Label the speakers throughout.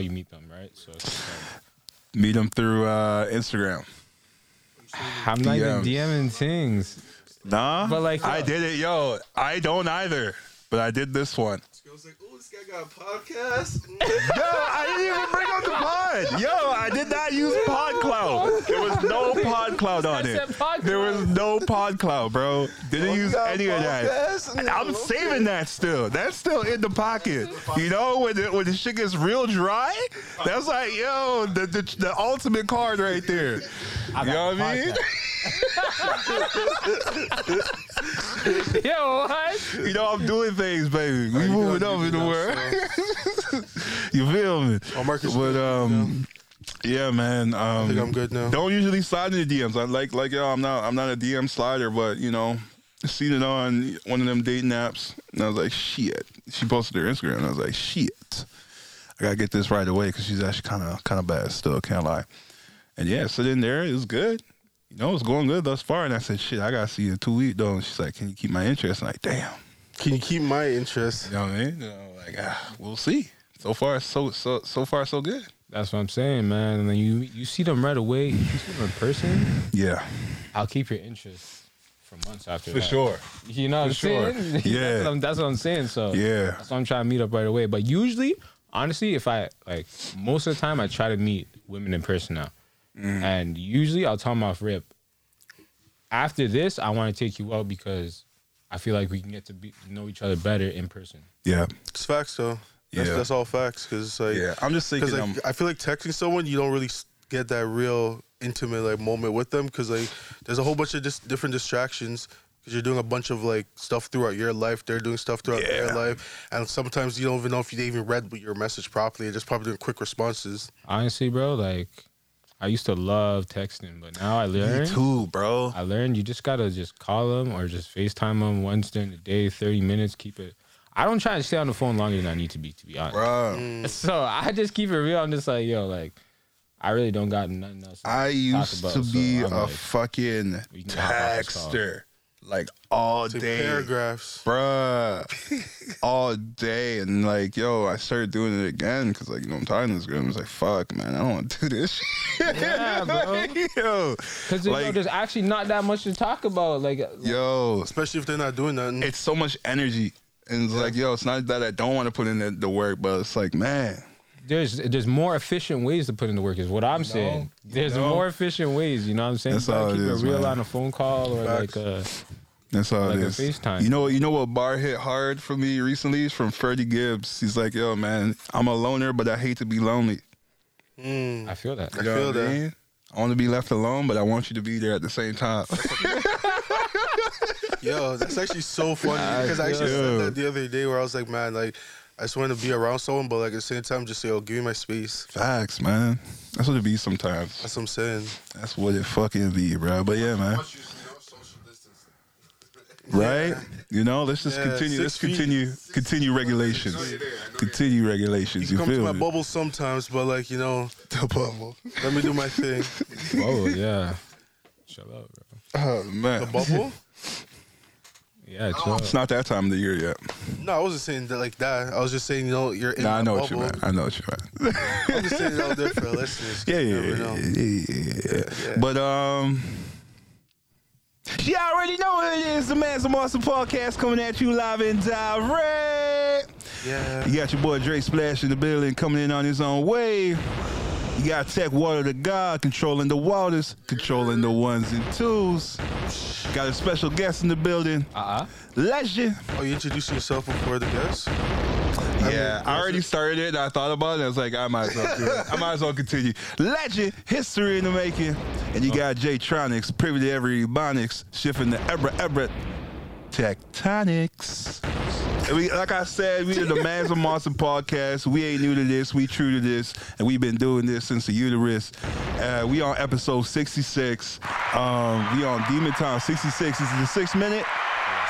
Speaker 1: you meet them, right? So it's just like,
Speaker 2: Meet them through uh, Instagram.
Speaker 1: I'm not even
Speaker 2: DMs.
Speaker 1: DMing things.
Speaker 2: Nah,
Speaker 1: But, like,
Speaker 2: I
Speaker 1: uh,
Speaker 2: did it, yo. I don't either, but I did this one.
Speaker 3: This girl's like, "Ooh, this guy got a podcast."
Speaker 2: Yo, I didn't even bring up the pod. Yo, I did not use PodCloud. There was no PodCloud on
Speaker 1: said
Speaker 2: it.
Speaker 1: PodCloud.
Speaker 2: There was no PodCloud, bro. Didn't use any of that. I'm saving that still. That's still in the pocket. You know, when the, when the shit gets real dry, that's like, yo, the the, the ultimate card right there. You know what I mean?
Speaker 1: Yo, what?
Speaker 2: You know, I'm doing things, baby. We moving up in the world. you feel me?
Speaker 3: Oh, Marcus,
Speaker 2: But um, yeah, man. Um,
Speaker 3: think I'm good now.
Speaker 2: Don't usually slide in the DMs. I like like yo, I'm not I'm not a DM slider, but you know, seen it on one of them dating apps, and I was like, shit. She posted her Instagram, and I was like, shit. I gotta get this right away because she's actually kind of kind of bad still, can't lie. And yeah, sit in there. It was good. You know, it's going good thus far. And I said, shit, I gotta see you in two weeks though. And she's like, can you keep my interest? And I'm like, damn.
Speaker 3: Can you keep my interest?
Speaker 2: You know what I mean? You know, like ah, we'll see. So far, so so so far, so good.
Speaker 1: That's what I'm saying, man. And then you you see them right away. You see them in person.
Speaker 2: Yeah,
Speaker 1: I'll keep your interest for months after.
Speaker 2: for
Speaker 1: that.
Speaker 2: sure.
Speaker 1: You know what
Speaker 2: For
Speaker 1: I'm
Speaker 2: sure.
Speaker 1: saying?
Speaker 2: Yeah.
Speaker 1: that's, what I'm, that's what I'm saying. So
Speaker 2: Yeah.
Speaker 1: that's why I'm trying to meet up right away. But usually, honestly, if I like most of the time, I try to meet women in person now,
Speaker 2: Mm.
Speaker 1: and usually I'll tell them off rip. After this, I want to take you out because I feel like we can get to be, know each other better in person.
Speaker 2: Yeah,
Speaker 3: It's facts, though. That's,
Speaker 2: Yeah.
Speaker 3: that's all facts. Cause it's like,
Speaker 2: yeah. I'm just thinking.
Speaker 3: Because like,
Speaker 2: um,
Speaker 3: I feel like texting someone, you don't really s- get that real intimate like moment with them. Because like, there's a whole bunch of dis- different distractions. Because you're doing a bunch of like stuff throughout your life. They're doing stuff throughout
Speaker 2: Yeah.
Speaker 3: their life, and sometimes you don't even know if they even read your message properly. They're just probably doing quick responses.
Speaker 1: Honestly, bro, like I used to love texting, but now I
Speaker 2: me
Speaker 1: learned.
Speaker 2: too, bro.
Speaker 1: I learned you just gotta just call them or just FaceTime them once during the day, thirty minutes. Keep it. I don't try to stay on the phone longer than I need to be, to be honest.
Speaker 2: Bro,
Speaker 1: So I just keep it real. I'm just like, yo, like I really don't got nothing else.
Speaker 2: I used
Speaker 1: about,
Speaker 2: to
Speaker 1: so
Speaker 2: be
Speaker 1: I'm
Speaker 2: a
Speaker 1: like,
Speaker 2: fucking
Speaker 1: we can hop off this call.
Speaker 2: texter, like all
Speaker 3: Two
Speaker 2: day.
Speaker 3: paragraphs.
Speaker 2: bruh, all day. And like, yo, I started doing it again because, like, you know, I'm tired of this girl. I was like, fuck, man, I don't want to do this shit.
Speaker 1: Yeah, bro.
Speaker 2: Like, yo,
Speaker 1: because
Speaker 2: like-
Speaker 1: there's actually not that much to talk about. Like,
Speaker 2: yo,
Speaker 3: Especially if they're not doing nothing.
Speaker 2: it's so much energy. And it's like, yo, it's not that I don't want to put in the, the work, but it's like, man,
Speaker 1: there's there's more efficient ways to put in the work. Is what I'm saying. There's
Speaker 2: know.
Speaker 1: more efficient ways. You know what I'm saying?
Speaker 2: That's
Speaker 1: You gotta
Speaker 2: all it
Speaker 1: keep
Speaker 2: is,
Speaker 1: real
Speaker 2: man.
Speaker 1: on a phone call or
Speaker 3: Facts.
Speaker 1: like uh
Speaker 2: that's all
Speaker 1: Like
Speaker 2: it
Speaker 1: a
Speaker 2: is.
Speaker 1: FaceTime.
Speaker 2: You know, you know what bar hit hard for me recently is from Freddie Gibbs. He's like, yo, man, I'm a loner, but I hate to be lonely.
Speaker 3: Mm.
Speaker 1: uh, I feel that.
Speaker 2: You know
Speaker 3: feel
Speaker 2: what I
Speaker 3: that.
Speaker 2: mean? I want to be left alone, but I want you to be there at the same time.
Speaker 3: Yo, that's actually so funny because I actually
Speaker 2: feel-
Speaker 3: said that the other day where I was like, man, like I just want to be around someone, but like at the same time, just say, yo, give me my space.
Speaker 2: Facts, man. That's what it be sometimes.
Speaker 3: That's what I'm saying.
Speaker 2: That's what it fucking be, bro. But yeah, man. Right? You know, let's just
Speaker 3: Yeah,
Speaker 2: continue.
Speaker 3: six
Speaker 2: Let's
Speaker 3: feet.
Speaker 2: continue. Continue regulations. Continue regulations. You
Speaker 3: You come to my
Speaker 2: feel me?
Speaker 3: bubble sometimes, but like you know,
Speaker 2: The bubble.
Speaker 3: let me do my thing.
Speaker 1: Whoa, yeah. Chill out, bro.
Speaker 2: Oh man.
Speaker 3: The bubble?
Speaker 1: Yeah, chill out.
Speaker 2: It's not that time of the year yet.
Speaker 3: No, I wasn't saying that like that. I was just saying, you know, you're in
Speaker 2: Nah, I
Speaker 3: the
Speaker 2: know what you
Speaker 3: bubble.
Speaker 2: meant. I know what you meant.
Speaker 3: I'm just saying it out there for our listeners. 'cause
Speaker 2: yeah,
Speaker 3: you
Speaker 2: yeah,
Speaker 3: never know.
Speaker 2: yeah, yeah, yeah, yeah, yeah.
Speaker 3: Yeah.
Speaker 2: But um. You already know what it is. The Man's Some Awesome Podcast coming at you live and direct.
Speaker 3: yeah.
Speaker 2: You got your boy Dre Splash in the building coming in on his own wave. You got Tech Water to God controlling the waters, controlling the ones and twos. Got a special guest in the building,
Speaker 1: Uh-uh.
Speaker 2: Legend.
Speaker 3: Oh, you introduced yourself before the guest.
Speaker 2: Yeah, I already started it. and I thought about it. I was like, I might as well do it. I might as well continue. Legend, history in the making. And you got J Tronics, privy to every ebonics, shifting the Ebra Ebra tectonics. And we, like I said, we did the Mans of Monster podcast. We ain't new to this. We true to this, and we've been doing this since the uterus. Uh, we on episode 66. Um, we on Demon Time 66. This is the six minute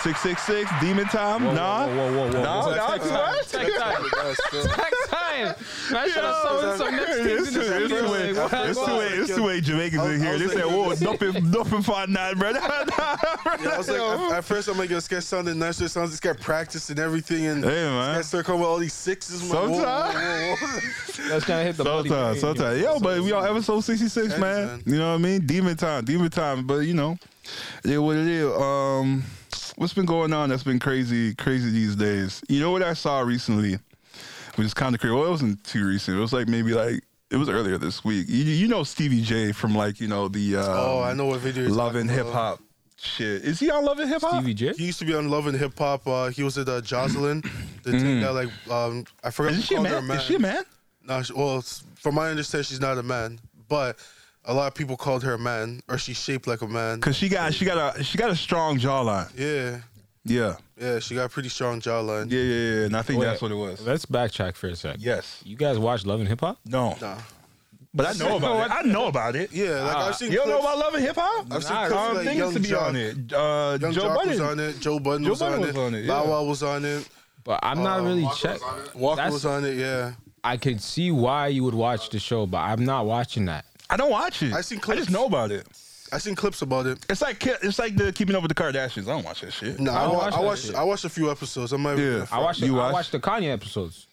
Speaker 2: Six six six. Demon time.
Speaker 1: Whoa,
Speaker 2: nah.
Speaker 1: whoa, whoa, whoa, whoa.
Speaker 2: Nah,
Speaker 1: What's
Speaker 2: nah,
Speaker 1: that
Speaker 2: what?
Speaker 1: Tech time. Tech time. I should have summoned some next
Speaker 2: It's
Speaker 1: kids in
Speaker 2: too
Speaker 1: the
Speaker 2: it's too
Speaker 1: studio.
Speaker 2: late.
Speaker 1: Like, what
Speaker 2: It's
Speaker 1: the
Speaker 2: too
Speaker 1: fuck?
Speaker 2: late. It's too late. Jamaicans
Speaker 3: I was-
Speaker 2: in here.
Speaker 3: I
Speaker 2: They
Speaker 3: was
Speaker 2: said,
Speaker 3: like-
Speaker 2: "Whoa, dumping, dumping five nine, bro."
Speaker 3: Yeah, I was like, at, at first I'm like, yo, sketch sounded nicer. Sounds this guy practiced and everything, and
Speaker 2: Hey, man.
Speaker 3: sketch start coming with all these sixes. I'm like, whoa,
Speaker 2: Sometimes.
Speaker 3: whoa, whoa, whoa.
Speaker 1: That's gonna hit the bloody brain,
Speaker 2: Sometimes,
Speaker 1: you
Speaker 2: sometimes.
Speaker 1: know.
Speaker 2: Yo, but we on episode 66,
Speaker 3: Thanks,
Speaker 2: man.
Speaker 3: man.
Speaker 2: You know what I mean? Demon time, demon time. But you know, yeah, what it is. Um, what's been going on that's been crazy, crazy these days? You know what I saw recently, which is kind of crazy. Well, it wasn't too recent. It was like maybe like, it was earlier this week. You, you know Stevie J from like, you know, the um,
Speaker 3: Oh, I know what video. he's
Speaker 2: Love and
Speaker 3: talking
Speaker 2: Hip
Speaker 3: about.
Speaker 2: Hop shit. Is he on Love and Hip Hop?
Speaker 1: Stevie J.
Speaker 3: He used to be on Love and Hip Hop. Uh, he was at uh, Jocelyn, the thing that like um, I
Speaker 2: Mm.
Speaker 3: forgot
Speaker 2: Is
Speaker 3: who
Speaker 2: she a
Speaker 3: called her a
Speaker 2: man?
Speaker 3: man.
Speaker 2: Is she a man?
Speaker 3: No, she, well, s- from my understanding, she's not a man, but a lot of people called her a man, or she's shaped like a man.
Speaker 2: Cause she got she got a she got a strong jawline.
Speaker 3: Yeah,
Speaker 2: Yeah,
Speaker 3: yeah, she got a pretty strong jawline.
Speaker 2: yeah, yeah, yeah. And I think
Speaker 1: Wait.
Speaker 2: that's what it was.
Speaker 1: Let's backtrack for a sec.
Speaker 2: Yes.
Speaker 1: You guys watch Love and Hip Hop?
Speaker 2: No.
Speaker 3: Nah.
Speaker 2: But I know about it. I know about it.
Speaker 3: Yeah, like
Speaker 1: Ah,
Speaker 3: I've seen
Speaker 2: You don't know
Speaker 3: clips-
Speaker 2: about Love and Hip Hop?
Speaker 3: I've seen
Speaker 1: Nah,
Speaker 3: clips
Speaker 2: Tom
Speaker 3: like
Speaker 2: Thing used
Speaker 3: Young
Speaker 2: to be
Speaker 3: Jock-
Speaker 2: on it. Uh,
Speaker 3: Young
Speaker 2: Joe
Speaker 3: Jock
Speaker 2: Budden.
Speaker 3: was on it. Joe Budden
Speaker 2: Joe
Speaker 3: was
Speaker 2: Budden
Speaker 3: on
Speaker 2: was
Speaker 3: it.
Speaker 2: on it,
Speaker 3: Bow
Speaker 2: yeah.
Speaker 3: Wow was on it.
Speaker 1: But I'm
Speaker 2: Uh,
Speaker 1: not really
Speaker 4: Walker
Speaker 1: check.
Speaker 4: was on it.
Speaker 3: Walker
Speaker 1: That's-
Speaker 3: was on it. Yeah,
Speaker 1: I can see why you would watch the show, but I'm not watching that.
Speaker 2: I don't watch it.
Speaker 3: I seen
Speaker 2: I
Speaker 3: clips.
Speaker 2: just know about it.
Speaker 3: I seen clips about it.
Speaker 2: It's like Ke- it's like the Keeping Up with the Kardashians. I don't watch that shit.
Speaker 3: No,
Speaker 1: I
Speaker 3: I,
Speaker 1: don't
Speaker 3: wa-
Speaker 1: watch
Speaker 3: I
Speaker 1: that
Speaker 3: watched.
Speaker 1: shit.
Speaker 3: I watched a few episodes. I'm not even
Speaker 2: Yeah.
Speaker 3: gonna
Speaker 1: I
Speaker 3: front.
Speaker 1: watched. The,
Speaker 2: You
Speaker 1: I
Speaker 2: watch?
Speaker 1: watched the Kanye episodes.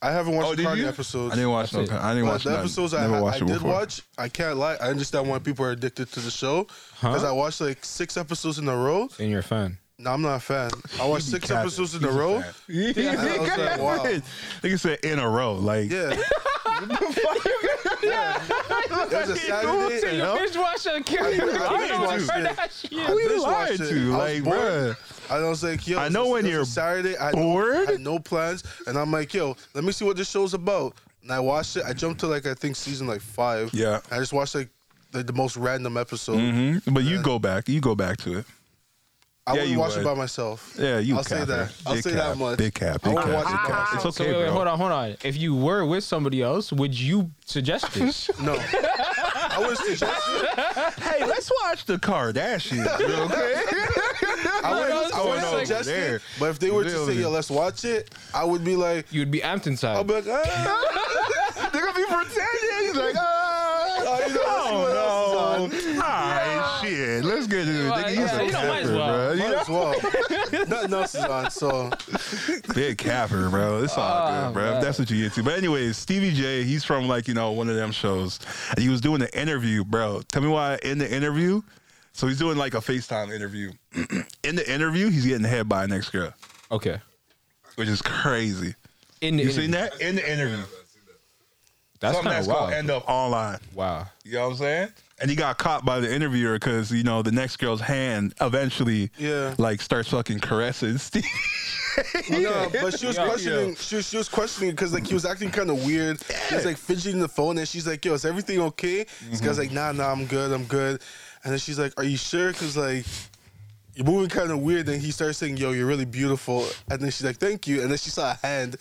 Speaker 3: I haven't watched
Speaker 2: Oh,
Speaker 3: the
Speaker 2: did
Speaker 3: Cardi
Speaker 2: you?
Speaker 3: episodes.
Speaker 2: I didn't watch no.
Speaker 1: That's it.
Speaker 2: I didn't
Speaker 3: But
Speaker 2: watch
Speaker 3: the
Speaker 2: none.
Speaker 3: episodes
Speaker 2: Never
Speaker 3: I,
Speaker 2: watched
Speaker 3: I
Speaker 2: it
Speaker 3: did
Speaker 2: before.
Speaker 3: watch, I can't lie. I understand why people are addicted to the show because I watched like six episodes in a row.
Speaker 1: And you're a fan.
Speaker 3: No, I'm not a fan. I watched
Speaker 2: He be
Speaker 3: six
Speaker 2: capping.
Speaker 3: episodes in
Speaker 2: He's
Speaker 3: a row.
Speaker 2: fan.
Speaker 3: I was like, wow.
Speaker 2: They can say in a row, like
Speaker 3: Yeah, it was a
Speaker 2: What the
Speaker 3: Saturday.
Speaker 2: hell?
Speaker 3: I
Speaker 2: Who you
Speaker 3: binge watched
Speaker 2: lying
Speaker 3: it.
Speaker 2: to?
Speaker 3: I was
Speaker 2: Like,
Speaker 3: bored.
Speaker 2: bruh.
Speaker 3: And I was like, yo,
Speaker 2: I know
Speaker 3: this-
Speaker 2: when
Speaker 3: this
Speaker 2: you're
Speaker 3: is Saturday. I I
Speaker 2: Bored?
Speaker 3: had no plans, and I'm like, yo, let me see what this show's about. And I watched it. I jumped to like I think season like five.
Speaker 2: Yeah.
Speaker 3: I just watched like the, the most random episode.
Speaker 2: Mhm. But you go back. You go back to it.
Speaker 3: I
Speaker 2: Yeah,
Speaker 3: wouldn't
Speaker 2: you
Speaker 3: watch
Speaker 2: would.
Speaker 3: it by myself.
Speaker 2: Yeah, you
Speaker 3: I'll say
Speaker 2: capper.
Speaker 3: that. I'll
Speaker 2: Big
Speaker 3: say
Speaker 2: cap.
Speaker 3: that much.
Speaker 2: Big cap.
Speaker 3: I
Speaker 2: Big
Speaker 3: wouldn't
Speaker 2: cap.
Speaker 3: watch it by
Speaker 2: It's
Speaker 3: myself.
Speaker 1: So
Speaker 2: okay,
Speaker 1: wait, wait,
Speaker 2: bro.
Speaker 1: hold on, hold on. If you were with somebody else, would you suggest this?
Speaker 3: No. I would suggest it.
Speaker 2: Hey, let's watch the Kardashians, okay?
Speaker 3: I
Speaker 1: What
Speaker 3: wouldn't, I
Speaker 1: else
Speaker 3: wouldn't
Speaker 1: is like-
Speaker 3: suggest
Speaker 2: There.
Speaker 3: it. But if they were to say,
Speaker 2: Really?
Speaker 3: yo, let's watch it, I would be like,
Speaker 1: You'd be amped
Speaker 3: I'll
Speaker 1: inside.
Speaker 3: be like, ah,
Speaker 2: They're gonna be pretending. He's like, ah,
Speaker 3: you know, let's see what
Speaker 2: oh
Speaker 3: else
Speaker 2: no, ah, shit. Let's get into it.
Speaker 1: Well,
Speaker 2: Nigga,
Speaker 1: yeah,
Speaker 2: you
Speaker 1: you
Speaker 2: a
Speaker 1: know, might as
Speaker 2: capper,
Speaker 1: well.
Speaker 2: bro. You
Speaker 3: might as well. Nothing else is on, so
Speaker 2: Big capper, bro. It's all good, bro. If That's what you get to. But anyways, Stevie J, he's from like, you know, one of them shows. And he was doing an interview, bro. Tell me why in the interview. So he's doing like a FaceTime interview. in the interview, he's getting head by an ex girl,
Speaker 1: Okay.
Speaker 2: which is crazy.
Speaker 1: In the
Speaker 2: You
Speaker 1: interview.
Speaker 2: seen that? In the interview.
Speaker 1: That's
Speaker 2: Something
Speaker 1: kind
Speaker 2: that's
Speaker 1: of
Speaker 2: gonna
Speaker 1: wild.
Speaker 2: end up online.
Speaker 1: Wow.
Speaker 2: You know what I'm saying? And he got caught by the interviewer because you know the next girl's hand eventually,
Speaker 3: Yeah.
Speaker 2: like starts fucking caressing Steve.
Speaker 3: no, but she was
Speaker 1: Yeah.
Speaker 3: questioning. She was, she was questioning because like he was acting kind of weird. He was like fidgeting the phone, and she's like, "Yo, is everything okay?" This guy's like, "Nah, nah, I'm good, I'm good." And then she's like, "Are you sure?" Because like you're moving kind of weird. Then he starts saying, "Yo, you're really beautiful." And then she's like, "Thank you." And then she saw a hand,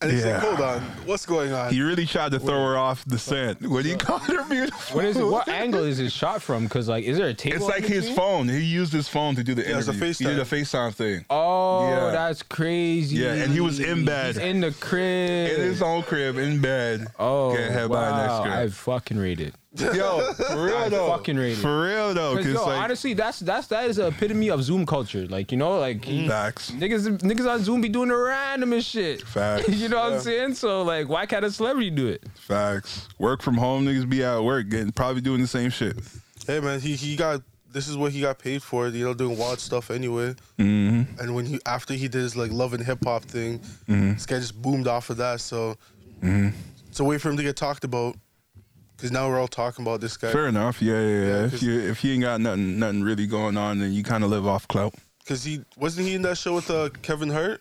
Speaker 3: and he's
Speaker 2: Yeah.
Speaker 3: like, "Hold on, what's going on?"
Speaker 2: He really tried to throw her off the scent when he caught her beautiful.
Speaker 1: What is it? What angle is it shot from? Because like, is there a table?
Speaker 2: It's
Speaker 1: in
Speaker 2: like his
Speaker 1: between?
Speaker 2: phone. He used his phone to do the
Speaker 3: Yeah, it's a
Speaker 2: interview. He did a FaceTime thing
Speaker 1: Oh,
Speaker 2: Yeah.
Speaker 1: that's crazy.
Speaker 2: Yeah, and he was in bed.
Speaker 1: He's in the crib.
Speaker 2: in his own crib in bed.
Speaker 1: Oh,
Speaker 2: getting head
Speaker 1: wow.
Speaker 2: by
Speaker 1: I
Speaker 2: an ex
Speaker 1: fucking read it.
Speaker 2: girl. Yo, for real
Speaker 1: I
Speaker 2: though.
Speaker 1: fucking rate it.
Speaker 2: uh, For real though,
Speaker 1: 'Cause,
Speaker 2: because
Speaker 1: yo,
Speaker 2: like
Speaker 1: honestly, that's that's that is the epitome of Zoom culture. Like you know, like he-
Speaker 2: facts.
Speaker 1: niggas niggas on Zoom be doing the randomest shit.
Speaker 2: Facts.
Speaker 1: you know what I'm saying? So like, why can't a celebrity do it?
Speaker 2: Facts. Work from home, niggas be at work, getting probably doing the same shit.
Speaker 3: hey man, he he got. This is what he got paid for, you know, doing wild stuff anyway. Mm-hmm. And when he after he did his like love and hip hop thing,
Speaker 2: Mm-hmm.
Speaker 3: this guy just boomed off of that. So it's a way for him to get talked about because now we're all talking about this guy
Speaker 2: Fair enough. Yeah, yeah, yeah.
Speaker 3: Yeah,
Speaker 2: if
Speaker 3: 'cause-
Speaker 2: you if you ain't got nothing nothing really going on, then you kind of live off clout.
Speaker 3: because he wasn't he in that show with uh, Kevin Hart,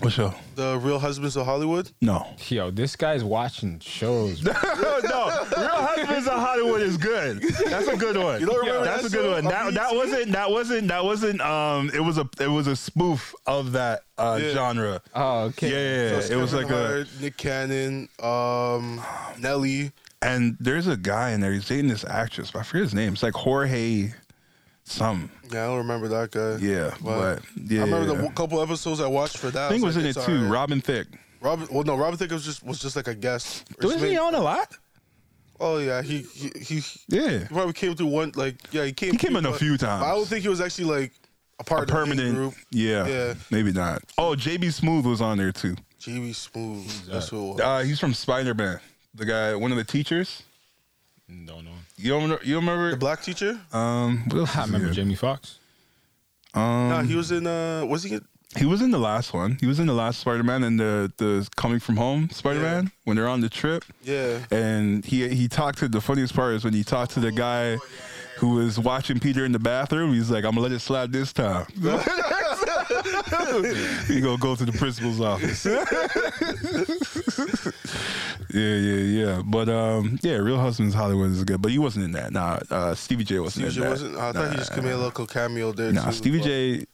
Speaker 2: What's up?
Speaker 3: the Real Husbands of Hollywood.
Speaker 2: No.
Speaker 1: Yo, this guy's watching shows. bro.
Speaker 2: no, Real Husbands of Hollywood is good. That's a good one.
Speaker 3: You don't remember
Speaker 2: That's
Speaker 3: that
Speaker 2: a good
Speaker 3: show
Speaker 2: one.
Speaker 3: on
Speaker 2: That, that
Speaker 3: BET?
Speaker 2: wasn't that wasn't that wasn't um it was a it was a spoof of that uh
Speaker 3: Yeah.
Speaker 2: genre.
Speaker 1: oh, okay.
Speaker 2: Yeah, yeah, yeah. it was
Speaker 3: Kevin
Speaker 2: like a
Speaker 3: Hart, Nick Cannon, um, Nelly.
Speaker 2: and there's a guy in there. He's dating this actress, but I forget his name. It's like Jorge Something.
Speaker 3: Yeah, I don't remember that guy.
Speaker 2: Yeah,
Speaker 3: But-
Speaker 2: but yeah.
Speaker 3: I remember the
Speaker 2: yeah.
Speaker 3: w- couple episodes I watched for that.
Speaker 2: I think it was in it
Speaker 3: like, it's
Speaker 2: too.
Speaker 3: alright.
Speaker 2: Robin Thicke.
Speaker 3: Robin. Well, no, Robin Thicke was just was just like a guest. Or
Speaker 1: Wasn't he
Speaker 3: something.
Speaker 1: on a lot?
Speaker 3: Oh yeah, he he, he he
Speaker 2: Yeah.
Speaker 3: probably came through one like yeah he came.
Speaker 2: He came in a
Speaker 3: but-
Speaker 2: few
Speaker 3: but
Speaker 2: times.
Speaker 3: I don't think he was actually like a part
Speaker 2: A
Speaker 3: of the main
Speaker 2: permanent.
Speaker 3: group.
Speaker 2: Yeah,
Speaker 3: Yeah.
Speaker 2: Maybe not. Oh, JB Smooth was on there too.
Speaker 3: GB Smooth. That's who. It was.
Speaker 2: Uh, he's from Spider Man. The guy, one of the teachers.
Speaker 1: No, no.
Speaker 2: You don't. rem- You
Speaker 3: The
Speaker 2: remember?
Speaker 3: black teacher?
Speaker 2: Um, what else
Speaker 1: I
Speaker 2: was he
Speaker 1: remember
Speaker 2: in?
Speaker 1: Jamie Foxx.
Speaker 2: Um,
Speaker 3: nah, he was in. uh Was he? In,
Speaker 2: He was in the last one. He was in the last Spider Man and the the coming from home Spider Man when they're on the trip.
Speaker 3: yeah.
Speaker 2: And he he talked to the funniest part is when he talked to
Speaker 3: Oh,
Speaker 2: the guy who was watching Peter in the bathroom. He's like, "I'm gonna let it slide this time." he gonna go to the principal's office. yeah, yeah, yeah. But um, yeah, Real Husbands Hollywood is good. But he wasn't in that. Nah, uh, Stevie J wasn't
Speaker 3: Stevie
Speaker 2: in
Speaker 3: J
Speaker 2: that.
Speaker 3: wasn't. I thought he just made a little cameo there.
Speaker 2: Nah,
Speaker 3: too,
Speaker 2: Stevie
Speaker 3: but-
Speaker 2: J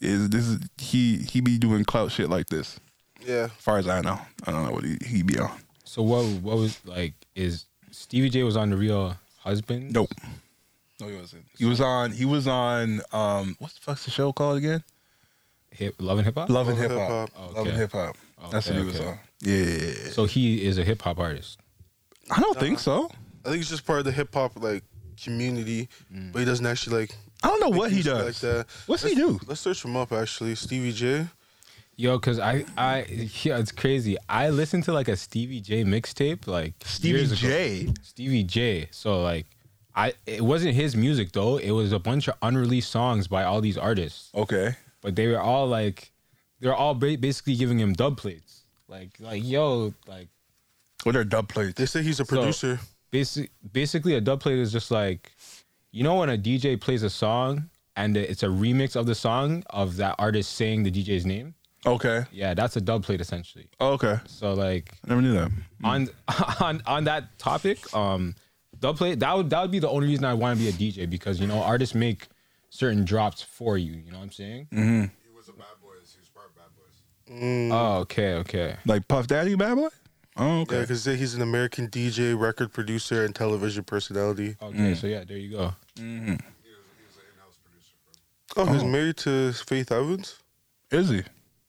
Speaker 2: is this is he he be doing clout shit like this.
Speaker 3: Yeah.
Speaker 2: As far as I know, I don't know what he, he be on.
Speaker 1: So what? What was like? Is Stevie J was on the Real Husband?
Speaker 2: Nope. No, he wasn't. He was on. He was on. Um, what the fuck's the show called again?
Speaker 1: Hip, Love and Hip Hop.
Speaker 2: Love and
Speaker 3: Love
Speaker 2: Hip
Speaker 3: and
Speaker 2: Hop.
Speaker 1: Hip Hop.
Speaker 2: Love and
Speaker 1: Okay.
Speaker 2: Hip Hop. That's what
Speaker 1: Okay,
Speaker 2: he was
Speaker 1: okay.
Speaker 2: on. Yeah, yeah, yeah.
Speaker 1: So he is a hip hop artist.
Speaker 2: I don't think so.
Speaker 3: I think he's just part of the hip hop like community, but he doesn't actually like.
Speaker 2: I don't know what he
Speaker 3: music
Speaker 2: does.
Speaker 3: Like that.
Speaker 2: What's he
Speaker 3: Let's-
Speaker 2: do?
Speaker 3: Let's search him up. Actually, Stevie J.
Speaker 1: Yo, cause I, I, yeah, it's crazy. I listened to like a Stevie J mixtape, like years
Speaker 2: Stevie
Speaker 1: ago.
Speaker 2: J.
Speaker 1: Stevie J. So like, I it wasn't his music though. It was a bunch of unreleased songs by all these artists,
Speaker 2: Okay.
Speaker 1: but they were all like, they're all ba- basically giving him dub plates. Like, like yo, like
Speaker 2: What are dub plates?
Speaker 3: They say he's a producer.
Speaker 1: basic, basically a dub plate is just like, you know, when a DJ plays a song and it's a remix of the song of that artist saying the DJ's name.
Speaker 2: Okay.
Speaker 1: Yeah, that's a dub plate essentially.
Speaker 2: Okay.
Speaker 1: So like.
Speaker 2: Never knew that.
Speaker 1: on on on that topic, um, dub plate that would that would be the only reason I want to be a DJ because you know artists make certain drops for you. You know what I'm saying?
Speaker 2: Mm-hmm.
Speaker 4: He was a bad boys. He was part of bad boys.
Speaker 2: Mm.
Speaker 1: Oh, okay, okay.
Speaker 2: Like Puff Daddy, Bad Boy. Oh,
Speaker 3: Yeah,
Speaker 2: okay.
Speaker 3: because they he's an American DJ, record producer, and television personality.
Speaker 1: Okay,
Speaker 2: Mm.
Speaker 1: so yeah, there you go.
Speaker 4: He was, he was an in-house producer. Bro.
Speaker 3: Oh, he's married to Faith Evans.
Speaker 2: Is he?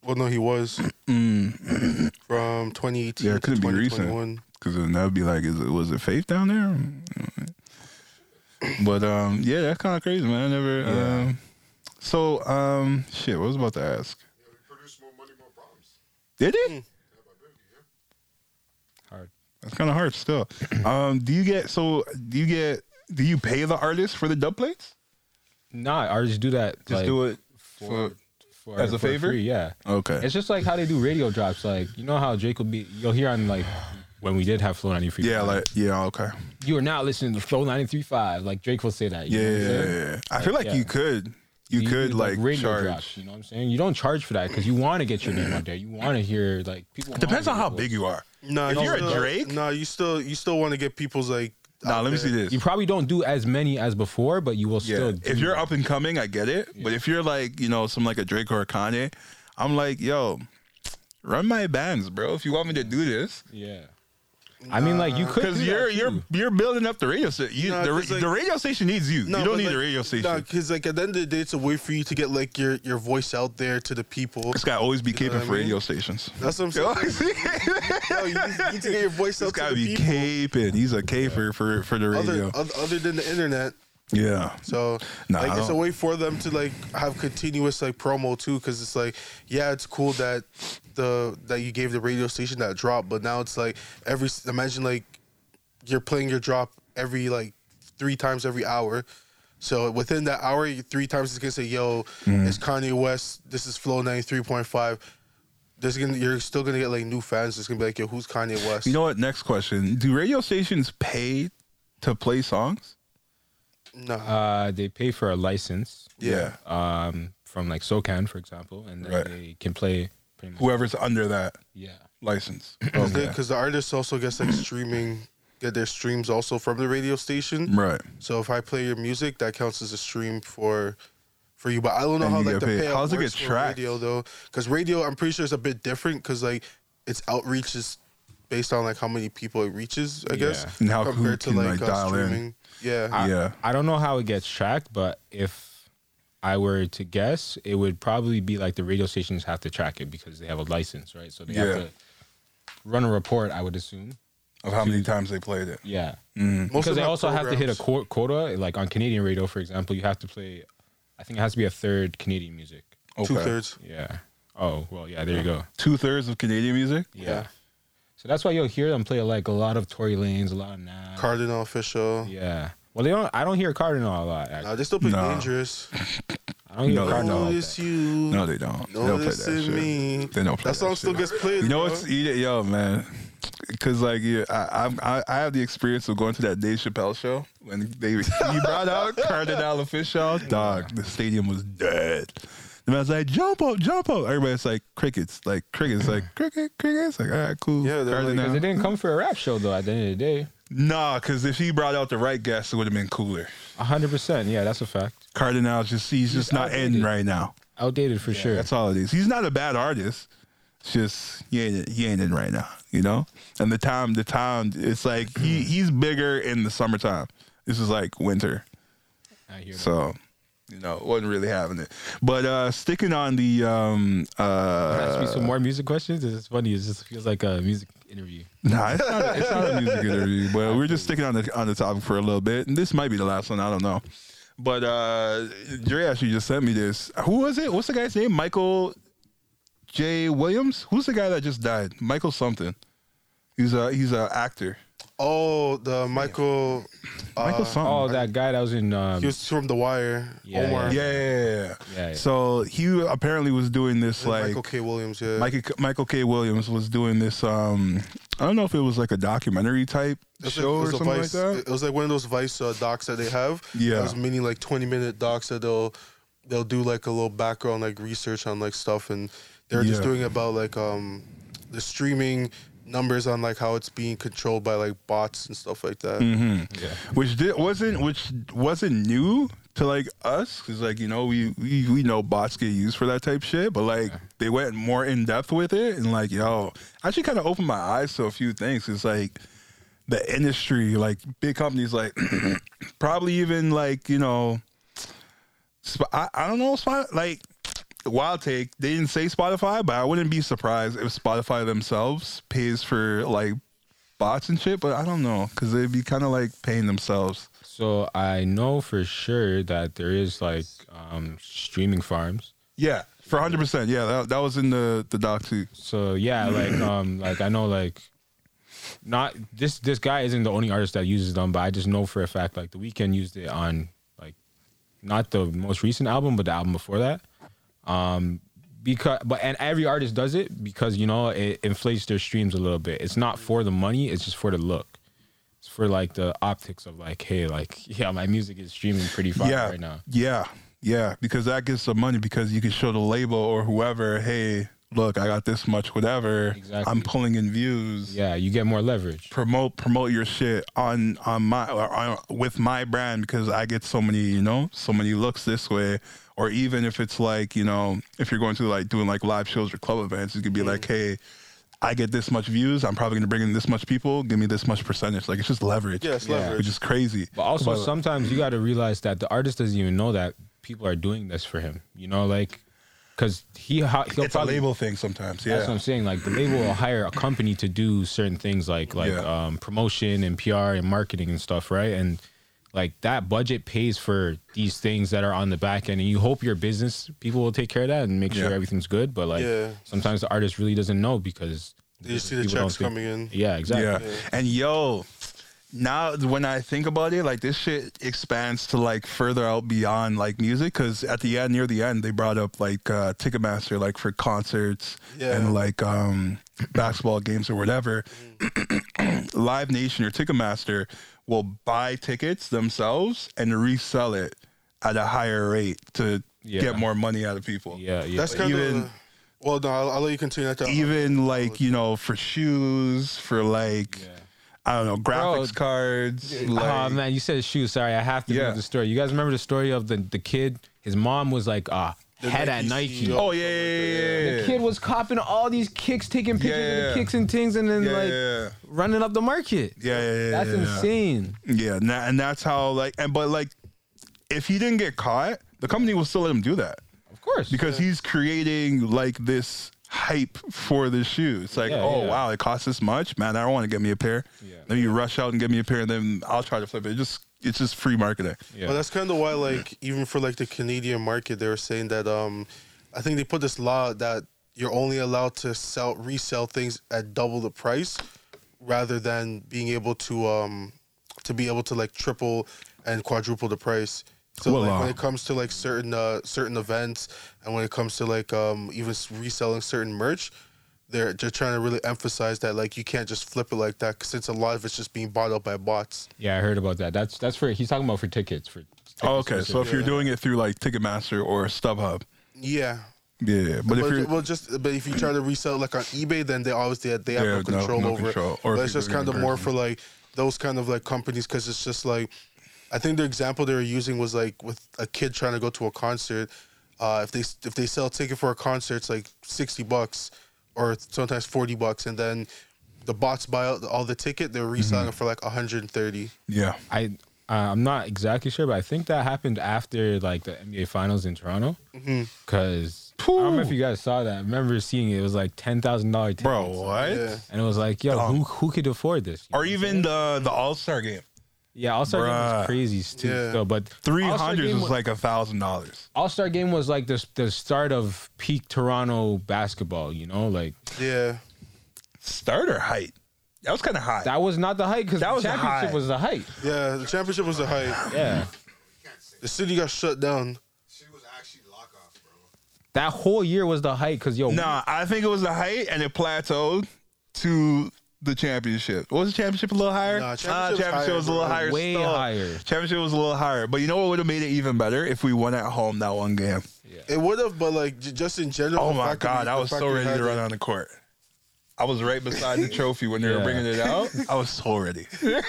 Speaker 3: Well, no, he was
Speaker 2: Mm.
Speaker 3: from 2018
Speaker 2: Yeah,
Speaker 3: to
Speaker 2: it couldn't be recent.
Speaker 3: 2021.
Speaker 2: Because then that would be like, is it, was it Faith down there? But um, yeah, that's kind of crazy, man. I never. Um, so um, shit, what was I about to ask?
Speaker 4: Yeah, we produced more money, more problems.
Speaker 2: Did he?
Speaker 4: Yeah, by Biggie, yeah.
Speaker 1: Hard.
Speaker 2: That's kind of hard still. Um, do you get so? Do you get? Do you pay the artist for the dub plates?
Speaker 1: Nah, artists do that.
Speaker 2: Just
Speaker 1: like,
Speaker 2: do it
Speaker 1: for,
Speaker 2: for.
Speaker 1: for-
Speaker 2: as a
Speaker 1: for
Speaker 2: favor?
Speaker 1: Free, yeah,
Speaker 2: Okay.
Speaker 1: it's just like how they do radio drops. Like you know how Drake will be. You'll hear on like when we did have Flow 93.
Speaker 2: Yeah, like yeah, okay.
Speaker 1: you are now listening to Flow 93.5. Like Drake will say that. you
Speaker 2: Yeah,
Speaker 1: know what I'm
Speaker 2: yeah,
Speaker 1: saying?
Speaker 2: yeah. I feel like
Speaker 1: yeah.
Speaker 2: you could, you, could
Speaker 1: do,
Speaker 2: like, charge.
Speaker 1: drops, you know what I'm saying? You don't charge for that because you want to get your name out there. You want to hear like people.
Speaker 2: It depends
Speaker 1: wanna
Speaker 2: on how
Speaker 1: hear
Speaker 2: big you are.
Speaker 3: No,
Speaker 2: If
Speaker 3: you
Speaker 2: you're a
Speaker 3: still-
Speaker 2: Drake-
Speaker 3: no, you still you still want to get people's like.
Speaker 2: Nah,
Speaker 3: out
Speaker 2: let me
Speaker 3: there.
Speaker 2: see this.
Speaker 1: You probably don't do as many as before, but you will
Speaker 2: Yeah.
Speaker 1: still. Do
Speaker 2: If you're up and coming, I get it. But if you're like, you know, some like a Drake or a Kanye, I'm like, yo, run my bands, bro. If you want me to do this,
Speaker 1: yeah. I mean, like you could
Speaker 2: because
Speaker 1: do
Speaker 2: you're
Speaker 1: that, too.
Speaker 2: you're you're building up the radio station. You,
Speaker 3: No,
Speaker 2: the,
Speaker 3: 'cause, like-
Speaker 2: the radio station needs you. you don't
Speaker 3: but,
Speaker 2: need
Speaker 3: like,
Speaker 2: the radio station.
Speaker 3: No, because like at the end of the day, it's a way for you to get like your your voice out there to the people.
Speaker 2: This guy always be caping
Speaker 3: what I
Speaker 2: for
Speaker 3: mean?
Speaker 2: radio stations.
Speaker 3: That's what I'm saying. No, you need you need to get your voice
Speaker 2: This
Speaker 3: out to
Speaker 2: guy
Speaker 3: the
Speaker 2: be
Speaker 3: people.
Speaker 2: caping. He's a caper for for the radio.
Speaker 3: Other, other other than the internet,
Speaker 2: yeah.
Speaker 3: so
Speaker 2: Nah, I
Speaker 3: like it's a
Speaker 2: don't-
Speaker 3: way for them to like have continuous like promo too, because it's like yeah, it's cool that the that you gave the radio station that drop, but now it's like every imagine like you're playing your drop every like three times every hour. So within that hour, you- three times it's gonna say, "Yo,
Speaker 2: Mm.
Speaker 3: it's Kanye West. This is Flow ninety three point five. There's gonna you're still gonna get like new fans. It's gonna be like, "Yo, who's Kanye West?"
Speaker 2: You know what? Next question. Do radio stations pay to play songs?
Speaker 3: no,
Speaker 2: um,
Speaker 1: uh, they pay for a license
Speaker 2: Yeah.
Speaker 1: um, from like SoCan, for example, and then
Speaker 2: Right.
Speaker 1: they can play pretty much.
Speaker 2: Whoever's under that
Speaker 1: Yeah.
Speaker 2: license. Okay.
Speaker 3: because the artist also gets like streaming, get their streams also from the radio station.
Speaker 2: Right.
Speaker 3: So if I play your music, that counts as a stream for for you. But I don't know
Speaker 2: And
Speaker 3: how
Speaker 2: you get
Speaker 3: like the
Speaker 2: paid.
Speaker 3: payout
Speaker 2: How's it
Speaker 3: works
Speaker 2: get
Speaker 3: for
Speaker 2: tracked?
Speaker 3: radio though, because radio I'm pretty sure is a bit different because like its outreach is based on like how many people it reaches, I guess.
Speaker 1: Yeah.
Speaker 2: And how who can, like, dial in.
Speaker 3: Yeah.
Speaker 1: I,
Speaker 2: Yeah.
Speaker 1: I don't know how it gets tracked, but if I were to guess, it would probably be like the radio stations have to track it because they have a license, right? So they have
Speaker 2: Yeah.
Speaker 1: to run a report, I would assume.
Speaker 2: of how many times they played it.
Speaker 1: Yeah.
Speaker 2: Mm.
Speaker 3: Most
Speaker 1: because
Speaker 3: of
Speaker 1: they
Speaker 3: my
Speaker 1: also have to hit a
Speaker 3: programs-
Speaker 1: quo- quota. Like on Canadian radio, for example, you have to play, I think it has to be a third Canadian music.
Speaker 2: Okay.
Speaker 3: Two thirds.
Speaker 1: Yeah. Oh, well, yeah, there you go.
Speaker 2: Two thirds of Canadian music.
Speaker 1: Yeah.
Speaker 3: Yeah.
Speaker 1: So that's why you'll hear them play like a lot of Tory Lanes, a lot of Nas.
Speaker 3: Cardinal official.
Speaker 1: yeah. Well, they don't. I don't hear Cardinal a lot. Actually.
Speaker 3: Nah, they still play
Speaker 2: Nah.
Speaker 3: dangerous.
Speaker 1: I don't hear
Speaker 2: No,
Speaker 1: Cardinal. like
Speaker 3: Notice
Speaker 1: that.
Speaker 3: you.
Speaker 2: No, they don't. they don't play
Speaker 3: Notice
Speaker 2: that shit.
Speaker 3: me.
Speaker 2: They don't play
Speaker 3: that
Speaker 2: that
Speaker 3: song still
Speaker 2: shit.
Speaker 3: gets played.
Speaker 2: You know
Speaker 3: bro.
Speaker 2: what's you- yo man, because like yeah, I, I'm- I I have the experience of going to that Dave Chappelle show when they he brought out Cardinal Official. Dog, the stadium was dead. The man's like jump up, jump up. Everybody's like crickets, like crickets, like cricket, crickets. Like all right, cool.
Speaker 3: Yeah, they're like-
Speaker 1: Because
Speaker 2: Cardinal.
Speaker 1: it didn't come for a rap show though. At the end of the day,
Speaker 2: nah, because if he brought out the right guest, it would have been cooler.
Speaker 1: hundred percent. Yeah, that's a fact.
Speaker 2: Cardinal just he's just not
Speaker 1: outdated.
Speaker 2: in right now.
Speaker 1: Outdated for sure.
Speaker 2: That's all it is. He's not a bad artist. It's just he ain't he ain't in right now, you know. And the time, the time, it's like he he's bigger in the summertime. This is like winter,
Speaker 1: I hear that.
Speaker 2: so you know wasn't really having it. But uh sticking on the um
Speaker 1: Can I ask
Speaker 2: uh
Speaker 1: me some more music questions. It's funny. It just feels like a music interview.
Speaker 2: nah, it's not, a- it's not a music interview, but we're just sticking on the on the topic for a little bit. And this might be the last one. I don't know. But uh Dre actually just sent me this. Who was it? What's the guy's name? Michael J. Williams. Who's the guy that just died? Michael something. He's a he's a actor.
Speaker 3: Oh, the Michael.
Speaker 2: Michael
Speaker 3: Uh,
Speaker 2: something.
Speaker 1: Oh, that guy that was in. Um,
Speaker 3: he was from The Wire.
Speaker 1: Yeah,
Speaker 3: Omar.
Speaker 2: Yeah, yeah, yeah, yeah.
Speaker 1: Yeah, yeah.
Speaker 2: So he apparently was doing this
Speaker 3: Like,
Speaker 2: like
Speaker 3: Michael K. Williams. Yeah.
Speaker 2: Michael Michael K. Williams was doing this. um I don't know if it was like a documentary type
Speaker 3: It's like-
Speaker 2: show
Speaker 3: it
Speaker 2: or
Speaker 3: was a
Speaker 2: something like
Speaker 3: Vice-
Speaker 2: that.
Speaker 3: It was like one of those Vice uh, docs that they have.
Speaker 2: Yeah.
Speaker 3: Those mini like twenty minute docs that they'll they'll do like a little background like research on like stuff and they're just
Speaker 2: Yeah.
Speaker 3: doing about like um the streaming numbers on like how it's being controlled by like bots and stuff like that.
Speaker 2: Mm-hmm.
Speaker 1: yeah.
Speaker 2: which did, wasn't which wasn't new to like us because like you know we, we we know bots get used for that type shit but like they went more in depth with it and like yo actually kind of opened my eyes to a few things it's like the industry like big companies like probably even like you know Sp- I, I don't know Spot like wild take they didn't say spotify but i wouldn't be surprised if spotify themselves pays for like bots and shit but i don't know because they'd be kind of like paying themselves
Speaker 1: So I know for sure that there is like um, streaming farms.
Speaker 2: yeah for 100% yeah that, that was in the the doc too
Speaker 1: So yeah, like um, like I know like not this this guy isn't the only artist that uses them, but I just know for a fact like the weekend used it on like not the most recent album, but the album before that. Um, because but and every artist does it because you know it inflates their streams a little bit. It's not for the money; it's just for the look. It's for like the optics of like, hey, like yeah, my music is streaming pretty far
Speaker 2: yeah
Speaker 1: right now.
Speaker 2: yeah yeah because that gets some money because you can show the label or whoever hey look i got this much whatever
Speaker 1: Exactly.
Speaker 2: i'm pulling in views
Speaker 1: Yeah, you get more leverage.
Speaker 2: promote promote your shit on on my or on, with my brand because I get so many you know so many looks this way or even if it's like you know if you're going to like doing like live shows or club events you could be like hey I get this much views I'm probably gonna bring in this much people give me this much percentage like it's just leverage
Speaker 3: Yeah, it's leverage.
Speaker 2: which is crazy
Speaker 1: But also,
Speaker 2: But-
Speaker 1: sometimes you got to realize that the artist doesn't even know that people are doing this for him. You know, like because he ho- he'll
Speaker 2: it's
Speaker 1: probably
Speaker 2: a label thing sometimes yeah
Speaker 1: that's what I'm saying. Like the label will hire a company to do certain things like like
Speaker 2: Yeah.
Speaker 1: um, promotion and PR and marketing and stuff, right? And like that budget pays for these things that are on the back end, and you hope your business people will take care of that and make sure
Speaker 2: Yeah.
Speaker 1: everything's good. But like
Speaker 3: Yeah.
Speaker 1: sometimes the artist really doesn't know because
Speaker 3: They just see the
Speaker 1: people don't
Speaker 3: checks
Speaker 1: think-
Speaker 3: coming in.
Speaker 1: Yeah, exactly.
Speaker 2: Yeah. And yo, now when I think about it, like this shit expands to like further out beyond like music. Cause at the end, near the end, they brought up like uh, Ticketmaster, like for concerts
Speaker 3: Yeah.
Speaker 2: and like um, basketball games or whatever. Live Nation or Ticketmaster will buy tickets themselves and resell it at a higher rate to
Speaker 1: Yeah.
Speaker 2: get more money out of people
Speaker 1: Yeah, yeah.
Speaker 3: That's kind
Speaker 2: even-
Speaker 3: of. Well, no, I'll, I'll let you continue that.
Speaker 2: even like you know for shoes for like
Speaker 1: Yeah.
Speaker 2: i don't know graphics cards
Speaker 1: oh
Speaker 2: like,
Speaker 1: man, you said shoes. Sorry, I have to
Speaker 2: Yeah.
Speaker 1: know the story. You guys remember the story of the the kid? His mom was like, uh, head at Nike.
Speaker 3: CEO.
Speaker 2: Oh yeah, yeah, yeah, yeah.
Speaker 1: The kid was copping all these kicks, taking pictures
Speaker 2: Yeah.
Speaker 1: of the kicks and things, and then
Speaker 2: yeah,
Speaker 1: like
Speaker 2: yeah,
Speaker 1: running up the market.
Speaker 2: yeah, yeah, yeah,
Speaker 1: That's
Speaker 2: yeah, yeah.
Speaker 1: insane.
Speaker 2: Yeah, and, that, and that's how like and but like if he didn't get caught, the company will still let him do that
Speaker 1: Of course.
Speaker 2: because he's creating like this hype for the shoe. It's like,
Speaker 1: Yeah,
Speaker 2: oh
Speaker 1: yeah.
Speaker 2: wow, it costs this much, man. I don't want to get me a pair.
Speaker 1: Yeah.
Speaker 2: Then you rush out and get me a pair, and then I'll try to flip it. It's just it's just free marketing.
Speaker 1: yeah.
Speaker 3: But that's kind of why, like, even for like the Canadian market, they were saying that um, I think they put this law that you're only allowed to sell resell things at double the price, rather than being able to um, to be able to like triple and quadruple the price. So
Speaker 2: What
Speaker 3: like
Speaker 2: law?
Speaker 3: when it comes to like certain uh, certain events and when it comes to like um, even s- reselling certain merch. They're, they're trying to really emphasize that like you can't just flip it like that since a lot of it's just being bought up by bots.
Speaker 1: yeah, I heard about that. That's that's for he's talking about for tickets for.
Speaker 2: Oh, okay, so if you're doing it through like Ticketmaster or StubHub,
Speaker 3: Yeah,
Speaker 2: yeah, yeah. but if
Speaker 3: Well,
Speaker 2: you're
Speaker 3: well, just but if you try to resell like on eBay, then they obviously they have
Speaker 2: Yeah,
Speaker 3: no
Speaker 2: no-
Speaker 3: control
Speaker 2: no
Speaker 3: over
Speaker 2: control.
Speaker 3: it.
Speaker 2: Or
Speaker 3: but
Speaker 2: if
Speaker 3: it's
Speaker 2: you're
Speaker 3: just
Speaker 2: doing it
Speaker 3: kind of
Speaker 2: in
Speaker 3: more
Speaker 2: person.
Speaker 3: for like those kind of like companies because it's just like I think the example they were using was like with a kid trying to go to a concert. Uh, if they if they sell a ticket for a concert, it's like sixty bucks or sometimes forty bucks, and then the bots buy out all the ticket. They're
Speaker 2: Mm-hmm.
Speaker 3: reselling it for like hundred and thirty.
Speaker 2: yeah,
Speaker 1: I uh, I'm not exactly sure, but I think that happened after like the NBA Finals in Toronto.
Speaker 2: Mm-hmm.
Speaker 1: Because I don't know if you guys saw that. I remember seeing it. It was like ten thousand dollar tickets,
Speaker 2: bro, what?
Speaker 3: Yeah.
Speaker 1: and it was like, yo,
Speaker 2: Dumb.
Speaker 1: who who could afford this?
Speaker 2: Or even the the All Star game.
Speaker 1: yeah, All Star Game
Speaker 2: Bruh.
Speaker 1: was crazy too.
Speaker 3: Yeah.
Speaker 1: Still, but
Speaker 2: Three
Speaker 1: All-Star
Speaker 2: hundred
Speaker 1: Game
Speaker 2: was like a thousand dollars.
Speaker 1: All Star Game was like the the start of peak Toronto basketball. You know, like
Speaker 3: Yeah,
Speaker 2: Starter height. That was kind of high.
Speaker 1: that was not the height because
Speaker 2: That
Speaker 1: the
Speaker 2: was the
Speaker 1: championship
Speaker 2: high.
Speaker 1: was the height.
Speaker 3: yeah. The championship was the hype.
Speaker 1: Yeah,
Speaker 4: You can't say
Speaker 3: The city got shut down.
Speaker 4: she was actually lock off, bro.
Speaker 1: that whole year was the height because yo,
Speaker 2: Nah, I think it was the height and it plateaued to the championship. What was the championship a little higher?
Speaker 3: Nah,
Speaker 2: Ah,
Speaker 3: championship's
Speaker 2: championship
Speaker 3: higher,
Speaker 2: was a little
Speaker 3: bro.
Speaker 2: higher.
Speaker 1: Way
Speaker 2: still.
Speaker 1: higher.
Speaker 2: Championship was a little higher. But you know what would have made it even better if we won at home that one game.
Speaker 3: It would have, but like j- just in general.
Speaker 2: Oh
Speaker 3: the
Speaker 2: my
Speaker 3: fact that we-
Speaker 2: god, I
Speaker 3: the
Speaker 2: was
Speaker 3: fact
Speaker 2: so
Speaker 3: we
Speaker 2: ready
Speaker 3: had
Speaker 2: to
Speaker 3: it-
Speaker 2: run on the court. I was right beside the trophy when they were
Speaker 1: Yeah.
Speaker 2: bringing it out. I was so ready. but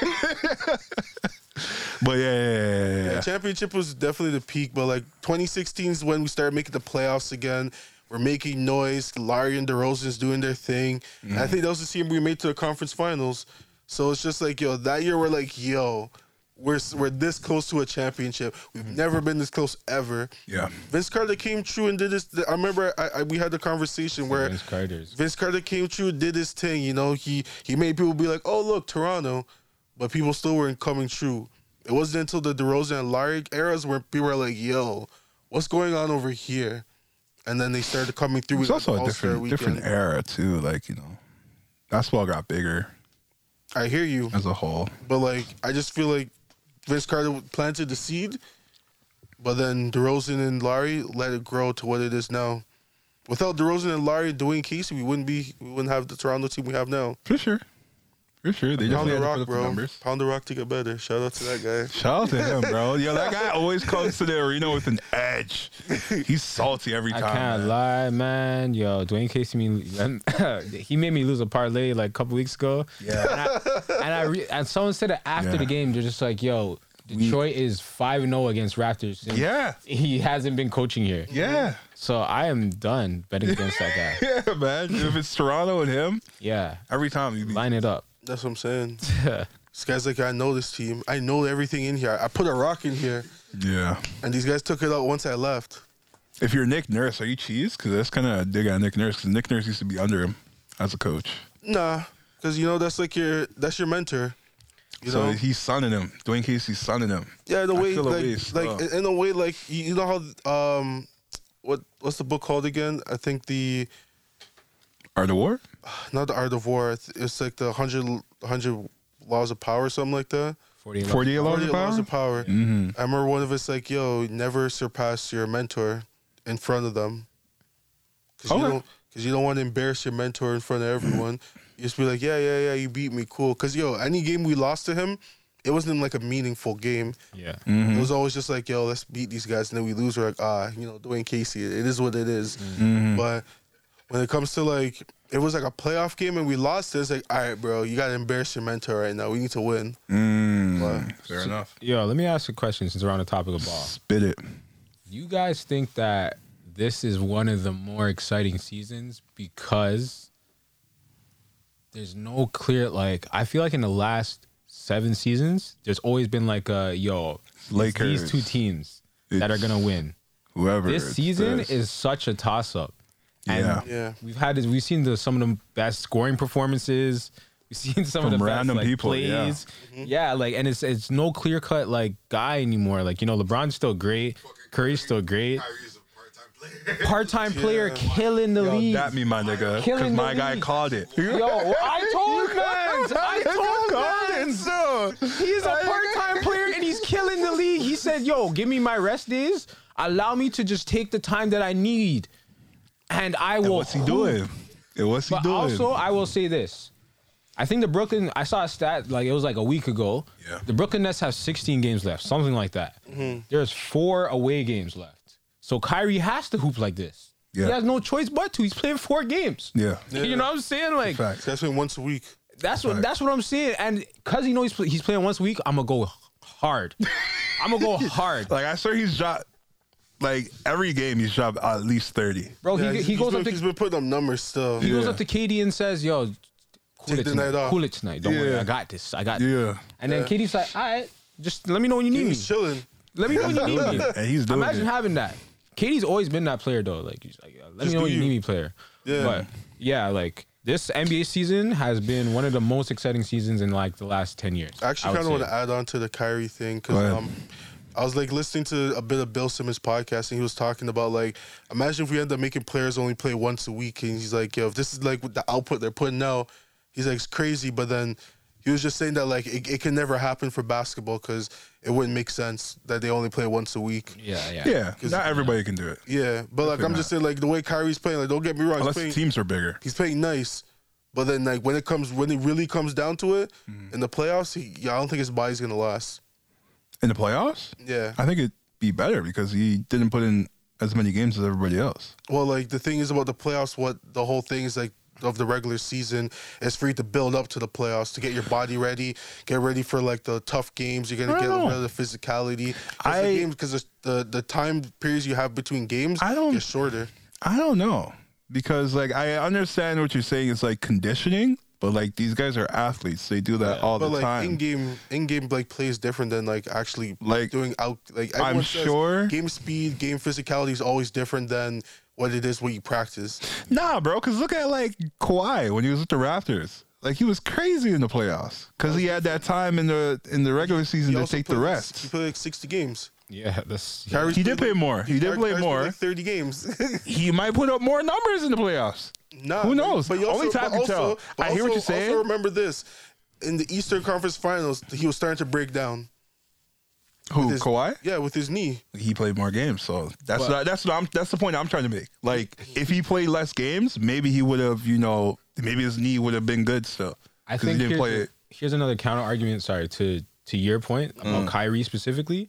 Speaker 2: yeah, yeah, yeah, yeah,
Speaker 3: The
Speaker 2: yeah.
Speaker 3: championship was definitely the peak, but like 2016 is when we started making the playoffs again. We're making noise. Larry and DeRozan's doing their thing. And I think that was the team we made to the conference finals. So it's just like, yo, that year we're like, yo, we're s- we're this close to a championship. We've never been this close ever.
Speaker 2: Yeah.
Speaker 3: Vince Carter came true and did this. I remember I, I, we had the conversation where
Speaker 1: Vince Carter's.
Speaker 3: Vince Carter came true, did his thing. You know, he he made people be like, "Oh, look, Toronto," but people still weren't coming true. It wasn't until the DeRozan and Larry eras where people were like, "Yo, what's going on over here?" And then they started coming through.
Speaker 2: It's
Speaker 3: with
Speaker 2: also a
Speaker 3: All-Star
Speaker 2: different different
Speaker 3: weekend.
Speaker 2: era too. Like you know, basketball got bigger
Speaker 3: I hear you,
Speaker 2: as a whole.
Speaker 3: but like, I just feel like Vince Carter planted the seed, but then DeRozan and Larry let it grow to what it is now. Without DeRozan and Larry doing Casey, we wouldn't be we wouldn't have the Toronto team we have now.
Speaker 2: For sure. For sure. They just
Speaker 3: Pound
Speaker 2: need
Speaker 3: the
Speaker 2: to put
Speaker 3: rock,
Speaker 2: up the
Speaker 3: bro.
Speaker 2: numbers.
Speaker 3: Pound the rock to get better. Shout out to that guy.
Speaker 2: Shout out to him, bro. Yo, that guy always comes to the arena with an edge. He's salty every
Speaker 1: I
Speaker 2: time.
Speaker 1: can't
Speaker 2: man.
Speaker 1: lie, man. Yo, Dwayne Casey, me, he made me lose a parlay like a couple weeks ago.
Speaker 2: Yeah.
Speaker 1: and I re- and someone said it after
Speaker 2: Yeah.
Speaker 1: the game. They're just like, "Yo, Detroit is five zero against Raptors. since
Speaker 2: Yeah.
Speaker 1: he hasn't been coaching here,
Speaker 2: Yeah.
Speaker 1: so I am done betting against that guy.
Speaker 2: Yeah, man. If it's Toronto and him,
Speaker 1: Yeah,
Speaker 2: every time you be
Speaker 1: line it up.
Speaker 3: That's what I'm saying. this guy's like, I know this team. I know everything in here. I put a rock in here,
Speaker 2: Yeah.
Speaker 3: and these guys took it out once I left.
Speaker 2: If you're Nick Nurse, are you cheese? Because that's kind of a dig at Nick Nurse. Because Nick Nurse used to be under him as a coach.
Speaker 3: Nah, because you know that's like your that's your mentor. You
Speaker 2: so
Speaker 3: know,
Speaker 2: he's sonning him. Dwayne Casey's sonning him.
Speaker 3: yeah, the
Speaker 2: I
Speaker 3: way
Speaker 2: feel a
Speaker 3: like,
Speaker 2: way as
Speaker 3: like
Speaker 2: well.
Speaker 3: in a way like you you know how um what what's the book called again? I think the
Speaker 2: Are the war?
Speaker 3: not the Art of War. It's- It's like the hundred hundred laws of power, something like that.
Speaker 1: 48
Speaker 2: 48 laws of
Speaker 3: Forty laws
Speaker 2: power?
Speaker 3: of power.
Speaker 2: Mm-hmm.
Speaker 3: I remember one of us like, yo, never surpass your mentor in front of them. Cause you
Speaker 2: Okay.
Speaker 3: don't, cause you don't want to embarrass your mentor in front of everyone. You just be like, yeah, yeah, yeah, you beat me, cool. Cause yo, any game we lost to him, it wasn't like a meaningful game.
Speaker 1: Yeah,
Speaker 3: It
Speaker 2: Mm-hmm.
Speaker 3: was always just like, yo, let's beat these guys, and then we lose. We're like, ah, you know, Dwayne Casey, it is what it is.
Speaker 2: Mm-hmm.
Speaker 3: But when it comes to like, it was like a playoff game and we lost. It's like, all right, bro, you gotta embarrass your mentor right now. We need to win.
Speaker 2: Mm, fair enough.
Speaker 1: yo, let me ask you a question since we're on the topic of ball.
Speaker 2: Spit it.
Speaker 1: You guys think that this is one of the more exciting seasons because there's no clear like I feel like in the last seven seasons there's always been like a yo it's
Speaker 2: Lakers.
Speaker 1: these two teams that are
Speaker 2: It's
Speaker 1: gonna win.
Speaker 2: Whoever.
Speaker 1: This
Speaker 2: it's
Speaker 1: season
Speaker 2: this.
Speaker 1: is such a toss up. And
Speaker 2: Yeah.
Speaker 3: Yeah.
Speaker 1: we've had this, we've seen the, some of the best scoring performances. We've seen some
Speaker 2: From
Speaker 1: of the
Speaker 2: random
Speaker 1: best, like,
Speaker 2: people, yeah.
Speaker 1: plays. Yeah. like and it's it's no clear cut like guy anymore. Like you know, LeBron's still great, Curry's still great.
Speaker 4: Kyrie's a part-time player.
Speaker 1: Part time player
Speaker 3: Yeah.
Speaker 1: killing the
Speaker 2: Yo,
Speaker 1: league.
Speaker 2: that me, my nigga. Because
Speaker 1: Killing
Speaker 2: my
Speaker 1: the
Speaker 2: guy
Speaker 1: league.
Speaker 2: called it.
Speaker 1: Yo, I told Vance. I told Vance.
Speaker 2: I told
Speaker 1: He's a part time player and he's killing the league. He said, Yo, give me my rest days. Allow me to just take the time that I need. And I will.
Speaker 2: What's he
Speaker 1: hoop
Speaker 2: doing? And what's he
Speaker 1: But
Speaker 2: doing?
Speaker 1: also, I will say this: I think the Brooklyn. I saw a stat like it was like a week ago.
Speaker 2: Yeah. Mm-hmm.
Speaker 1: The Brooklyn Nets have 16 games left, something like that. There's four away games left, so Kyrie has to hoop like this.
Speaker 2: Yeah.
Speaker 1: He has no choice but to. He's playing four games.
Speaker 2: yeah.
Speaker 1: You know what I'm saying? Like
Speaker 2: Fact.
Speaker 3: That's been once a week.
Speaker 1: that's what that's what I'm saying. And because he knows he's, play- he's playing once a week, I'm gonna go hard. I'm gonna go hard,
Speaker 2: Like I swear he's dropped like every game he's dropped at least thirty.
Speaker 1: bro.
Speaker 3: Yeah,
Speaker 1: Oh, he,
Speaker 3: he's-
Speaker 1: he
Speaker 3: he's
Speaker 1: goes
Speaker 3: been,
Speaker 1: up to
Speaker 3: He's been putting up numbers still.
Speaker 1: he goes
Speaker 2: Yeah.
Speaker 1: up to KD and says, "Yo, cool
Speaker 3: Take
Speaker 1: it
Speaker 3: the
Speaker 1: tonight.
Speaker 3: night off."
Speaker 1: Cool it tonight. Don't worry,
Speaker 2: Yeah.
Speaker 1: I got this. I got this."
Speaker 2: Yeah.
Speaker 1: And then
Speaker 3: Yeah.
Speaker 1: Katie's like, all right, just let me know when you need me.
Speaker 3: He's chilling.
Speaker 1: Let me know when you need me.
Speaker 2: And he's doing
Speaker 1: Imagine
Speaker 2: it.
Speaker 1: having that. Katie's always been that player though. Like, she's like, let
Speaker 3: Just
Speaker 1: me know
Speaker 3: do
Speaker 1: when you
Speaker 3: you.
Speaker 1: need me, player.
Speaker 3: Yeah.
Speaker 1: But yeah, like this NBA season has been one of the most exciting seasons in like the last ten years.
Speaker 3: I actually
Speaker 1: I would
Speaker 3: kind of want to
Speaker 1: say.
Speaker 3: add on to the Kyrie thing
Speaker 2: Go ahead.
Speaker 3: because um, I was like listening to a bit of Bill Simmons podcast and he was talking about like, imagine if we end up making players only play once a week and he's like, yo, if this is like the output they're putting out, he's like, it's crazy. But then he was just saying that like it, it can never happen for basketball because it wouldn't make sense that they only play once a week.
Speaker 1: Yeah, yeah,
Speaker 2: Yeah. Not everybody can do it.
Speaker 3: Yeah, but like I'm just saying, like the way Kyrie's playing, like don't get me wrong, he's
Speaker 2: Unless the
Speaker 3: playing,
Speaker 2: teams are bigger.
Speaker 3: he's playing nice, but then like when it comes, when it really comes down to it,
Speaker 2: Mm-hmm.
Speaker 3: in the playoffs, he, yeah, I don't think his body's gonna last.
Speaker 2: In the playoffs?
Speaker 3: Yeah,
Speaker 2: I think it'd be better because he didn't put in as many games as everybody else.
Speaker 3: well, like the thing is about the playoffs, what the whole thing is like of the regular season is for you to build up to the playoffs to get your body ready, get ready for like the tough games. You're gonna
Speaker 2: I
Speaker 3: get
Speaker 2: don't
Speaker 3: rid of the physicality.
Speaker 2: I-
Speaker 3: because the the time periods you have between games
Speaker 2: I don't-
Speaker 3: get shorter.
Speaker 2: I don't know because like I understand what you're saying is like conditioning, but like these guys are athletes. They do that all the
Speaker 3: But like
Speaker 2: time.
Speaker 3: in game, in game like play is different than like actually
Speaker 2: Like,
Speaker 3: like doing out. Like
Speaker 2: I'm
Speaker 3: everyone says
Speaker 2: sure-
Speaker 3: game speed, game physicality is always different than what it is when you practice.
Speaker 2: Nah, bro, because look at like Kawhi when he was with the Raptors. Like he was crazy in the playoffs because he had that time in the in the regular season
Speaker 3: He
Speaker 2: to
Speaker 3: also
Speaker 2: take the
Speaker 3: played- He
Speaker 2: rest.
Speaker 3: played like 60 games.
Speaker 1: yeah. That's
Speaker 3: Kyrie's
Speaker 2: He did
Speaker 3: played,
Speaker 2: play more. He did
Speaker 3: Kyrie-
Speaker 2: play
Speaker 3: Kyrie's played,
Speaker 2: more.
Speaker 3: like 30 games.
Speaker 2: He might put up more numbers in the playoffs.
Speaker 3: Nah,
Speaker 2: Who
Speaker 3: but-
Speaker 2: knows?
Speaker 3: you
Speaker 2: Only time
Speaker 3: but
Speaker 2: can tell.
Speaker 3: also- but
Speaker 2: I hear what
Speaker 3: also-
Speaker 2: you're saying.
Speaker 3: Also remember this: in the Eastern Conference Finals, he was starting to break down.
Speaker 2: Who
Speaker 3: His-
Speaker 2: Kawhi?
Speaker 3: Yeah, with his knee.
Speaker 2: He played more games, so that's
Speaker 1: But-
Speaker 2: not, that's what I'm that's the point I'm trying to make. Like if he played less games, maybe he would have you know maybe his knee would have been good still.
Speaker 1: I
Speaker 2: 'Cause he
Speaker 1: think
Speaker 2: didn't
Speaker 1: here's,
Speaker 2: play it.
Speaker 1: here's another counter argument. Sorry to to your point about
Speaker 2: Mm.
Speaker 1: Kyrie specifically.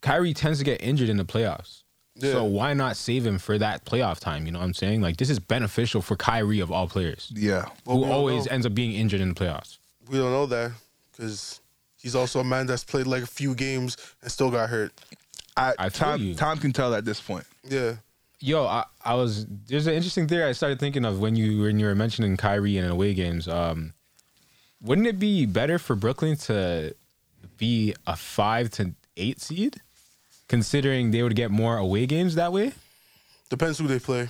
Speaker 1: Kyrie tends to get injured in the playoffs,
Speaker 3: Yeah.
Speaker 1: so why not save him for that playoff time? You know what I'm saying? Like this is beneficial for Kyrie of all players,
Speaker 2: Yeah,
Speaker 1: who
Speaker 3: we all
Speaker 1: always
Speaker 3: know.
Speaker 1: ends up being injured in the playoffs.
Speaker 3: We don't know that because he's also a man that's played like a few games and still got hurt.
Speaker 2: I,
Speaker 1: I feel
Speaker 2: Tom
Speaker 1: you.
Speaker 2: Tom can tell at this point.
Speaker 3: Yeah.
Speaker 1: Yo, I, I was there's an interesting theory I started thinking of when you when you were mentioning Kyrie and away games. Um, wouldn't it be better for Brooklyn to be a five to eight seed, considering they would get more away games that way?
Speaker 3: Depends who they play.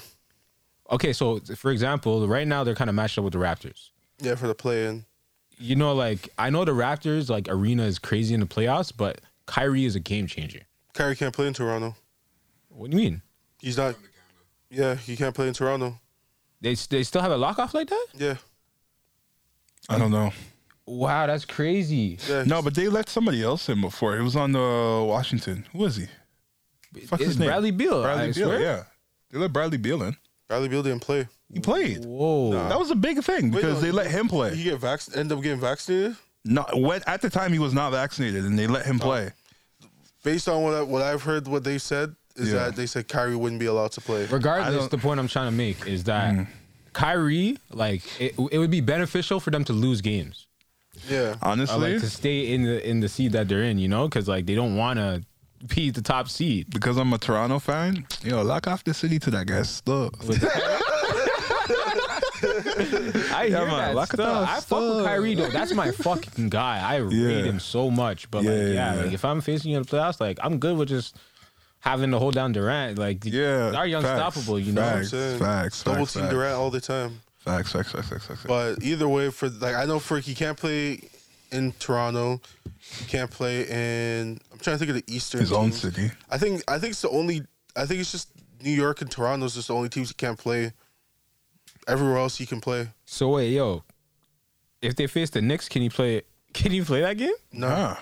Speaker 1: Okay, so for example, right now they're kind of matched up with the Raptors.
Speaker 3: Yeah, for the play in.
Speaker 1: You know, like I know the Raptors like arena is crazy in the playoffs, but Kyrie is a game changer.
Speaker 3: Kyrie can't play in Toronto.
Speaker 1: What do you mean?
Speaker 3: He's not. Yeah, he can't play in Toronto.
Speaker 1: They they still have a lockoff like that?
Speaker 3: Yeah.
Speaker 2: I don't know.
Speaker 1: Wow, that's crazy.
Speaker 3: yeah.
Speaker 2: No, but they let somebody else in before. It was on the Washington. Who was he? Fuck
Speaker 1: It's
Speaker 2: his name.
Speaker 1: Bradley Beal.
Speaker 2: Bradley
Speaker 1: Uh, I
Speaker 2: Beal.
Speaker 1: swear.
Speaker 2: Yeah, they let Bradley Beal in.
Speaker 3: Bradley Beal didn't play.
Speaker 2: He played.
Speaker 1: Whoa.
Speaker 2: That was a big thing because
Speaker 3: no,
Speaker 2: they
Speaker 3: he-
Speaker 2: let him
Speaker 3: He
Speaker 2: play.
Speaker 3: get vac- end up getting vaccinated.
Speaker 2: Not when at the time he was not vaccinated, and they let him play.
Speaker 3: Based on what I, what I've heard, what they said is
Speaker 2: Yeah.
Speaker 3: that they said Kyrie wouldn't be allowed to play.
Speaker 2: I
Speaker 1: Regardless,
Speaker 2: don't-
Speaker 1: the point I'm trying to make is that Kyrie, like, it, it would be beneficial for them to lose games, Uh,
Speaker 3: Yeah.
Speaker 1: or,
Speaker 2: Honestly,
Speaker 1: like to stay in the in the seed that they're in, you know, because like they don't want to be the top seed.
Speaker 2: because I'm a Toronto fan, yo, lock off the city to that guy's stuff.
Speaker 1: I hear
Speaker 2: man,
Speaker 1: that
Speaker 2: lock it
Speaker 1: stuff.
Speaker 2: up,
Speaker 1: I fuck with
Speaker 2: stuff.
Speaker 1: Kyrie though. That's my fucking guy. I rate him so much. But like,
Speaker 2: Yeah,
Speaker 1: yeah,
Speaker 2: yeah.
Speaker 1: like if I'm facing you in the playoffs, like I'm good with just having to hold down Durant. Like
Speaker 2: Yeah,
Speaker 1: are you
Speaker 2: facts,
Speaker 1: unstoppable? You know.
Speaker 2: facts.
Speaker 3: saying?
Speaker 2: facts,
Speaker 3: Double
Speaker 2: facts,
Speaker 3: team
Speaker 2: facts.
Speaker 3: Durant all the time.
Speaker 2: Facts, facts, facts, facts, facts.
Speaker 3: But either way, for like I know for he can't play in Toronto. He can't play in. I'm trying to think of the Eastern.
Speaker 2: His own
Speaker 3: teams.
Speaker 2: city.
Speaker 3: I think I think it's the only. I think it's just New York and Toronto's just the only teams he can't play. Everywhere else he can play.
Speaker 1: So wait, yo, if they face the Knicks, can you play? Can you play that game?
Speaker 3: No,
Speaker 2: Huh.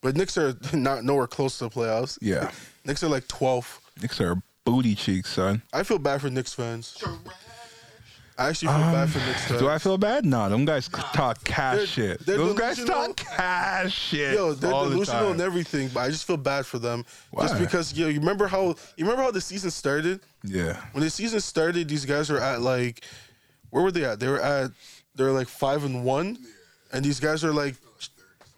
Speaker 3: but Knicks are not nowhere close to the playoffs.
Speaker 2: Yeah.
Speaker 3: Knicks are like 12th.
Speaker 2: Knicks are booty cheeks, son.
Speaker 3: I feel bad for Knicks fans. I actually feel bad for Knicks fans.
Speaker 2: Um, Do I feel bad? Nah, them guys talk cash
Speaker 3: They're-
Speaker 2: shit.
Speaker 3: they're
Speaker 2: Those guys
Speaker 3: delusional.
Speaker 2: talk cash shit.
Speaker 3: Yo, they're
Speaker 2: all the
Speaker 3: delusional
Speaker 2: time.
Speaker 3: and everything, but I just feel bad for them. Just
Speaker 2: Why?
Speaker 3: because yo, you remember how you remember how the season started?
Speaker 2: Yeah.
Speaker 3: When the season started, these guys were at like where were they at? They were at they were like five and one. And these guys were like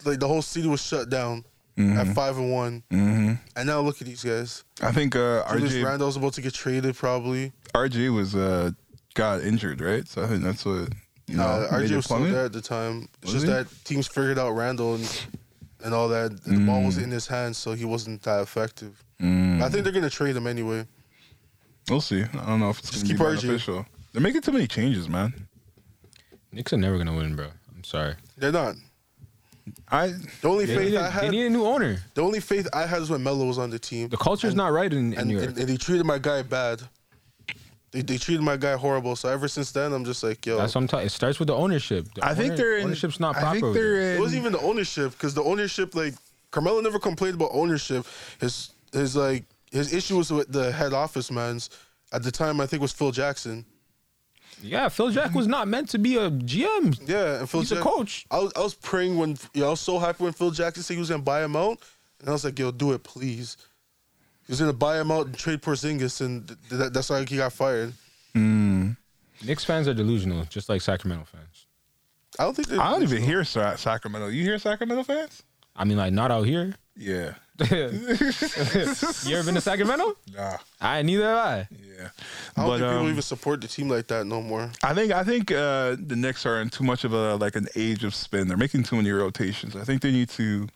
Speaker 3: like the whole city was shut down
Speaker 2: Mm-hmm.
Speaker 3: at five and one.
Speaker 2: hmm
Speaker 3: And now look at these guys.
Speaker 2: I think uh,
Speaker 3: Julius
Speaker 2: RJ
Speaker 3: Randle's about to get traded probably.
Speaker 2: RJ was uh, got injured, right? So I think that's what you know.
Speaker 3: Uh,
Speaker 2: made
Speaker 3: RJ
Speaker 2: it
Speaker 3: was still
Speaker 2: plummet.
Speaker 3: there at the time. It's
Speaker 2: Was
Speaker 3: just
Speaker 2: he?
Speaker 3: that teams figured out Randall and, and all that. and The ball
Speaker 2: Mm.
Speaker 3: was in his hands, so he wasn't that effective. I think they're gonna trade him anyway.
Speaker 2: We'll see. I don't know if it's
Speaker 3: Just
Speaker 2: gonna
Speaker 3: keep
Speaker 2: be
Speaker 3: RJ.
Speaker 2: beneficial. They're making too many changes, man.
Speaker 1: Knicks are never gonna win, bro. I'm sorry.
Speaker 3: They're not.
Speaker 2: I
Speaker 3: The only
Speaker 1: They
Speaker 3: faith
Speaker 1: need,
Speaker 3: I
Speaker 1: a, they
Speaker 3: had,
Speaker 1: need a new owner.
Speaker 3: the only faith I had was when Melo was on the team,
Speaker 1: The culture's not right in, in
Speaker 3: and,
Speaker 1: New York.
Speaker 3: and, and they treated my guy bad. They, they treated my guy horrible. So ever since then, I'm just like, yo,
Speaker 1: That's what I'm talking. It starts with the ownership. The
Speaker 2: I think
Speaker 1: owner-
Speaker 2: they're in.
Speaker 1: ownership's not
Speaker 2: I
Speaker 1: proper.
Speaker 2: think
Speaker 1: over there.
Speaker 2: they're in.
Speaker 3: it wasn't even the ownership because the ownership, like Carmelo, never complained about ownership. His his like his issue was with the head office man's at the time. I think was Phil Jackson.
Speaker 1: Yeah, Phil Jack was not meant to be a GM.
Speaker 3: Yeah, and Phil
Speaker 1: He's a
Speaker 3: Jack-
Speaker 1: coach.
Speaker 3: I was, I was praying when yo, I was so happy when Phil Jackson said he was gonna buy him out, and I was like, "Yo, do it, please." He was gonna buy him out and trade Porzingis, and th- th- that's why he got fired.
Speaker 1: Knicks fans are delusional, just like Sacramento fans.
Speaker 3: I don't think. they're-
Speaker 2: I don't even hear Sa- Sacramento. You hear Sacramento fans?
Speaker 1: I mean, like not out here.
Speaker 2: Yeah.
Speaker 1: you ever been to Sacramento?
Speaker 2: Nah.
Speaker 1: I neither have I.
Speaker 2: Yeah.
Speaker 3: I
Speaker 2: But
Speaker 3: don't think people
Speaker 2: um,
Speaker 3: even support the team like that no more.
Speaker 2: I think I think uh, the Knicks are in too much of a like an age of spin. They're making too many rotations. I think they need to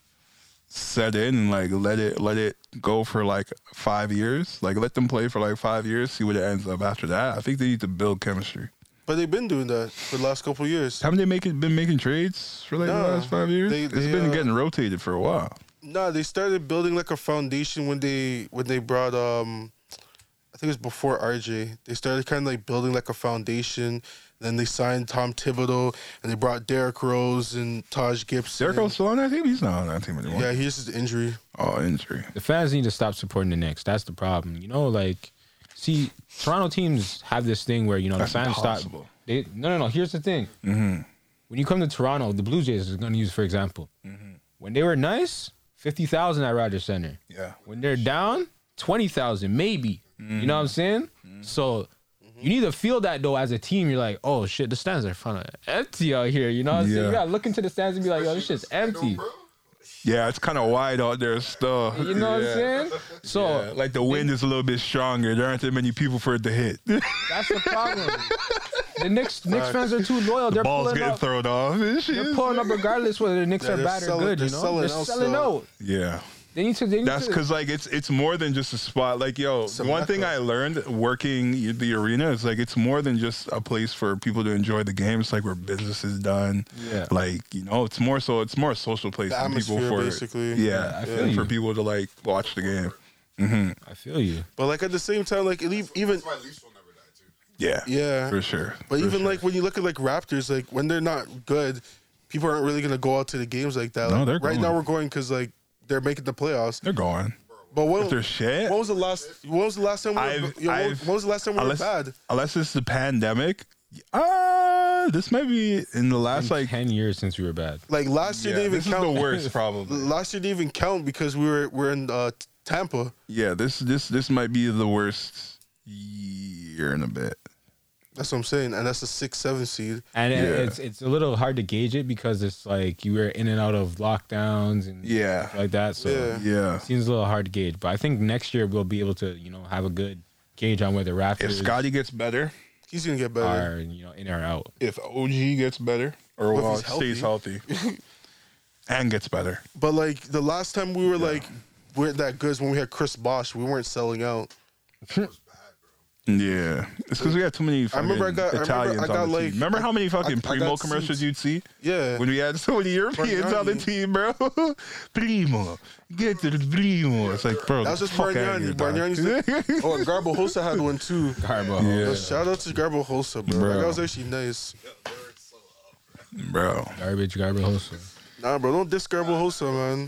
Speaker 2: set in and like let it let it go for like five years. Like let them play for like five years, see what it ends up after that. I think they need to build chemistry.
Speaker 3: But they've been doing that for the last couple of years.
Speaker 2: Haven't they making been making trades for like
Speaker 3: No.
Speaker 2: the last five years?
Speaker 3: They-
Speaker 2: It's
Speaker 3: they,
Speaker 2: been
Speaker 3: uh,
Speaker 2: getting rotated for a while.
Speaker 3: Nah, they started building like a foundation when they when they brought um, I think it was before RJ. They started kind of like building like a foundation. Then they signed Tom Thibodeau and they brought Derrick Rose and Taj Gibson.
Speaker 2: Derrick Rose still on that team? He's not on that team anymore.
Speaker 3: Yeah, he just is injury.
Speaker 2: Oh, injury.
Speaker 1: The fans need to stop supporting the Knicks. That's the problem. You know, like, see, Toronto teams have this thing where you know
Speaker 2: That's
Speaker 1: the fans
Speaker 2: impossible. Mm-hmm.
Speaker 1: stop. They no, no, no. Here's the thing. When you come to Toronto, the Blue Jays is going to use for example.
Speaker 2: Mm-hmm.
Speaker 1: When they were nice, fifty thousand at Rogers Center.
Speaker 2: Yeah.
Speaker 1: When they're down, twenty thousand maybe. You
Speaker 2: Mm-hmm.
Speaker 1: know what I'm saying? So you need to feel that though as a team. You're like, oh shit, the stands are fucking empty out here. You know what I'm saying?
Speaker 2: Yeah.
Speaker 1: You gotta look into the stands and be like, yo, this shit's empty.
Speaker 2: Yeah, it's kind of wide out there still.
Speaker 1: You know what
Speaker 2: Yeah.
Speaker 1: I'm saying? So
Speaker 2: Yeah, like the wind is a little bit stronger. There aren't that many people for it to hit.
Speaker 1: that's the problem. the Knicks, Knicks fans are too loyal. They're
Speaker 2: Ball's
Speaker 1: pulling
Speaker 2: getting
Speaker 1: up.
Speaker 2: thrown off. and shit.
Speaker 1: They're pulling up regardless whether the Knicks
Speaker 3: Yeah,
Speaker 1: are
Speaker 3: they're
Speaker 1: bad
Speaker 3: selling-
Speaker 1: or good.
Speaker 3: they're
Speaker 1: You know,
Speaker 3: selling
Speaker 1: they're
Speaker 3: out
Speaker 1: selling
Speaker 3: still.
Speaker 1: out.
Speaker 2: Yeah.
Speaker 1: They need to. They need
Speaker 2: That's
Speaker 1: to.
Speaker 2: because like it's it's more than just a spot. Like yo,
Speaker 3: a
Speaker 2: one thing
Speaker 3: mecca.
Speaker 2: I learned working y- the arena is like it's more than just a place for people to enjoy the game. It's like where business is done.
Speaker 1: Yeah.
Speaker 2: Like you know, it's more so it's more a social place
Speaker 3: The
Speaker 2: for people
Speaker 3: atmosphere,
Speaker 2: for
Speaker 3: basically.
Speaker 2: Yeah,
Speaker 1: I feel
Speaker 2: and for
Speaker 1: you.
Speaker 2: people to like watch the game.
Speaker 1: I feel you.
Speaker 3: But like at the same time, like it ev- even
Speaker 4: That's why Leafs will never die too.
Speaker 2: Yeah.
Speaker 3: Yeah.
Speaker 2: For sure.
Speaker 3: but
Speaker 2: for sure.
Speaker 3: even like when you look at like Raptors, like when they're not good, people aren't really gonna go out to the games like that.
Speaker 2: No,
Speaker 3: Like,
Speaker 2: they're
Speaker 3: right
Speaker 2: going.
Speaker 3: now we're going because like they're making the playoffs.
Speaker 2: they're going.
Speaker 3: But when,
Speaker 2: If they're shit.
Speaker 3: when was the last? When was the last time? We were,
Speaker 2: I've-
Speaker 3: yo, when-
Speaker 2: I've-
Speaker 3: when was the last time we were
Speaker 2: unless,
Speaker 3: bad?
Speaker 2: unless it's the pandemic. Uh, this might be in the last
Speaker 1: It's like
Speaker 2: like
Speaker 1: ten years since we were bad.
Speaker 3: Like last year
Speaker 2: yeah,
Speaker 3: they didn't
Speaker 2: this
Speaker 3: even
Speaker 2: is the
Speaker 3: count.
Speaker 2: worst probably.
Speaker 3: Last year they didn't even count because we were we're in uh, T- Tampa.
Speaker 2: Yeah, this this this might be the worst year in a bit.
Speaker 3: That's what I'm saying, and that's a six, seven seed.
Speaker 1: And it-
Speaker 2: Yeah.
Speaker 1: it's it's a little hard to gauge it because it's like you were in and out of lockdowns and
Speaker 2: Yeah.
Speaker 1: stuff like that. So
Speaker 3: Yeah.
Speaker 2: Yeah.
Speaker 1: it seems a little hard to gauge. But I think next year we'll be able to, you know, have a good gauge on whether
Speaker 2: If
Speaker 1: Raptors
Speaker 2: Scotty gets better,
Speaker 3: He's gonna get better.
Speaker 1: are, you know, in or out.
Speaker 2: if OG gets better, or
Speaker 3: Well,
Speaker 2: well,
Speaker 3: if he's
Speaker 2: stays healthy, and gets better.
Speaker 3: But like the last time we were like we're that good is when we had Chris Bosch, we weren't selling out.
Speaker 2: Yeah, it's because we had too many. Fucking
Speaker 3: remember I got- I remember
Speaker 2: Italians
Speaker 3: I got,
Speaker 2: on the
Speaker 3: like-
Speaker 2: team. Remember how many
Speaker 3: I
Speaker 2: fucking
Speaker 3: got
Speaker 2: Primo
Speaker 3: seats.
Speaker 2: commercials you'd see
Speaker 3: Yeah.
Speaker 2: when we had so many Europeans on the
Speaker 3: Bargnani.
Speaker 2: team, bro? Primo, get the Primo. It's like, bro,
Speaker 3: That was just
Speaker 2: fuck outta
Speaker 3: Bargnani.
Speaker 2: here, dog.
Speaker 3: Bargnani's oh, and Garbo Hosa had one too.
Speaker 1: Carbo,
Speaker 3: Yo, shout out to Garbo Hosa, bro. Like,
Speaker 2: Bro.
Speaker 3: that was actually nice.
Speaker 2: bro.
Speaker 1: garbage, garbage host.
Speaker 3: Nah, bro, don't diss Garbo Hosa, man.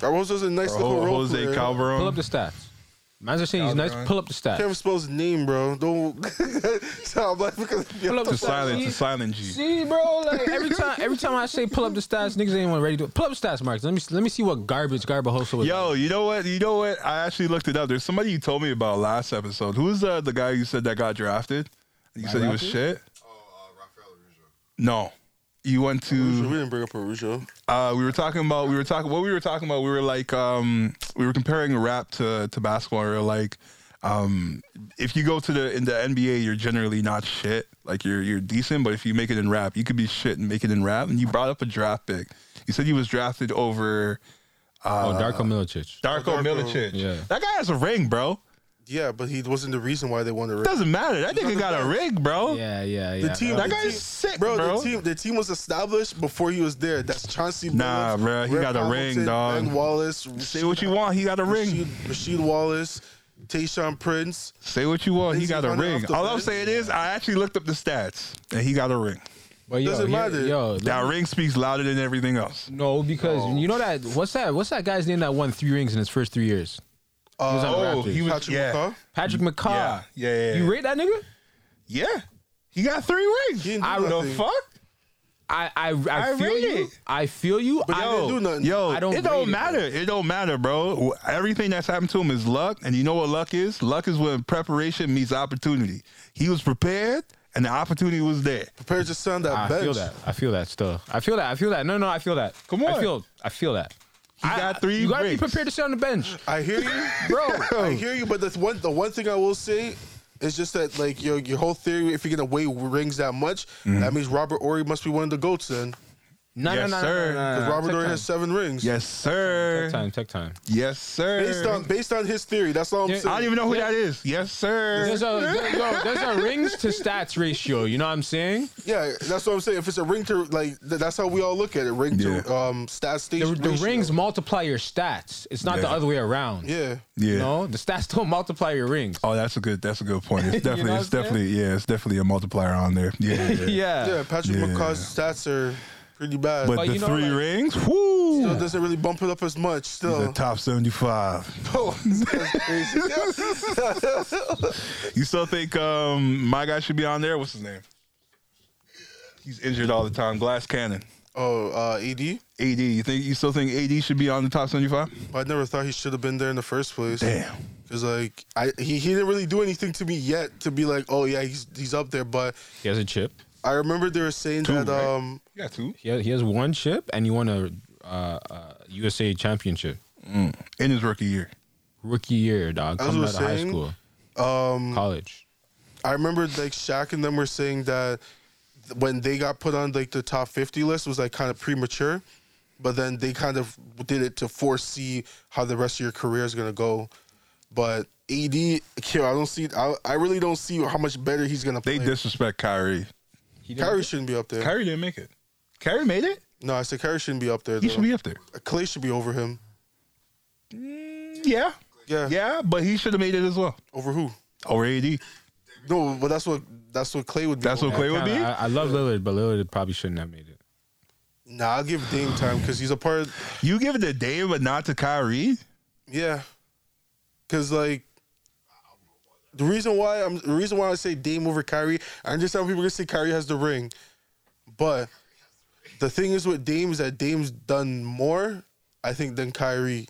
Speaker 3: Garbo Hosa's a nice little
Speaker 2: Ho-
Speaker 3: role
Speaker 2: Jose
Speaker 3: player.
Speaker 1: Pull up
Speaker 2: Calderon.
Speaker 1: the stats. Man's are saying he's nice. Pull up the stats.
Speaker 3: Can't even spell his name, bro. Don't. so I'm like, because
Speaker 1: Pull up the
Speaker 2: To
Speaker 1: stats.
Speaker 2: silent, to
Speaker 1: See-
Speaker 2: silent G.
Speaker 1: See, bro, like every time, every time I say pull up the stats, niggas ain't one ready to pull up the stats, Mark. Let me let me see what garbage Garbo host was.
Speaker 2: Yo, you know what? You know what? I actually looked it up. There's somebody you told me about last episode. Who's uh, the guy you said that got drafted? You said he was
Speaker 1: Raptors?
Speaker 2: shit.
Speaker 4: Oh, uh, Rafael Arujo.
Speaker 2: No, you went to.
Speaker 3: we didn't bring up Arujo.
Speaker 2: Uh, we were talking about we were talking what we were talking about. We were like um, we were comparing rap to to basketball. We were like, um, if you go to the in the NBA, you're generally not shit. Like you're you're decent, but if you make it in rap, you could be shit and make it in rap. And you brought up a draft pick. You said he was drafted over
Speaker 1: oh, Darko Milicic.
Speaker 2: Darko,
Speaker 3: Darko.
Speaker 2: Milicic.
Speaker 1: Yeah.
Speaker 2: That guy has a ring, bro.
Speaker 3: Yeah, but he wasn't the reason why they won the ring.
Speaker 2: Doesn't matter. That nigga got a ring, bro.
Speaker 1: Yeah, yeah, yeah.
Speaker 3: The team,
Speaker 2: That
Speaker 3: the
Speaker 2: guy's
Speaker 3: team-
Speaker 2: sick,
Speaker 3: bro,
Speaker 2: bro.
Speaker 3: The team, the team was established before he was there. That's Chauncey.
Speaker 2: Nah,
Speaker 3: Billups,
Speaker 2: bruh, he
Speaker 3: Rip
Speaker 2: got a ring,
Speaker 3: Hamilton,
Speaker 2: dog.
Speaker 3: Ben Wallace.
Speaker 2: Say what you want, he got a ring.
Speaker 3: Rasheed, Rasheed Wallace, Tayshaun Prince.
Speaker 2: Say what you want, he
Speaker 3: Lindsey
Speaker 2: got a
Speaker 3: Hunter off
Speaker 2: ring.
Speaker 3: the
Speaker 2: All I'm
Speaker 3: bench.
Speaker 2: saying is, I actually looked up the stats, and he got a ring.
Speaker 1: But yo,
Speaker 3: Doesn't
Speaker 1: here-
Speaker 3: matter.
Speaker 1: Yo, let
Speaker 2: That
Speaker 1: me-
Speaker 2: ring speaks louder than everything else.
Speaker 1: no, because you know that what's that? What's that guy's name that won three rings in his first three years? He was on the
Speaker 2: oh,
Speaker 1: Raptors.
Speaker 2: he was-
Speaker 3: Patrick
Speaker 2: yeah.
Speaker 3: McCaw.
Speaker 1: Patrick McCaw.
Speaker 2: Yeah, yeah, yeah, yeah.
Speaker 1: You rate that nigga?
Speaker 2: Yeah, he got three rings.
Speaker 3: He didn't do
Speaker 2: I don't know.
Speaker 3: nothing.
Speaker 2: Fuck.
Speaker 1: I I, I,
Speaker 2: I
Speaker 1: feel
Speaker 2: rate
Speaker 1: you.
Speaker 2: it.
Speaker 1: I feel you.
Speaker 3: But
Speaker 1: I,
Speaker 3: yo, didn't do nothing.
Speaker 2: Yo,
Speaker 1: I don't
Speaker 2: it
Speaker 1: rate
Speaker 2: don't
Speaker 1: it,
Speaker 2: matter. It, don't matter, bro. Everything that's happened to him is luck, and you know what luck is? Luck is when preparation meets opportunity. He was prepared, and the opportunity was there.
Speaker 3: Prepared to sound that
Speaker 1: I
Speaker 3: bench.
Speaker 1: feel that. I feel that still. I feel that. I feel that. No, no, I feel that. Come I
Speaker 2: on.
Speaker 1: feel. I feel that.
Speaker 2: He
Speaker 1: I-
Speaker 2: got three
Speaker 1: You gotta
Speaker 2: rings.
Speaker 1: be prepared to sit on the bench,
Speaker 3: I hear you.
Speaker 1: bro.
Speaker 3: I hear you, but that's one. The one thing I will say is just that, like your your whole theory. If you're gonna weigh rings that much,
Speaker 2: Mm-hmm.
Speaker 3: that means Robert Ory must be one of the goats then.
Speaker 1: No,
Speaker 2: Yes,
Speaker 1: no, no, no, no,
Speaker 2: sir.
Speaker 1: no,
Speaker 3: Because
Speaker 1: no.
Speaker 3: Robert
Speaker 1: Take
Speaker 3: Ory
Speaker 1: time.
Speaker 3: has seven rings.
Speaker 2: Yes,
Speaker 1: Take
Speaker 2: sir.
Speaker 1: time. Take time.
Speaker 2: Yes, sir.
Speaker 3: Based on based on his theory, that's all I'm
Speaker 1: Yeah,
Speaker 2: I don't
Speaker 3: saying.
Speaker 2: even know who that is. Yes, sir.
Speaker 1: There's a, there- yo, there's a rings to stats ratio. You know what I'm saying?
Speaker 3: Yeah, that's what I'm saying. If it's a ring to like, th- that's how we all look at it. Ring to
Speaker 2: Yeah.
Speaker 3: um stat
Speaker 1: The,
Speaker 3: station.
Speaker 1: the
Speaker 3: ratio.
Speaker 1: rings multiply your stats. It's not the
Speaker 2: Yeah.
Speaker 1: other way around.
Speaker 3: Yeah.
Speaker 2: Yeah.
Speaker 1: You know, the stats don't multiply your rings.
Speaker 2: Oh, that's a good. That's a good point. It's definitely.
Speaker 1: know what
Speaker 2: it's
Speaker 1: I'm saying?
Speaker 2: definitely. Yeah, it's definitely a multiplier on there. Yeah. Yeah.
Speaker 1: yeah.
Speaker 3: Yeah, Patrick
Speaker 2: Yeah.
Speaker 3: McCaw's stats are pretty bad.
Speaker 2: But
Speaker 1: But
Speaker 2: the
Speaker 1: you know,
Speaker 2: three
Speaker 1: like-
Speaker 2: rings, whoo,
Speaker 3: Still doesn't really bump it up as much.
Speaker 2: the
Speaker 3: Still,
Speaker 2: top seventy-five. You still think um, my guy should be on there? What's his name? He's injured all the time. Glass Cannon,
Speaker 3: oh, uh, AD.
Speaker 2: AD. You think you still think AD should be on the top seventy-five?
Speaker 3: I never thought he should have been there in the first place.
Speaker 2: Damn.
Speaker 3: Cause like I he, he didn't really do anything to me yet to be like oh yeah he's he's up there but
Speaker 1: He has a chip.
Speaker 3: I remember they were saying
Speaker 2: Two,
Speaker 3: that
Speaker 2: right?
Speaker 3: um
Speaker 2: Yeah, two
Speaker 1: He has, he has one chip, and he won a uh, uh, USA championship
Speaker 2: Mm. in his rookie year.
Speaker 1: rookie year, dog.
Speaker 3: That's
Speaker 1: Coming out
Speaker 3: what
Speaker 1: of
Speaker 3: I'm
Speaker 1: high
Speaker 3: saying.
Speaker 1: school,
Speaker 3: um
Speaker 1: college.
Speaker 3: I remember like Shaq and them were saying that th- when they got put on like the top fifty list it was like kind of premature but then they kind of did it to foresee how the rest of your career is gonna go but AD here I don't see I, I really don't see how much better he's gonna
Speaker 2: They
Speaker 3: play.
Speaker 2: disrespect Kyrie.
Speaker 1: He didn't-
Speaker 3: Kyrie shouldn't be up there.
Speaker 2: Kyrie didn't make it. Kyrie made it.
Speaker 3: no, I said Kyrie shouldn't be up there.
Speaker 2: He
Speaker 3: though.
Speaker 2: should be up there.
Speaker 3: Clay should be over him.
Speaker 2: Yeah,
Speaker 3: Yeah.
Speaker 2: yeah, but he should have made it as well.
Speaker 3: Over who?
Speaker 2: Or AD.
Speaker 3: No, but that's what that's what Clay would be.
Speaker 2: That's what
Speaker 3: over.
Speaker 2: Clay would be.
Speaker 1: I, I love Lillard, but Lillard probably shouldn't have made it.
Speaker 3: Nah, I'll give Dame time because he's a part. of
Speaker 2: You give it to Dame, but not to Kyrie.
Speaker 3: Yeah, because like the reason why I'm the reason why I say Dame over Kyrie. I understand people are gonna say Kyrie has the ring, but the thing is with Dame is that Dame's done more, I think, than Kyrie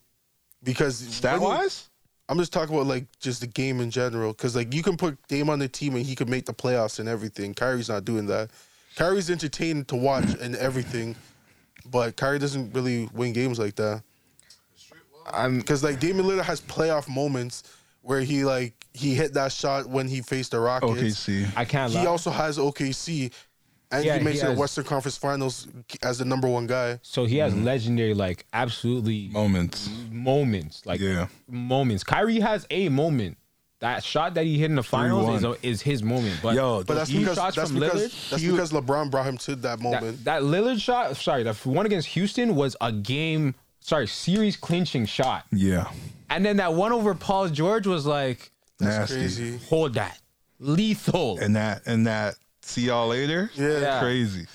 Speaker 3: because
Speaker 2: Stat
Speaker 3: winning-
Speaker 2: wise,
Speaker 3: I'm just talking about like just the game in general, because like you can put Dame on the team and he could make the playoffs and everything. Kyrie's not doing that. Kyrie's entertaining to watch and everything, but Kyrie doesn't really win games like that.
Speaker 1: I'm
Speaker 3: Because like Damian Lillard has playoff moments where he like he hit that shot when he faced the Rockets.
Speaker 2: OKC.
Speaker 1: I can't lie.
Speaker 3: He also has OKC, and
Speaker 1: Yeah,
Speaker 3: he makes
Speaker 1: he
Speaker 3: the
Speaker 1: has-
Speaker 3: Western Conference Finals as the number one guy.
Speaker 1: so he
Speaker 3: Mm.
Speaker 1: has legendary, like absolutely
Speaker 2: Moments.
Speaker 1: moments. Like
Speaker 2: Yeah.
Speaker 1: moments. Kyrie has a moment. That shot that he hit in the finals is,
Speaker 2: 3-1.
Speaker 1: is his moment. But
Speaker 2: Yo,
Speaker 3: But that's
Speaker 1: These
Speaker 3: because
Speaker 1: shots
Speaker 3: that's
Speaker 1: from
Speaker 3: because
Speaker 1: Lillard,
Speaker 3: that's
Speaker 1: huge.
Speaker 3: because LeBron brought him to that moment.
Speaker 1: that, that Lillard shot, sorry, the one against Houston was a game, sorry, series clinching shot.
Speaker 2: Yeah.
Speaker 1: And then that one over Paul George was like,
Speaker 3: that's
Speaker 2: Nasty.
Speaker 3: crazy.
Speaker 1: hold that. Lethal.
Speaker 2: And that and that. See y'all later.
Speaker 3: Yeah.
Speaker 1: Yeah.
Speaker 2: Crazy.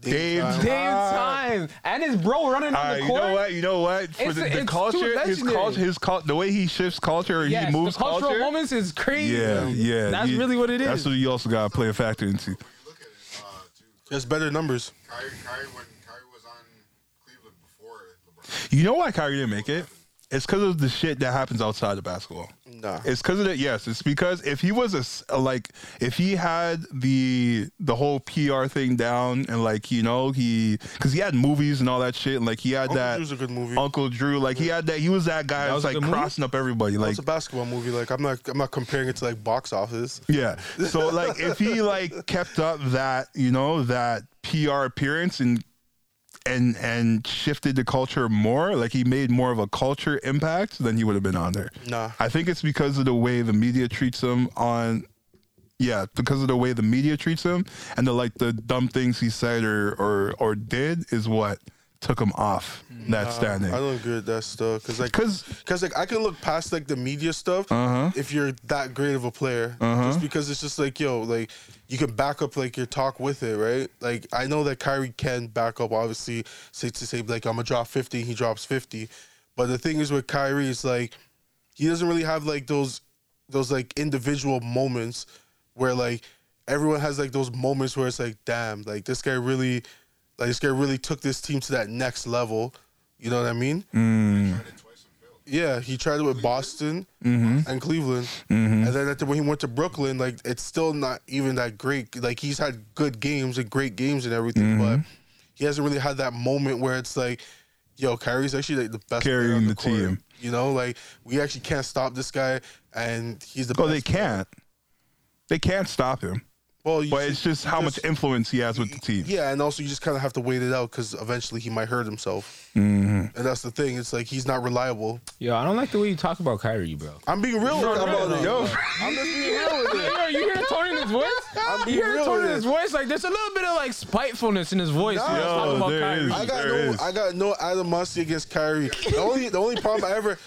Speaker 3: Dame
Speaker 2: Dame
Speaker 3: time.
Speaker 2: time.
Speaker 1: Damn time. And his bro running
Speaker 2: All
Speaker 1: on
Speaker 2: right,
Speaker 1: the
Speaker 2: you
Speaker 1: court.
Speaker 2: know what? You know what? For
Speaker 1: It's-
Speaker 2: the,
Speaker 1: it's
Speaker 2: the
Speaker 1: too
Speaker 2: culture, his
Speaker 1: legendary.
Speaker 2: culture, his cul- the way he shifts culture, or
Speaker 1: Yes,
Speaker 2: he moves
Speaker 1: the cultural
Speaker 2: culture.
Speaker 1: moments is crazy.
Speaker 2: Yeah, yeah.
Speaker 1: That's
Speaker 2: You-
Speaker 1: really what it
Speaker 2: That's
Speaker 1: is.
Speaker 2: what you also got to play a factor into.
Speaker 4: When you look at it, uh, dude,
Speaker 3: There's better numbers.
Speaker 4: Kyrie, Kyrie, when Kyrie was on Cleveland before LeBron,
Speaker 2: You know why Kyrie didn't make it? It's because of the shit that happens outside of basketball.
Speaker 3: Nah.
Speaker 2: It's because of that. Yes, it's because if he was a s- a, like, if he had the the whole PR thing down and like you know he because he had movies and all that shit and like he had
Speaker 3: Uncle
Speaker 2: that
Speaker 3: Drew's a good movie.
Speaker 2: Uncle Drew like he had that he was that guy that
Speaker 1: was
Speaker 2: was
Speaker 1: a
Speaker 2: like
Speaker 1: good movie?
Speaker 2: crossing up everybody like
Speaker 3: it's a basketball movie. Like I'm not I'm not comparing it to like box office.
Speaker 2: Yeah. So like if he like kept up that, you know, that PR appearance and and and shifted the culture more, like he made more of a culture impact, then he would have been on there.
Speaker 3: Nah.
Speaker 2: I think it's because of the way the media treats him on yeah, because of the way the media treats him and the like the dumb things he said or or or did is what took him off that standing.
Speaker 3: I don't agree with that stuff because like
Speaker 2: 'Cause-
Speaker 3: because like I can look past like the media stuff if you're that great of a player just because it's just like yo like you can back up like your talk with it right like I know that Kyrie can back up obviously say to say like I'm gonna drop 50 he drops 50 but the thing is with Kyrie is like he doesn't really have like those those like individual moments where like everyone has like those moments where it's like damn like this guy really like this guy really took this team to that next level you know what i mean
Speaker 2: Mm.
Speaker 4: tried it twice and failed.
Speaker 3: yeah he tried it with boston
Speaker 2: Mm-hmm.
Speaker 3: and cleveland and then after when he went to brooklyn like it's still not even that great like he's had good games and great games and everything
Speaker 2: Mm-hmm.
Speaker 3: but he hasn't really had that moment where it's like yo Kyrie's actually like the best player on
Speaker 2: Carrying the
Speaker 3: court.
Speaker 2: team.
Speaker 3: you know like we actually can't stop this guy and he's the
Speaker 2: Oh,
Speaker 3: best
Speaker 2: they can't. They can't stop him.
Speaker 3: well you
Speaker 2: But
Speaker 3: should-
Speaker 2: it's just how much
Speaker 3: just-
Speaker 2: influence he has with the team.
Speaker 3: Yeah, and also you just kind of have to wait it out because eventually he might hurt himself,
Speaker 2: Mm-hmm.
Speaker 3: and that's the thing. It's like he's not reliable.
Speaker 1: Yo, I don't like the way you talk about Kyrie, bro.
Speaker 3: I'm being real with
Speaker 1: no,
Speaker 3: about
Speaker 1: no,
Speaker 3: it.
Speaker 1: no.
Speaker 3: I'm just being real with it.
Speaker 1: Yo, you hear the tone in his voice?
Speaker 3: I'm
Speaker 1: You
Speaker 3: being
Speaker 1: hear the
Speaker 3: real
Speaker 1: tone
Speaker 3: with
Speaker 1: in his
Speaker 3: it.
Speaker 1: voice? Like there's a little bit of like spitefulness in his voice. when you
Speaker 3: Yo,
Speaker 1: talk about
Speaker 2: there
Speaker 1: Kyrie.
Speaker 2: is.
Speaker 3: I got
Speaker 2: There
Speaker 3: no,
Speaker 2: is.
Speaker 3: I got no animosity against Kyrie. The only, the only problem I ever,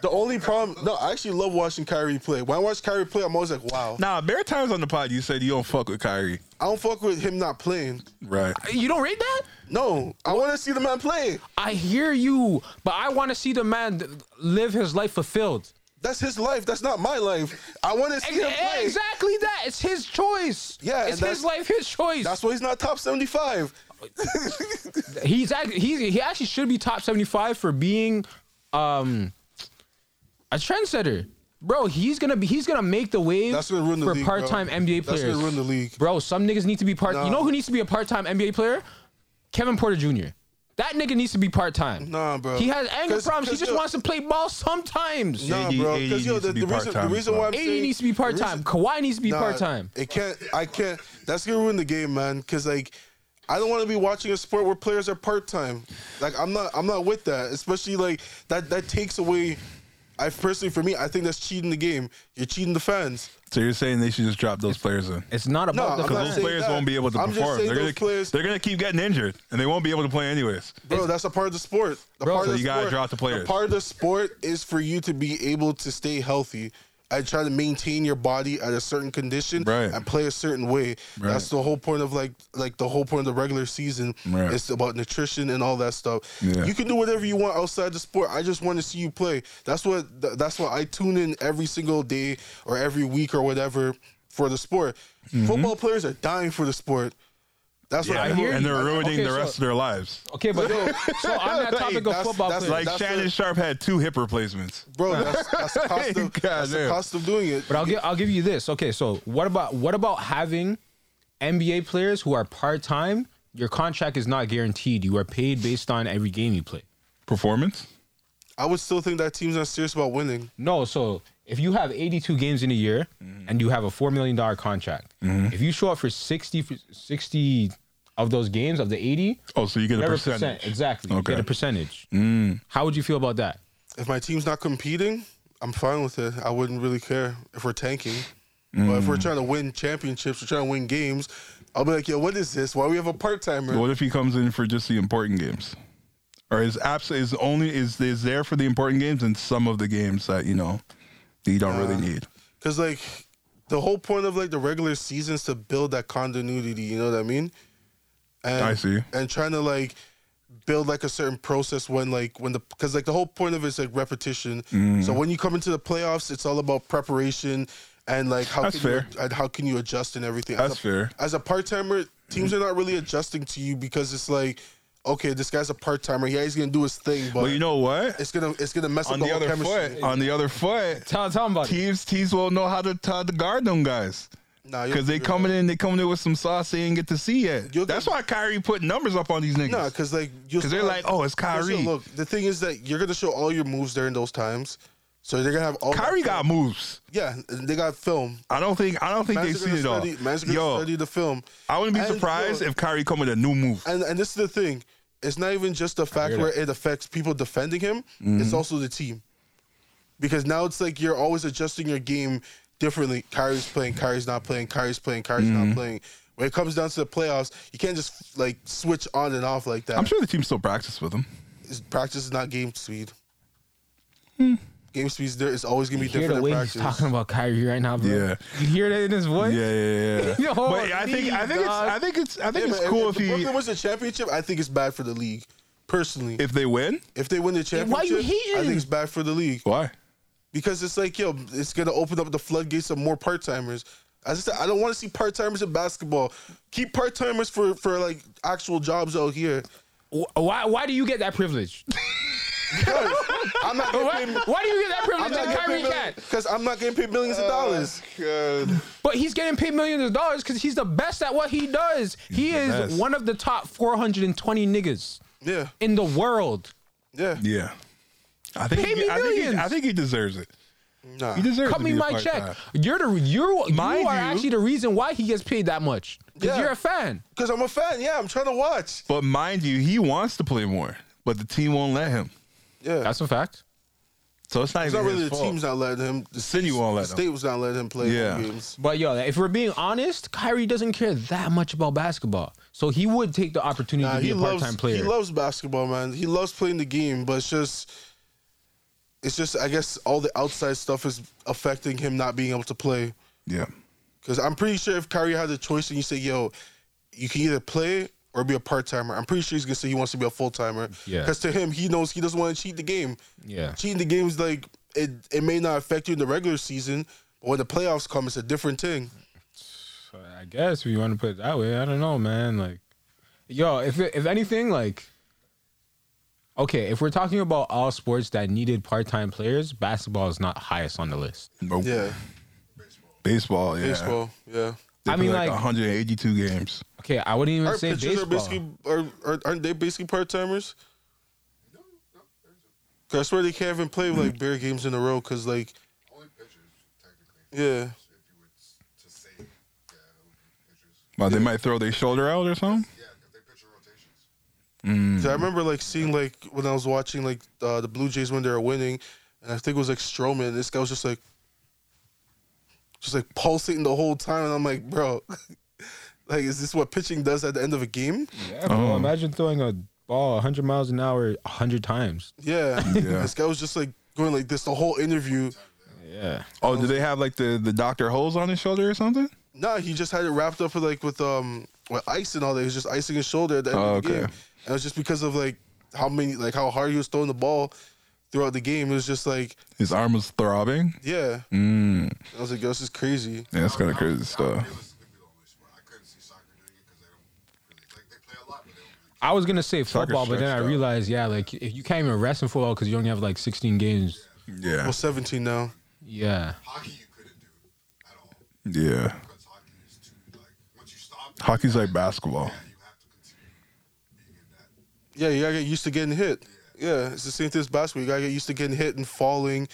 Speaker 3: the only problem. No, I actually love watching Kyrie play. When I watch Kyrie play, I'm always like, wow.
Speaker 2: Nah, bare times on the pod you said you don't fuck with Kyrie.
Speaker 3: I don't fuck with him not playing.
Speaker 2: Right.
Speaker 1: You don't rate that?
Speaker 3: No, I want to see the man play.
Speaker 1: I hear you, but I want to see the man th- live his life fulfilled.
Speaker 3: That's his life. That's not my life. I want to see
Speaker 1: Ex-
Speaker 3: him play.
Speaker 1: Exactly that. It's his choice.
Speaker 3: Yeah,
Speaker 1: it's
Speaker 3: and
Speaker 1: his
Speaker 3: that's-
Speaker 1: life, his choice.
Speaker 3: That's why he's not top 75.
Speaker 1: he's actually he he actually should be top seventy five for being um a trendsetter. Bro, he's gonna be he's gonna make the wave
Speaker 3: That's gonna ruin the
Speaker 1: for
Speaker 3: league, bro.
Speaker 1: part time NBA
Speaker 3: That's
Speaker 1: players.
Speaker 3: gonna ruin the league.
Speaker 1: Bro, some niggas need to be part
Speaker 3: Nah.
Speaker 1: you know who needs to be a part time NBA player? Kevin Porter Jr. That nigga needs to be part time.
Speaker 3: Nah, bro.
Speaker 1: He has anger
Speaker 3: 'Cause-
Speaker 1: problems. He
Speaker 3: 'cause
Speaker 1: just
Speaker 3: yo-
Speaker 1: wants to play ball sometimes.
Speaker 3: Nah,
Speaker 2: AD
Speaker 3: bro. Because yo,
Speaker 2: needs
Speaker 3: the,
Speaker 2: to be
Speaker 3: the reason, the
Speaker 2: part-time,
Speaker 3: reason
Speaker 2: bro.
Speaker 3: why I'm
Speaker 1: AD
Speaker 3: saying-
Speaker 1: needs to be part
Speaker 3: the
Speaker 1: time.
Speaker 3: reason-
Speaker 1: Kawhi needs to be
Speaker 3: Nah,
Speaker 1: part time.
Speaker 3: It can't. I can't. That's gonna ruin the game, man. Because like, I don't want to be watching a sport where players are part time. Like, I'm not. I'm not with that. Especially like that. That takes away. I personally, for me, I think that's cheating the game. You're cheating the fans.
Speaker 2: So you're saying they should just drop those players in?
Speaker 1: It's not
Speaker 3: No,
Speaker 1: about
Speaker 3: I'm
Speaker 1: the
Speaker 3: not
Speaker 2: Because
Speaker 1: fans.
Speaker 2: those
Speaker 3: saying
Speaker 2: players
Speaker 3: that.
Speaker 2: won't be able to
Speaker 3: I'm just
Speaker 2: perform.
Speaker 3: saying
Speaker 2: They're gonna,
Speaker 3: those players-
Speaker 2: they're gonna keep getting injured, and they won't be able to play anyways.
Speaker 3: Bro, that's a part of the sport. The
Speaker 1: Bro,
Speaker 3: part
Speaker 1: So
Speaker 3: of the
Speaker 2: you gotta
Speaker 3: sport-
Speaker 2: drop the players.
Speaker 3: part of the sport is for you to be able to stay healthy and try to maintain your body at a certain condition
Speaker 2: Right.
Speaker 3: and play a certain way.
Speaker 2: Right.
Speaker 3: That's the whole point of like like the whole point of the regular season.
Speaker 2: Right.
Speaker 3: It's about nutrition and all that stuff.
Speaker 2: Yeah.
Speaker 3: You can do whatever you want outside the sport. I just want to see you play. That's what th- that's why I tune in every single day
Speaker 2: Mm-hmm.
Speaker 3: or every week or whatever for the sport. Football players are dying for the sport. That's what
Speaker 1: Yeah,
Speaker 3: I
Speaker 1: I hear
Speaker 3: hear.
Speaker 2: and they're
Speaker 1: you.
Speaker 2: ruining
Speaker 1: Okay,
Speaker 2: the
Speaker 1: so-
Speaker 2: rest of their lives.
Speaker 1: Okay, but yo, so on that topic of
Speaker 3: that's-
Speaker 1: football
Speaker 3: that's
Speaker 1: players,
Speaker 2: Like
Speaker 3: that's
Speaker 2: Shannon
Speaker 3: what-
Speaker 2: Sharp had two hip replacements.
Speaker 3: Bro, that's, that's, the cost of, that's the
Speaker 2: Goddamn.
Speaker 3: cost of doing it.
Speaker 1: but I'll give I'll give you this. Okay, so what about what about having NBA players who are part time? Your contract is not guaranteed. You are paid based on every game you play.
Speaker 2: Performance?
Speaker 3: I would still think that team's not serious about winning.
Speaker 1: No, so if you have 82 games in a year
Speaker 2: Mm-hmm.
Speaker 1: and you have a $4 million contract, if you show up for 60, 60 of those games of the 80,
Speaker 2: Oh, so you get a
Speaker 1: whatever
Speaker 2: percentage.
Speaker 1: percent, exactly, you
Speaker 2: Okay. Mm.
Speaker 1: get a percentage. How would you feel about that?
Speaker 3: If my team's not competing, I'm fine with it. I wouldn't really care if we're tanking. But if we're trying to win championships, we're trying to win games, I'll be like, yo, what is this? Why we have a part timer?
Speaker 2: What if he comes in for just the important games? Or is abs is only is is there for the important games and some of the games that you know that you don't really need.
Speaker 3: Because like the whole point of like the regular seasons to build that continuity. You know what I mean? And,
Speaker 2: I see.
Speaker 3: And trying to like build like a certain process when like when the because like the whole point of it is like repetition.
Speaker 2: Mm-hmm.
Speaker 3: So when you come into the playoffs, it's all about preparation and like how
Speaker 2: That's
Speaker 3: can you-
Speaker 2: fair.
Speaker 3: and how can you adjust and everything.
Speaker 2: That's
Speaker 3: as a,
Speaker 2: fair. Mm-hmm.
Speaker 3: As a part timer, teams are not really adjusting to you because it's like. Okay, this guy's a part timer. Yeah, he's gonna do his thing, but
Speaker 2: But you know what?
Speaker 3: it's gonna it's gonna mess
Speaker 2: On
Speaker 3: up
Speaker 2: the
Speaker 3: the,
Speaker 2: other
Speaker 3: whole chemistry.
Speaker 2: foot, on the other foot,
Speaker 1: Tell, tell 'em about it.
Speaker 2: teams teams won't know how to, how to guard them guys
Speaker 3: Nah, you're-
Speaker 2: because they
Speaker 3: you're-
Speaker 2: coming in they coming in with some sauce they ain't get to see yet.
Speaker 3: You'll
Speaker 2: That's
Speaker 3: get-
Speaker 2: why Kyrie put numbers up on these niggas.
Speaker 3: No, because like you'll
Speaker 2: 'Cause they're
Speaker 3: still
Speaker 2: like, "Oh, it's
Speaker 3: Here's the-
Speaker 2: Kyrie."
Speaker 3: Look, the thing is that you're gonna show all your moves during those times, so they're gonna have all.
Speaker 2: Kyrie got moves.
Speaker 3: yeah, and they got film.
Speaker 2: I don't think I don't think
Speaker 3: Man's
Speaker 2: they've
Speaker 3: gonna
Speaker 2: seen it all.
Speaker 3: study, Man's gonna
Speaker 2: Yo,
Speaker 3: study the film,
Speaker 2: I wouldn't be
Speaker 3: And, yo,
Speaker 2: surprised if Kyrie come with a new move.
Speaker 3: and and this is the thing. It's not even just the fact
Speaker 1: hear
Speaker 3: where it affects people defending him. It's also the team, because now it's like you're always adjusting your game differently. Kyrie's playing, Kyrie's not playing, Kyrie's playing, Kyrie's not playing. When it comes down to the playoffs, you can't just like switch on and off like that.
Speaker 2: I'm sure the team still practice with him.
Speaker 3: is practice is not game speed. Game speed is there is always gonna be
Speaker 1: Hmm. Hear
Speaker 3: different
Speaker 1: the way
Speaker 3: in practice.
Speaker 1: he's talking about Kyrie right now, bro.
Speaker 2: Yeah.
Speaker 1: You hear that in his voice?
Speaker 2: Yeah, yeah, yeah.
Speaker 1: Yo,
Speaker 2: but I think I think it's
Speaker 1: dog.
Speaker 2: I think it's I think
Speaker 3: Yeah,
Speaker 2: it's
Speaker 3: but
Speaker 2: cool if
Speaker 3: if, if
Speaker 2: he
Speaker 3: Brooklyn wins the championship, I think it's bad for the league. Personally, if,
Speaker 2: if they win.
Speaker 3: they win the
Speaker 1: why you
Speaker 3: championship, I
Speaker 1: hating?
Speaker 3: think it's bad for the league
Speaker 2: Why?
Speaker 3: because it's like yo, it's gonna open up the floodgates of more part timers. As I said, I don't want to see part timers in basketball. Keep part timers for for like actual jobs out here.
Speaker 1: Wh- Why, why do you get that privilege?
Speaker 3: Because I'm not
Speaker 1: Why,
Speaker 3: getting paid.
Speaker 1: why do you get that privilege
Speaker 3: I'm not
Speaker 1: that Kyrie Uh,
Speaker 3: getting paid
Speaker 1: can't?
Speaker 3: because I'm not getting paid millions of dollars.
Speaker 1: But he's getting paid millions of dollars because he's the best at what he does. he
Speaker 2: the
Speaker 1: is
Speaker 2: best.
Speaker 1: one of the top 420 niggas
Speaker 3: Yeah,
Speaker 1: in the world.
Speaker 3: yeah.
Speaker 2: Yeah. I think,
Speaker 1: Pay me
Speaker 2: he, I, think he, I
Speaker 1: millions.
Speaker 2: think he deserves it.
Speaker 3: Nah.
Speaker 2: He deserves
Speaker 1: Cut
Speaker 2: to
Speaker 1: me
Speaker 2: be a
Speaker 1: my
Speaker 2: part-
Speaker 1: check.
Speaker 2: uh,
Speaker 1: You're the you're
Speaker 2: Mind
Speaker 1: you are
Speaker 2: you-
Speaker 1: actually the reason why he gets paid that much because
Speaker 3: Yeah.
Speaker 1: you're a fan.
Speaker 3: Because I'm a fan. Yeah, I'm trying to watch.
Speaker 2: But mind you, he wants to play more, but the team won't let him.
Speaker 3: Yeah.
Speaker 1: That's a fact.
Speaker 2: So it's not
Speaker 3: it's
Speaker 2: even
Speaker 3: not really
Speaker 2: his
Speaker 3: the
Speaker 2: fault.
Speaker 3: team's not letting him. The
Speaker 2: City
Speaker 3: state's-
Speaker 2: won't let
Speaker 3: the
Speaker 2: him.
Speaker 3: state was not letting him play
Speaker 2: Yeah.
Speaker 3: games.
Speaker 1: But yo, if we're being honest, Kyrie doesn't care that much about basketball, so he would take the opportunity
Speaker 3: Nah,
Speaker 1: to be
Speaker 3: he
Speaker 1: a part-time
Speaker 3: loves
Speaker 1: player.
Speaker 3: he loves basketball, man. He loves playing the game, but it's just it's just I guess all the outside stuff is affecting him not being able to play.
Speaker 2: Yeah.
Speaker 3: Because I'm pretty sure if Kyrie had the choice and you say, "Yo, you can either play or be a part timer," I'm pretty sure he's gonna say he wants to be a full timer.
Speaker 1: Yeah.
Speaker 3: Because to him, he knows he doesn't want to cheat the game.
Speaker 1: Yeah.
Speaker 3: Cheating the game is like it. It may not affect you in the regular season, but when the playoffs come, it's a different thing.
Speaker 1: I guess if you want to put it that way, I don't know, man. Like, yo, if if anything, like, okay, if we're talking about all sports that needed part-time players, basketball is not highest on the list.
Speaker 2: Nope.
Speaker 3: Yeah.
Speaker 2: Baseball, yeah.
Speaker 3: Baseball. Yeah.
Speaker 2: They
Speaker 1: I
Speaker 2: play
Speaker 1: mean,
Speaker 2: like,
Speaker 1: like-
Speaker 2: 182 games.
Speaker 1: Okay, I wouldn't even
Speaker 3: Aren't
Speaker 1: say baseball.
Speaker 3: pitchers are basically are, are aren't they basically part timers?
Speaker 4: No, no, there's
Speaker 3: I swear they can't even play like bare games in a row because like
Speaker 4: only pitchers technically.
Speaker 3: yeah.
Speaker 4: If you would s- to say, yeah, it would be pitchers.
Speaker 2: Well, they might throw their shoulder out or something. Mm.
Speaker 4: Yeah, because they pitch in rotations.
Speaker 3: 'Cause I remember like seeing like when I was watching like uh, the Blue Jays when they were winning, and I think it was like Stroman. This guy was just like just like pulsating the whole time, and I'm like, bro, like is this what pitching does at the end of a game?
Speaker 1: Yeah, bro,
Speaker 2: Oh.
Speaker 1: imagine throwing a ball 100 miles an hour 100 times.
Speaker 3: Yeah.
Speaker 2: Yeah.
Speaker 3: This guy was just like going like this the whole interview.
Speaker 1: Yeah.
Speaker 2: Oh, do they have like the, the Dr. Holes on his shoulder or something?
Speaker 3: Nah, he just had it wrapped up with like with um with ice and all that. He was just icing his shoulder at the end
Speaker 2: Oh,
Speaker 3: of the
Speaker 2: okay.
Speaker 3: game. And it was just because of like how many like how hard he was throwing the ball throughout the game. It was just like,
Speaker 2: His arm was throbbing.
Speaker 3: yeah.
Speaker 2: Mm.
Speaker 3: I was like, yo, this is crazy.
Speaker 2: Yeah, that's kind of
Speaker 4: That
Speaker 2: crazy
Speaker 4: would- that would
Speaker 2: stuff.
Speaker 4: realistically be the only sport. I couldn't see soccer doing it because they don't really
Speaker 1: I was gonna say
Speaker 2: Soccer
Speaker 1: football, but then I
Speaker 2: stretched out.
Speaker 1: realized, yeah, like if you can't even rest in football because you only have like 16 games.
Speaker 2: Yeah.
Speaker 3: Well, 17 now.
Speaker 1: Yeah,
Speaker 4: Hockey you couldn't do at all
Speaker 2: Yeah.
Speaker 4: because hockey is too like once you stop, it,
Speaker 2: Hockey's like basketball.
Speaker 4: you have to continue being in that.
Speaker 3: Yeah, you gotta get used to getting hit. Yeah, it's the same thing as basketball. You gotta get used to getting hit and falling,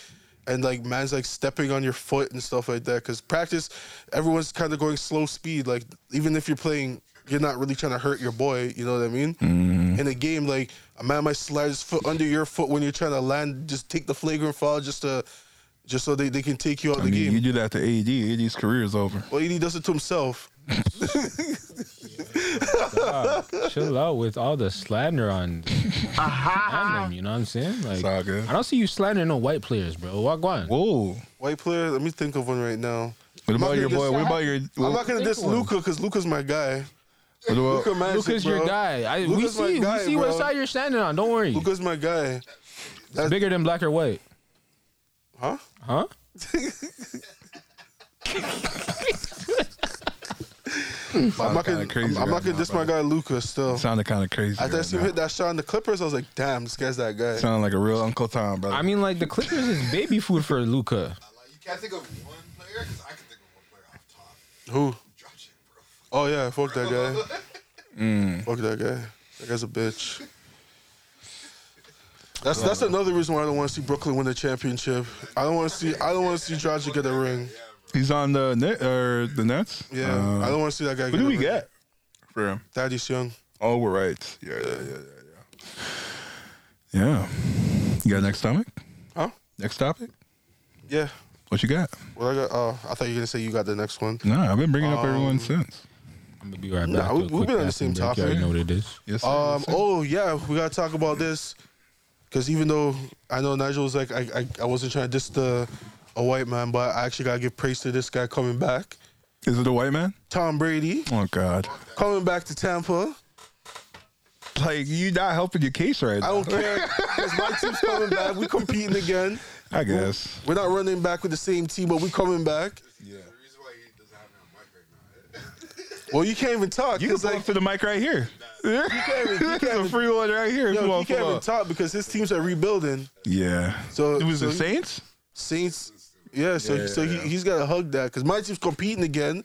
Speaker 3: and like man's like stepping on your foot and stuff like that. Cause practice, everyone's kind of going slow speed. Like even if you're playing, you're not really trying to hurt your boy. You know what I mean? In a game, like a man might slide his foot under your foot when you're trying to land. Just take the flagrant foul, just to, just so they, they can take you out
Speaker 2: I
Speaker 3: the
Speaker 2: mean,
Speaker 3: game.
Speaker 2: you do that to AD, AD's career is over.
Speaker 3: well, he does it to himself.
Speaker 1: chill out with all the slander on, on them, You know what I'm saying? Like,
Speaker 2: It's all good.
Speaker 1: I don't see you slandering no white players, bro. Walk on.
Speaker 2: Whoa.
Speaker 3: White player, let me think of one right now.
Speaker 2: What
Speaker 3: not
Speaker 2: about your
Speaker 3: gonna
Speaker 2: boy?
Speaker 3: dis-
Speaker 2: What about your?
Speaker 3: I'm not
Speaker 2: What
Speaker 3: gonna
Speaker 1: think
Speaker 3: diss
Speaker 1: of one.
Speaker 3: Luca because Luca's my guy.
Speaker 2: about?
Speaker 3: Luca Magic,
Speaker 1: Luca's your
Speaker 3: bro.
Speaker 1: guy. I, we
Speaker 3: Luka's my
Speaker 1: see,
Speaker 3: guy,
Speaker 1: we see what
Speaker 3: bro.
Speaker 1: side you're standing on. Don't worry.
Speaker 3: Luca's my guy.
Speaker 1: it's bigger than black or white,
Speaker 3: Huh?
Speaker 1: huh?
Speaker 3: I'm not gonna,
Speaker 2: kinda crazy
Speaker 3: I'm, I'm
Speaker 2: right
Speaker 3: not gonna
Speaker 2: now,
Speaker 3: diss my
Speaker 2: brother.
Speaker 3: guy Luca still.
Speaker 2: Sounded kind of crazy.
Speaker 3: After I
Speaker 2: right
Speaker 3: see him
Speaker 2: now.
Speaker 3: hit that shot in the Clippers, I was like, damn, this guy's that guy.
Speaker 2: Sound like a real Uncle Tom, brother.
Speaker 1: I mean, like the Clippers is baby food for Luca.
Speaker 4: I like you can't think of one player because I can think of one player off top.
Speaker 3: Who?
Speaker 4: Josh, bro.
Speaker 3: Oh yeah, fuck that guy.
Speaker 2: Mm.
Speaker 3: Fuck that guy. That guy's a bitch. That's that's
Speaker 2: Uh.
Speaker 3: another reason why I don't want to see Brooklyn win the championship. I don't want to see I don't want to see Dragic get a ring.
Speaker 2: he's on the net or the Nets.
Speaker 3: Yeah, I don't want to see that guy.
Speaker 2: Uh. Who
Speaker 3: get
Speaker 2: do
Speaker 3: a
Speaker 2: we
Speaker 3: ring.
Speaker 2: get for him?
Speaker 3: Thaddeus Young.
Speaker 2: Oh, we're right. Yeah, yeah, yeah, yeah, yeah. Yeah. You got next topic?
Speaker 3: Huh?
Speaker 2: Next topic?
Speaker 3: Yeah.
Speaker 2: What you got?
Speaker 3: Well, I got. Oh, I thought you were gonna say you got the next one.
Speaker 2: Nah, I've been bringing up
Speaker 3: Um,
Speaker 2: everyone since.
Speaker 1: I'm gonna be right back.
Speaker 3: Nah,
Speaker 1: to
Speaker 3: we-
Speaker 1: a
Speaker 3: we've
Speaker 1: quick
Speaker 3: been on the
Speaker 1: bathroom
Speaker 3: same
Speaker 1: break. You already
Speaker 3: topic.
Speaker 1: know what it is.
Speaker 2: Yes. sir,
Speaker 3: Um.
Speaker 2: yes, sir.
Speaker 3: Oh yeah, we gotta talk about this because even though I know Nigel was like, I, I, I wasn't trying to diss the a white man, but I actually gotta give praise to this guy coming back,
Speaker 2: Is it a white man?
Speaker 3: Tom Brady
Speaker 2: Oh God!
Speaker 3: coming back to Tampa.
Speaker 2: Like you not helping your case right
Speaker 3: I
Speaker 2: now.
Speaker 3: don't care because my team's coming back. We competing again.
Speaker 2: I guess.
Speaker 3: We're not running back with the same team, but we coming back.
Speaker 2: Yeah.
Speaker 4: The reason why he doesn't have me on mic right now. eh?
Speaker 3: Well, you can't even talk.
Speaker 2: You can
Speaker 3: 'cause,
Speaker 2: pull up
Speaker 3: like,
Speaker 2: to the mic right here.
Speaker 3: even- you
Speaker 2: It's
Speaker 3: can't
Speaker 2: a
Speaker 3: even-
Speaker 2: free one right here. if you
Speaker 3: yo, he
Speaker 2: want to
Speaker 3: can't
Speaker 2: pull
Speaker 3: even
Speaker 2: up.
Speaker 3: talk because his teams are rebuilding.
Speaker 2: Yeah.
Speaker 3: So
Speaker 2: it was
Speaker 3: so
Speaker 2: the Saints.
Speaker 3: Saints. Yeah, so
Speaker 2: Yeah,
Speaker 3: so
Speaker 2: yeah.
Speaker 3: He, he's got to hug that because my team's competing again.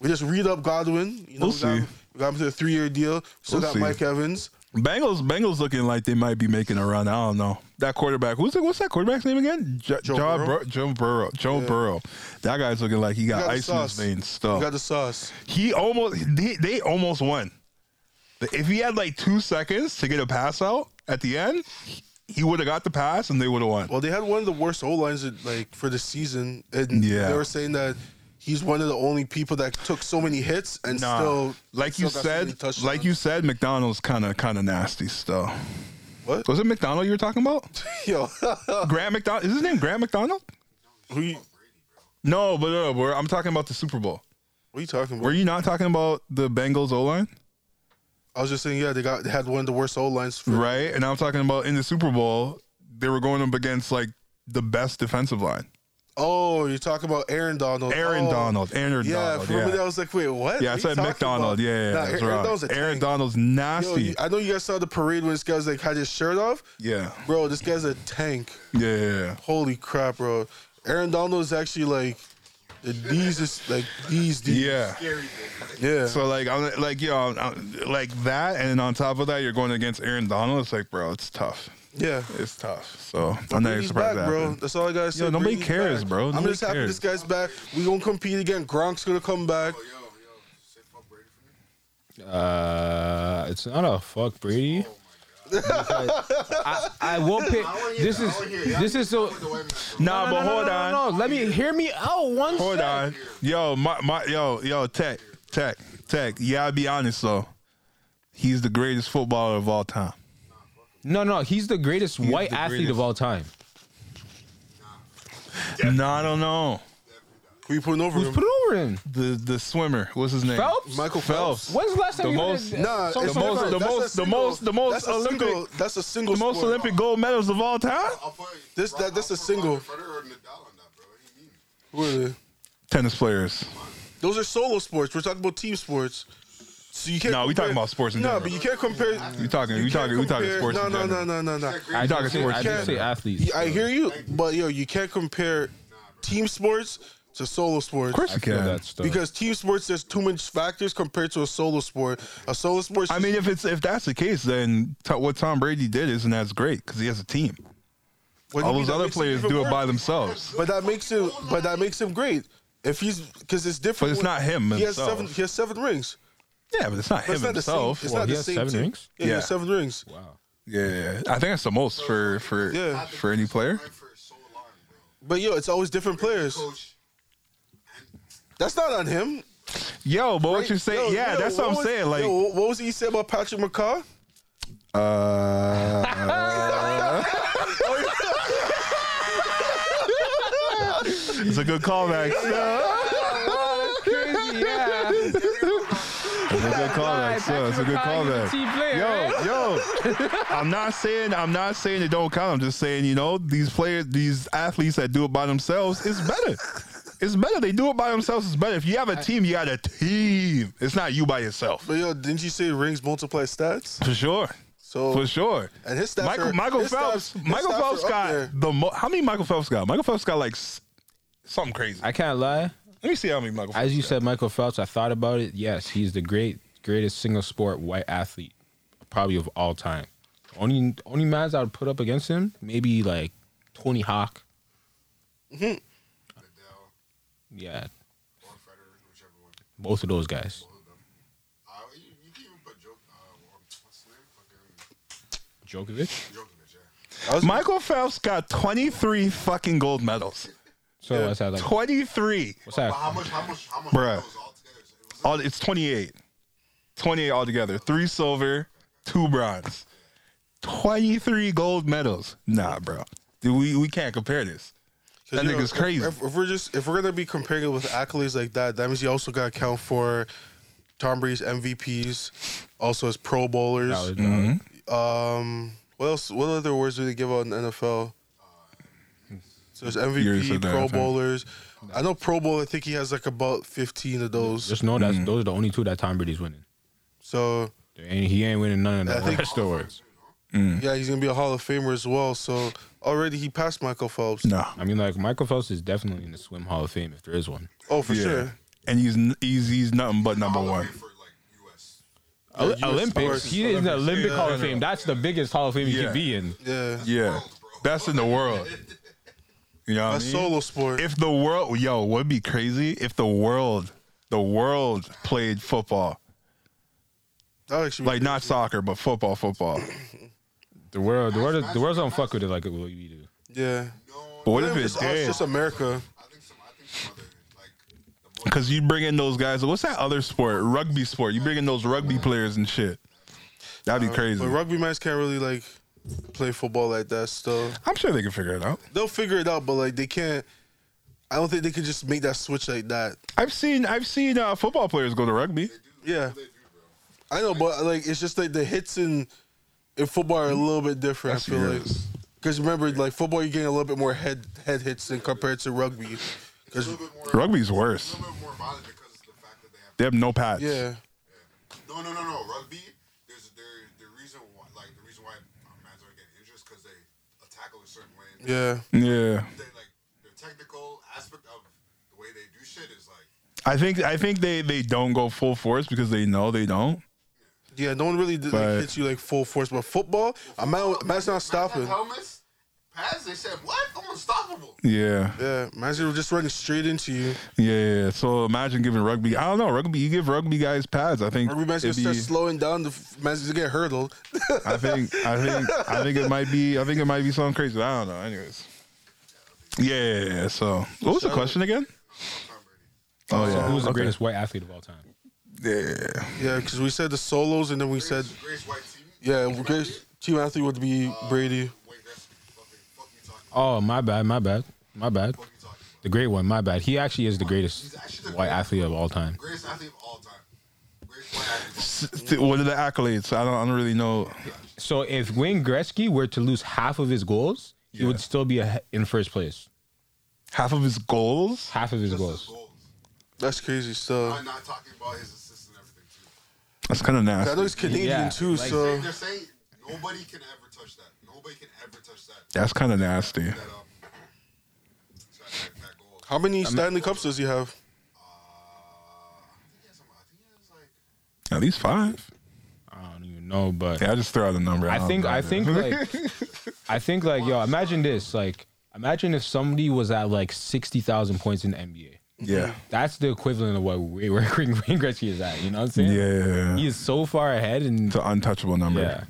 Speaker 3: We just read up Godwin. You know,
Speaker 2: We'll
Speaker 3: we got,
Speaker 2: see.
Speaker 3: him- we got him to a three-year deal. Still
Speaker 2: We'll
Speaker 3: got
Speaker 2: see.
Speaker 3: Mike Evans.
Speaker 2: Bengals, Bengals looking like they might be making a run. I don't know. That quarterback, who's that, what's that quarterback's name again? Jo-
Speaker 3: Joe
Speaker 2: John
Speaker 3: Burrow.
Speaker 2: Bur- Joe Burrow. Joe Burrow. That guy's looking like he got,
Speaker 3: got the
Speaker 2: ice in his
Speaker 3: sauce.
Speaker 2: veins.
Speaker 3: We
Speaker 2: Stuff.
Speaker 3: got the sauce.
Speaker 2: he almost they, they almost won. If he had like two seconds to get a pass out at the end, he would have got the pass and they would have won.
Speaker 3: Well, they had one of the worst O lines like for the season, and
Speaker 2: Yeah.
Speaker 3: they were saying that he's one of the only people that took so many hits and
Speaker 2: Nah.
Speaker 3: still,
Speaker 2: like
Speaker 3: still
Speaker 2: you
Speaker 3: got so
Speaker 2: said,
Speaker 3: many touchdowns.
Speaker 2: like you said, McDonald's kind of kind of nasty still.
Speaker 3: What?
Speaker 2: was it? McDonald you were talking about?
Speaker 3: yo,
Speaker 2: Grant McDonald is his name Grant McDonald?
Speaker 3: who you,
Speaker 2: No, but uh, we're, I'm talking about the Super Bowl.
Speaker 3: what are you talking
Speaker 2: Were
Speaker 3: about?
Speaker 2: you not talking about the Bengals O line?
Speaker 3: I was just saying, yeah, they got they had one of the worst O lines. For,
Speaker 2: Right? And I'm talking about in the Super Bowl, they were going up against like the best defensive line.
Speaker 3: Oh, you're talking about Aaron Donald.
Speaker 2: Aaron
Speaker 3: Oh.
Speaker 2: Donald. Aaron
Speaker 3: Yeah,
Speaker 2: Donald.
Speaker 3: for me,
Speaker 2: Yeah.
Speaker 3: I was like, wait, what?
Speaker 2: yeah, I
Speaker 3: What are you
Speaker 2: said
Speaker 3: talking
Speaker 2: McDonald.
Speaker 3: about?
Speaker 2: Yeah, yeah,
Speaker 3: Nah,
Speaker 2: that's
Speaker 3: Aaron
Speaker 2: right.
Speaker 3: Donald's a
Speaker 2: Aaron
Speaker 3: tank.
Speaker 2: Donald's
Speaker 3: Yo,
Speaker 2: nasty.
Speaker 3: you- I know you guys saw the parade when this guy's like had his shirt off.
Speaker 2: yeah.
Speaker 3: Bro, this guy's a tank.
Speaker 2: Yeah, yeah, yeah.
Speaker 3: Holy crap, bro. Aaron Donald is actually like the D's is like these D's.
Speaker 2: Yeah.
Speaker 3: Yeah.
Speaker 2: So like, I'm like, yo, I'm- I'm- like that, and on top of that, you're going against Aaron Donald. It's like, bro, it's tough.
Speaker 3: yeah.
Speaker 2: It's tough. So I'm not even
Speaker 3: Brady's
Speaker 2: surprised
Speaker 3: back,
Speaker 2: that
Speaker 3: bro.
Speaker 2: happened.
Speaker 3: That's all I gotta say.
Speaker 2: nobody
Speaker 3: Brady's
Speaker 2: cares,
Speaker 3: back.
Speaker 2: bro.
Speaker 3: I'm
Speaker 2: Nobody
Speaker 3: just happy
Speaker 2: cares.
Speaker 3: this guy's back. We gonna compete again. Gronk's gonna come back.
Speaker 4: Yo, yo, say fuck Brady for me.
Speaker 1: Uh, it's not a fuck Brady. I, I will pick. This is this is so.
Speaker 4: The white man.
Speaker 2: Nah,
Speaker 1: No,
Speaker 2: but
Speaker 1: no, no,
Speaker 2: hold
Speaker 1: no,
Speaker 2: on,
Speaker 1: No, no, let me hear me out once.
Speaker 2: hold on, yo, my, my, yo, yo, Tech, Tech, Tech. Yeah, I'll be honest though, he's the greatest footballer of all time.
Speaker 1: No, no, he's the greatest white
Speaker 2: the
Speaker 1: athlete
Speaker 2: greatest.
Speaker 1: of all time.
Speaker 2: No, I don't know
Speaker 3: Who you putting over
Speaker 1: Who's
Speaker 3: him?
Speaker 1: put over him?
Speaker 2: the the swimmer. What's his name?
Speaker 1: Phelps?
Speaker 3: Michael Phelps.
Speaker 1: When's the last time
Speaker 2: The
Speaker 1: you
Speaker 2: most-
Speaker 1: heard
Speaker 3: Nah,
Speaker 1: some-
Speaker 3: it's
Speaker 2: the most-
Speaker 3: different.
Speaker 2: the
Speaker 3: That's a
Speaker 2: most- the
Speaker 3: single-
Speaker 2: most- the most
Speaker 3: that's a
Speaker 2: Olympic-
Speaker 3: single- That's a single.
Speaker 2: The most
Speaker 3: sport.
Speaker 2: Olympic gold medals of all time.
Speaker 4: I'll put
Speaker 3: This- that- this is single.
Speaker 4: Federer or Nadal on that, bro. What do you mean?
Speaker 3: Who are they?
Speaker 2: Tennis players.
Speaker 3: Those are solo sports. We're talking about team sports. So so you can't.
Speaker 2: No, we talking about sports in
Speaker 3: No,
Speaker 2: general.
Speaker 3: but you can't compare.
Speaker 2: We talking, we
Speaker 3: you can't
Speaker 2: talking, we talking
Speaker 3: compare-
Speaker 2: sports.
Speaker 3: No,
Speaker 2: in
Speaker 3: no, no,
Speaker 2: general.
Speaker 3: no, no, no.
Speaker 1: I
Speaker 2: talking
Speaker 1: do say,
Speaker 2: sports
Speaker 1: I
Speaker 3: in
Speaker 1: do say
Speaker 2: general.
Speaker 1: athletes.
Speaker 3: I hear you, but yo, you can't compare team sports to solo sports.
Speaker 2: Of course
Speaker 1: I
Speaker 2: you
Speaker 1: feel
Speaker 2: can.
Speaker 1: that stuff.
Speaker 3: Because team sports, there's too much factors compared to a solo sport. A solo sport,
Speaker 2: I mean, if it's if that's the case, then to- what Tom Brady did isn't as great because he has a team.
Speaker 3: what do
Speaker 2: All
Speaker 3: you mean
Speaker 2: those
Speaker 3: that
Speaker 2: other
Speaker 3: makes
Speaker 2: players
Speaker 3: even
Speaker 2: do it by
Speaker 3: worse?
Speaker 2: themselves.
Speaker 3: But that makes him. But that makes him great. If he's because it's different.
Speaker 2: But it's
Speaker 3: when-
Speaker 2: not him
Speaker 3: He has
Speaker 2: himself.
Speaker 3: seven. He has seven rings.
Speaker 2: Yeah, but it's not
Speaker 3: But
Speaker 2: him
Speaker 3: it's not
Speaker 2: himself.
Speaker 3: the same. It's
Speaker 1: Well,
Speaker 3: not
Speaker 1: he
Speaker 3: the
Speaker 1: has
Speaker 3: same
Speaker 1: seven
Speaker 3: team.
Speaker 1: rings?
Speaker 3: Yeah, he has
Speaker 2: Yeah.
Speaker 3: seven rings.
Speaker 1: wow.
Speaker 2: Yeah, I think that's the most for for
Speaker 3: Yeah.
Speaker 2: for any player.
Speaker 4: Time for so long, bro.
Speaker 3: But yo, it's always different players.
Speaker 4: Coach,
Speaker 3: That's not on him.
Speaker 2: Yo, but what you're
Speaker 3: Yo,
Speaker 2: saying? Yeah,
Speaker 3: yo,
Speaker 2: that's what I'm
Speaker 3: was-
Speaker 2: saying.
Speaker 3: yo,
Speaker 2: Like,
Speaker 3: what what was it you said about Patrick McCaw?
Speaker 2: uh, it's a good callback.
Speaker 1: Crazy, yeah.
Speaker 2: It's a good callback. So it's a good callback.
Speaker 1: Yo,
Speaker 2: Yo, yo, I'm not saying I'm not saying it don't count. I'm just saying you know these players, these athletes that do it by themselves, it's better. It's better. They do it by themselves. It's better. If you have a team, you got a team. It's not you by yourself.
Speaker 3: But yo, didn't you say rings multiply stats?
Speaker 2: For sure.
Speaker 3: So
Speaker 2: For sure.
Speaker 3: Oh. And his stats
Speaker 2: Michael
Speaker 3: are-
Speaker 2: Michael
Speaker 3: his
Speaker 2: Phelps.
Speaker 3: stats- his
Speaker 2: Michael
Speaker 3: stats are
Speaker 2: Phelps
Speaker 3: up
Speaker 2: got
Speaker 3: there.
Speaker 2: the mo- how many Michael Phelps got? Michael Phelps got like s- something crazy.
Speaker 1: I can't lie.
Speaker 2: Let me see how many Michael. Phelps
Speaker 1: As you
Speaker 2: got.
Speaker 1: said, Michael Phelps. I thought about it. Yes, he's the great, greatest single sport white athlete, probably of all time. Only, only man's I would put up against him, maybe like Tony Hawk.
Speaker 4: Adele,
Speaker 1: Yeah,
Speaker 4: or Federer, whichever one.
Speaker 1: both of those guys.
Speaker 4: Both of them. Uh, you, you can even put Jok- uh, what's his name? Fucking
Speaker 1: Djokovic.
Speaker 4: Djokovic, yeah.
Speaker 3: I was-
Speaker 2: Michael Phelps got 23 fucking gold medals.
Speaker 1: So what's that like?
Speaker 2: 23.
Speaker 1: What's
Speaker 4: But how
Speaker 1: that?
Speaker 4: much, how much, how much
Speaker 2: Bruh.
Speaker 4: Bruh. was all together? So it was
Speaker 2: All it's 28. 28 altogether. 3 silver, 2 bronze. 23 gold medals. Nah, bro. Dude, we we can't compare this.
Speaker 3: 'Cause,
Speaker 2: That
Speaker 3: you know,
Speaker 2: nigga's crazy.
Speaker 3: If, if we're just if we're gonna be comparing it with accolades like that, that means you also gotta count for Tom Brady's MVPs, also his Pro Bowlers.
Speaker 1: That was- uh,
Speaker 3: Um, what else? What other awards do they give out in the NFL?
Speaker 2: Uh,
Speaker 3: So there's
Speaker 2: Years
Speaker 3: MVP,
Speaker 2: of the
Speaker 3: Pro
Speaker 2: NFL.
Speaker 3: Bowlers. I know Pro Bowl. I think he has like about 15 of those.
Speaker 1: Just know that those are the only two that Tom Brady's winning.
Speaker 3: So
Speaker 1: And he ain't winning none of
Speaker 3: I
Speaker 1: the
Speaker 3: think-
Speaker 1: rest awards.
Speaker 3: yeah, he's gonna be a Hall of Famer as well. So already he passed Michael Phelps.
Speaker 2: Nah.
Speaker 1: I mean, like Michael Phelps is definitely in the swim Hall of Fame if there is one.
Speaker 3: Oh, for
Speaker 2: Yeah.
Speaker 3: sure.
Speaker 2: And he's n- he's he's nothing but number
Speaker 4: all the way
Speaker 2: 1.
Speaker 4: For, like, US.
Speaker 1: Ol-
Speaker 3: US
Speaker 1: Olympics.
Speaker 3: sports.
Speaker 1: He is in the
Speaker 2: Olympics.
Speaker 1: Olympic
Speaker 2: Yeah.
Speaker 1: Hall of Fame. That's the biggest Hall of Fame you
Speaker 2: Yeah.
Speaker 1: can be in.
Speaker 3: Yeah,
Speaker 2: Yeah. Best in the world. You know what I
Speaker 3: a
Speaker 2: mean?
Speaker 3: solo sport.
Speaker 2: if the world yo would be crazy if the world the world played football
Speaker 3: That actually
Speaker 2: like not soccer but football football
Speaker 1: The world, the world, the world don't fuck with it like what we do.
Speaker 3: yeah.
Speaker 2: but what if
Speaker 3: It's
Speaker 2: it's
Speaker 3: us, just America.
Speaker 4: I think some, I think some other, like, the most
Speaker 2: because you bring in those guys what's that other sport rugby sport you bring in those rugby players and shit that'd be crazy
Speaker 3: Uh, But rugby match can't really like play football like that. Still,
Speaker 2: i'm sure they can figure it out
Speaker 3: they'll figure it out. But like they can't. I don't think they could just make that switch like that.
Speaker 2: i've seen i've seen uh, football players go to rugby
Speaker 3: Yeah,
Speaker 4: they do, bro.
Speaker 3: I know, but like it's just like the hits in in football are a little bit different.
Speaker 2: That's
Speaker 3: I feel like
Speaker 2: yours.
Speaker 3: because remember, like football, you're getting a little bit more head head hits than compared to rugby.
Speaker 4: It's
Speaker 3: Because
Speaker 4: a little bit more,
Speaker 2: rugby's worse
Speaker 4: A little bit more violent because of the fact that they have
Speaker 2: they have no pads
Speaker 3: yeah,
Speaker 4: No, no, no, no. Rugby, there's there the reason why like the reason why um, mans are getting injured is because they tackle a certain way.
Speaker 3: yeah,
Speaker 2: yeah
Speaker 4: They like their technical aspect of the way they do shit is like
Speaker 2: i think i think they they don't go full force because they know they don't
Speaker 3: yeah. No one really did, like,
Speaker 2: But-
Speaker 3: hits you like full force, but football, a man, a man's not stopping.
Speaker 4: helmets, pads. They said what? I'm unstoppable.
Speaker 2: yeah
Speaker 3: Yeah, imagine just running straight into you.
Speaker 2: Yeah, yeah, yeah. So imagine giving rugby. I don't know rugby. You give rugby guys pads. I think.
Speaker 3: Rugby man's gonna
Speaker 2: it'd
Speaker 3: start
Speaker 2: be-
Speaker 3: slowing down. The f- man's gonna get hurdled.
Speaker 2: I think. I think. I think it might be. I think it might be something crazy. I don't know. Anyways. Yeah. yeah, yeah. So what was the question again?
Speaker 1: So
Speaker 2: Oh yeah.
Speaker 1: who's the
Speaker 2: okay.
Speaker 1: greatest white athlete of all time?
Speaker 2: Yeah.
Speaker 3: Yeah, because we said the solos, and then we said,
Speaker 4: Grace White team.
Speaker 3: yeah, great team athlete would be Brady.
Speaker 4: Wait, that's fucking fuck you talking. about?
Speaker 1: Oh, my bad, my bad, my bad.
Speaker 4: Fuck you talking. about?
Speaker 1: The great one, my bad. He actually is the
Speaker 4: He's
Speaker 1: greatest
Speaker 4: actually the
Speaker 1: white
Speaker 4: greatest.
Speaker 1: athlete of all time.
Speaker 4: Greatest athlete of all time. Greatest white athlete. of all
Speaker 2: S- th- What are the accolades? I don't. I don't really know.
Speaker 1: So if Wayne Gretzky were to lose half of his goals, he
Speaker 2: Yeah.
Speaker 1: would still be a, in first place.
Speaker 2: Half of his goals.
Speaker 1: Half of his
Speaker 4: time. Just
Speaker 1: goals.
Speaker 4: his goals.
Speaker 3: That's crazy stuff.
Speaker 4: I'm not talking about his assists and everything too.
Speaker 2: That's kind of
Speaker 3: I know
Speaker 2: nasty.
Speaker 3: he's Canadian
Speaker 1: Yeah,
Speaker 3: too,
Speaker 1: like-
Speaker 3: so
Speaker 4: They're saying nobody can ever touch that. Nobody can ever touch that.
Speaker 2: That's kind of nasty.
Speaker 4: That um. That, that goal.
Speaker 3: how many Stanley Cups does he have?
Speaker 4: Uh, I think he has some. I think he has like.
Speaker 2: At least five.
Speaker 1: I don't even know, but
Speaker 2: Yeah, I just threw out a number.
Speaker 1: I
Speaker 2: don't
Speaker 1: think
Speaker 2: know,
Speaker 1: I
Speaker 2: man.
Speaker 1: think like I think like yo, imagine this. Like imagine if somebody was at like sixty thousand points in the NBA.
Speaker 2: yeah,
Speaker 1: That's the equivalent of what we where Wayne Gretzky is at. You know what I'm saying?
Speaker 2: yeah,
Speaker 1: He is so far ahead and
Speaker 2: it's an untouchable number.
Speaker 1: yeah.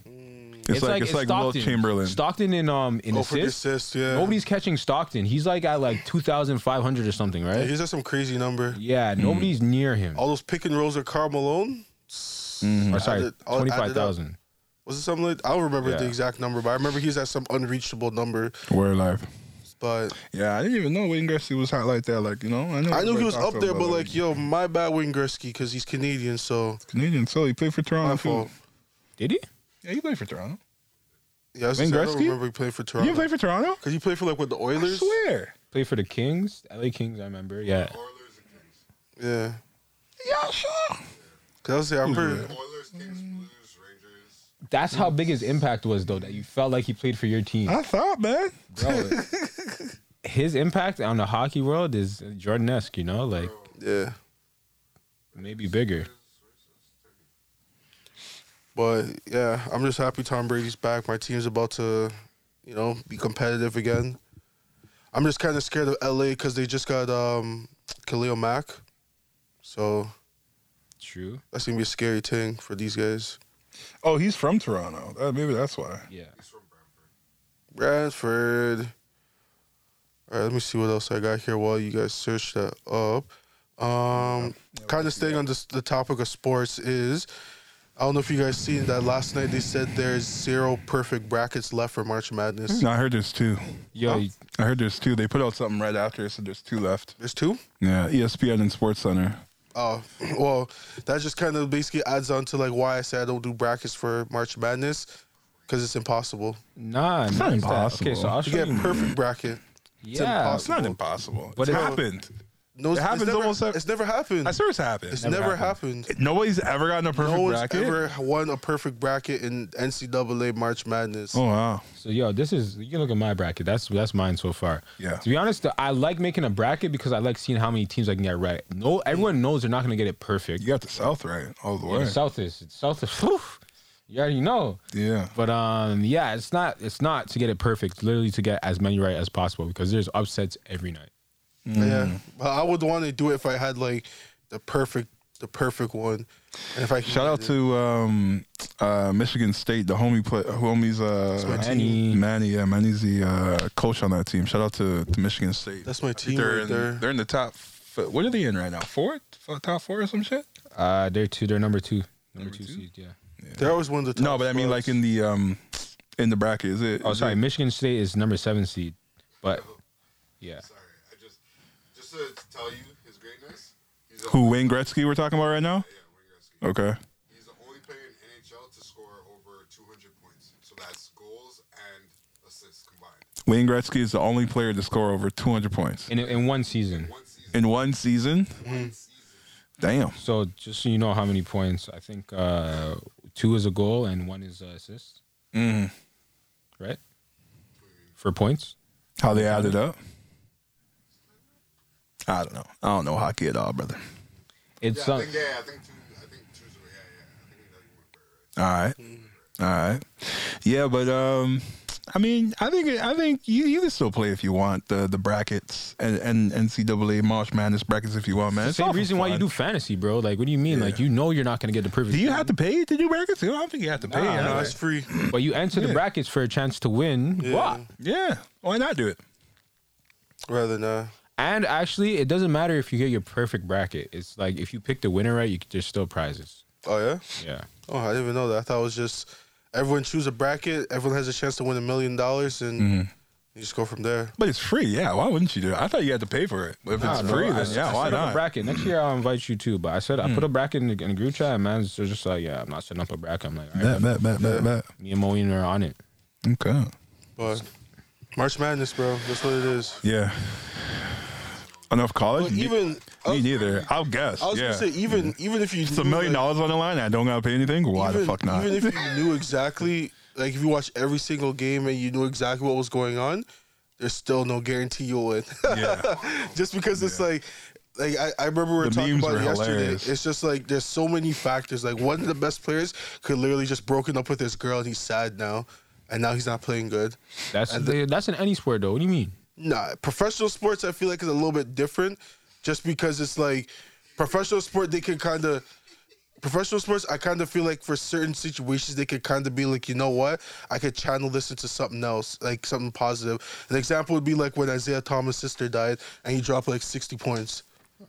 Speaker 2: It's, like, it's like Will Chamberlain.
Speaker 1: Stockton in um in
Speaker 3: Oh, for the
Speaker 1: assists.
Speaker 3: assist, yeah.
Speaker 1: Nobody's catching Stockton. He's like at like two thousand five hundred or something,
Speaker 3: Yeah, Oh,
Speaker 1: right?
Speaker 3: He's at some crazy number.
Speaker 1: Yeah,
Speaker 2: Hmm.
Speaker 1: nobody's near him.
Speaker 3: All those pick and rolls with Carl Malone.
Speaker 1: Or sorry,
Speaker 3: added- all
Speaker 1: twenty
Speaker 3: added oh, up.
Speaker 1: five thousand.
Speaker 3: Was it something like I don't remember the
Speaker 1: Yeah.
Speaker 3: exact number, but I remember he's at some unreachable number.
Speaker 2: We're alive.
Speaker 3: But
Speaker 2: Yeah, I didn't even know Wayne Gretzky was hot like that. Like you know, I know.
Speaker 3: I knew he
Speaker 2: like,
Speaker 3: was up
Speaker 2: Otto,
Speaker 3: there, but like, yo, my bad, Wayne Gretzky, because he's Canadian, so
Speaker 2: Canadian. So he played for Toronto.
Speaker 3: my
Speaker 2: too.
Speaker 3: fault.
Speaker 1: Did he?
Speaker 2: Yeah, he played for Toronto.
Speaker 3: Yeah, I, was
Speaker 2: Wayne
Speaker 3: just, I don't
Speaker 2: Gretzky?
Speaker 3: remember he playing for
Speaker 2: You didn't
Speaker 3: Toronto.
Speaker 2: play for Toronto?
Speaker 3: Cause he played for like with the
Speaker 2: I
Speaker 3: Oilers.
Speaker 2: swear.
Speaker 1: Play for the Kings, LA Kings. I remember. Yeah,
Speaker 4: Oilers and Kings.
Speaker 3: Yeah,
Speaker 2: Yeah, sure.
Speaker 3: cause I was there, I'm pretty.
Speaker 4: Oilers, Kings, Blues, Rangers.
Speaker 1: that's how big his impact was, though. That you felt like he played for your team.
Speaker 2: I thought, man.
Speaker 1: Bro, his impact on the hockey world is Jordan-esque. You know, like
Speaker 3: Yeah,
Speaker 1: maybe bigger.
Speaker 3: but yeah, I'm just happy Tom Brady's back. My team's about to, you know, be competitive again. I'm just kind of scared of LA because they just got um Khalil Mack, so
Speaker 1: True.
Speaker 3: that's gonna be a scary thing for these guys.
Speaker 2: Oh, he's from Toronto. Uh, maybe that's why.
Speaker 1: Yeah.
Speaker 4: He's from Brantford.
Speaker 3: Bradford. All right, let me see what else I got here while you guys search that up. Um, kind of staying on this, the topic of sports is, I don't know if you guys seen that last night. They said there's zero perfect brackets left for March Madness.
Speaker 2: No, I heard there's two.
Speaker 1: Yo,
Speaker 2: I heard there's two. They put out something right after, so there's two left.
Speaker 3: There's two.
Speaker 2: Yeah, E ESPN and Sports Center.
Speaker 3: Oh, well, that just kind of basically adds on to like why I say I don't do brackets for March Madness because it's impossible.
Speaker 1: nah,
Speaker 2: It's
Speaker 1: nah,
Speaker 2: not
Speaker 1: that-
Speaker 2: impossible.
Speaker 1: Okay, so I'll show
Speaker 3: You get a
Speaker 2: Hmm.
Speaker 1: you.
Speaker 3: perfect bracket.
Speaker 1: Yeah,
Speaker 3: impossible.
Speaker 2: It's not impossible.
Speaker 1: But
Speaker 2: it's
Speaker 1: it-
Speaker 2: happened.
Speaker 3: No, it's,
Speaker 2: happens
Speaker 3: it's never,
Speaker 2: almost ev-
Speaker 3: It's never happened.
Speaker 2: I swear it's happened.
Speaker 3: It's
Speaker 1: never
Speaker 3: never
Speaker 1: happened.
Speaker 3: happened.
Speaker 2: Nobody's ever gotten a perfect
Speaker 3: no one's
Speaker 2: bracket.
Speaker 3: ever won a perfect bracket in NCAA March Madness.
Speaker 2: Oh wow.
Speaker 1: so yo, this is you can look at my bracket. That's that's mine so far.
Speaker 2: Yeah.
Speaker 1: To be honest, though, I like making a bracket because I like seeing how many teams I can get right. No, everyone knows they're not gonna get it perfect.
Speaker 2: You got the South right all the
Speaker 1: Yeah,
Speaker 2: way.
Speaker 1: the South is it's South is. Whew, you already know.
Speaker 2: Yeah.
Speaker 1: But um, yeah, it's not it's not to get it perfect. Literally to get as many right as possible because there's upsets every night.
Speaker 3: Yeah, but I would want to do it if I had like the perfect, the perfect one, and if I can
Speaker 2: Shout out
Speaker 3: get it.
Speaker 2: to um, uh, Michigan State, the homie play, homie's
Speaker 3: my
Speaker 2: uh,
Speaker 3: team.
Speaker 1: Manny.
Speaker 2: Manny. Yeah, Manny's the uh, coach on that team. Shout out to, to Michigan State.
Speaker 3: That's my
Speaker 2: I think
Speaker 3: team
Speaker 2: They're
Speaker 3: right
Speaker 2: in,
Speaker 3: there.
Speaker 2: They're in the top. f- What are they in right now? Fourth, F- top four or some shit.
Speaker 1: Uh, they're two. They're number two. Number,
Speaker 2: Number
Speaker 1: two,
Speaker 2: two?
Speaker 1: seed. Yeah.
Speaker 3: They're always one of the top
Speaker 2: No, but I mean like
Speaker 3: spots.
Speaker 2: in the um, in the bracket. Is it?
Speaker 1: Oh,
Speaker 2: is
Speaker 1: sorry.
Speaker 2: it-
Speaker 1: Michigan State is number seven seed, but yeah.
Speaker 4: Sorry, I just just to tell you his greatness. He's a,
Speaker 2: Who Wayne Gretzky we're talking about right now?
Speaker 4: Yeah, Wayne Gretzky.
Speaker 2: Okay.
Speaker 4: He's the only player in NHL to score over 200 points. So that's goals and assists combined.
Speaker 2: Wayne Gretzky is the only player to score over 200 points
Speaker 1: In in one season.
Speaker 4: One season.
Speaker 2: in one season.
Speaker 4: One season.
Speaker 2: Damn.
Speaker 1: So just so you know how many points, I think uh, two is a goal and one is uh, assist,
Speaker 2: Mm.
Speaker 1: right? For points.
Speaker 2: How they added up? I don't know. I don't know hockey at all, brother.
Speaker 1: It's uh,
Speaker 4: Yeah,
Speaker 1: some-
Speaker 4: I think, yeah, I think two. I think two's yeah, yeah. I think that you went
Speaker 2: All
Speaker 4: right.
Speaker 2: right. All right. Yeah, but um I mean, I think I think you, you can still play if you want the the brackets and, and NCAA March Madness brackets if you want, man. It's
Speaker 1: same
Speaker 2: all for
Speaker 1: reason why you
Speaker 2: fun.
Speaker 1: do fantasy, bro. Like, what do you mean?
Speaker 2: Yeah.
Speaker 1: Like, you know you're not gonna get the privilege,
Speaker 2: Do you have to pay to do brackets? I don't think you have to pay.
Speaker 1: Nah, nah,
Speaker 2: I don't
Speaker 3: No,
Speaker 1: Right.
Speaker 3: it's free.
Speaker 1: but you enter the
Speaker 2: Yeah.
Speaker 1: brackets for a chance to win.
Speaker 3: Yeah.
Speaker 1: What?
Speaker 2: yeah. Why not do it?
Speaker 3: Rather uh, nah.
Speaker 1: And actually, it doesn't matter if you get your perfect bracket. It's like if you pick the winner right, you, there's still prizes.
Speaker 3: Oh yeah.
Speaker 1: Yeah.
Speaker 3: Oh, I didn't even know that. I thought it was just everyone choose a bracket. Everyone has a chance to win a million dollars, and
Speaker 2: Mm-hmm.
Speaker 3: you just go from there.
Speaker 2: But it's free, yeah. Why wouldn't you do it? I thought you had to pay for it. But if
Speaker 1: Nah,
Speaker 2: it's
Speaker 1: bro,
Speaker 2: free,
Speaker 1: I-
Speaker 2: then yeah,
Speaker 1: I
Speaker 2: why
Speaker 1: set up a
Speaker 2: not? Hmm.
Speaker 1: bracket. Next year, I'll invite you too. But I said I put a bracket in the, in the group chat, and man's just like, yeah, I'm not setting up a bracket. I'm like, all right,
Speaker 2: Bet, bet, bet, bet, bet.
Speaker 1: me and Moeen are on it.
Speaker 2: Okay.
Speaker 3: But March Madness, bro. That's what it is.
Speaker 2: Yeah. enough college?
Speaker 3: But even
Speaker 2: me neither. I'll guess.
Speaker 3: I was
Speaker 2: yeah.
Speaker 3: gonna say even even if you
Speaker 2: it's a million dollars on the line. I don't gotta pay anything. Why
Speaker 3: even,
Speaker 2: the fuck not?
Speaker 3: Even if you knew exactly, like if you watched every single game and you knew exactly what was going on, there's still no guarantee you'll win.
Speaker 2: yeah.
Speaker 3: just because it's like, like I, I remember we were
Speaker 2: The
Speaker 3: talking
Speaker 2: memes
Speaker 3: about
Speaker 2: were
Speaker 3: it yesterday.
Speaker 2: hilarious.
Speaker 3: It's just like there's so many factors. Like one of the best players could literally just broken up with his girl and he's sad now, and now he's not playing good.
Speaker 1: That's that's in any sport though. What do you mean?
Speaker 3: Nah, professional sports I feel like is a little bit different, just because it's like professional sport they can kind of. Professional sports, I kind of feel like for certain situations they could kind of be like, you know what, I could channel this into something else, like something positive. An example would be like when Isaiah Thomas' sister died and he dropped like sixty points.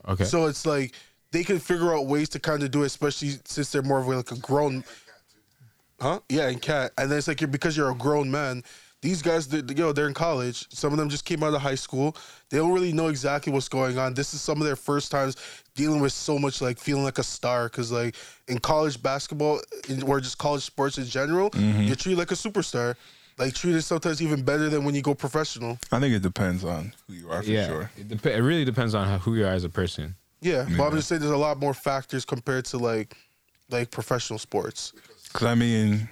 Speaker 1: Okay.
Speaker 3: So it's like they can figure out ways to kind of do it, especially since they're more of like a grown, huh? Yeah, and cat. And then it's like you're because you're a grown man. These guys, they, they- yo, they're in college. Some of them just came out of high school. They don't really know exactly what's going on. This is some of their first times dealing with so much like feeling like a star. Because like in college basketball in- or just college sports in general, you're treated like a superstar. Like treated sometimes even better than when you go professional.
Speaker 2: I think it depends on who you are for
Speaker 1: yeah,
Speaker 2: sure.
Speaker 1: it, dep- it really depends on how, who you are as a person.
Speaker 3: Yeah, but I'm just saying there's a lot more factors compared to like like professional sports.
Speaker 2: Because I mean,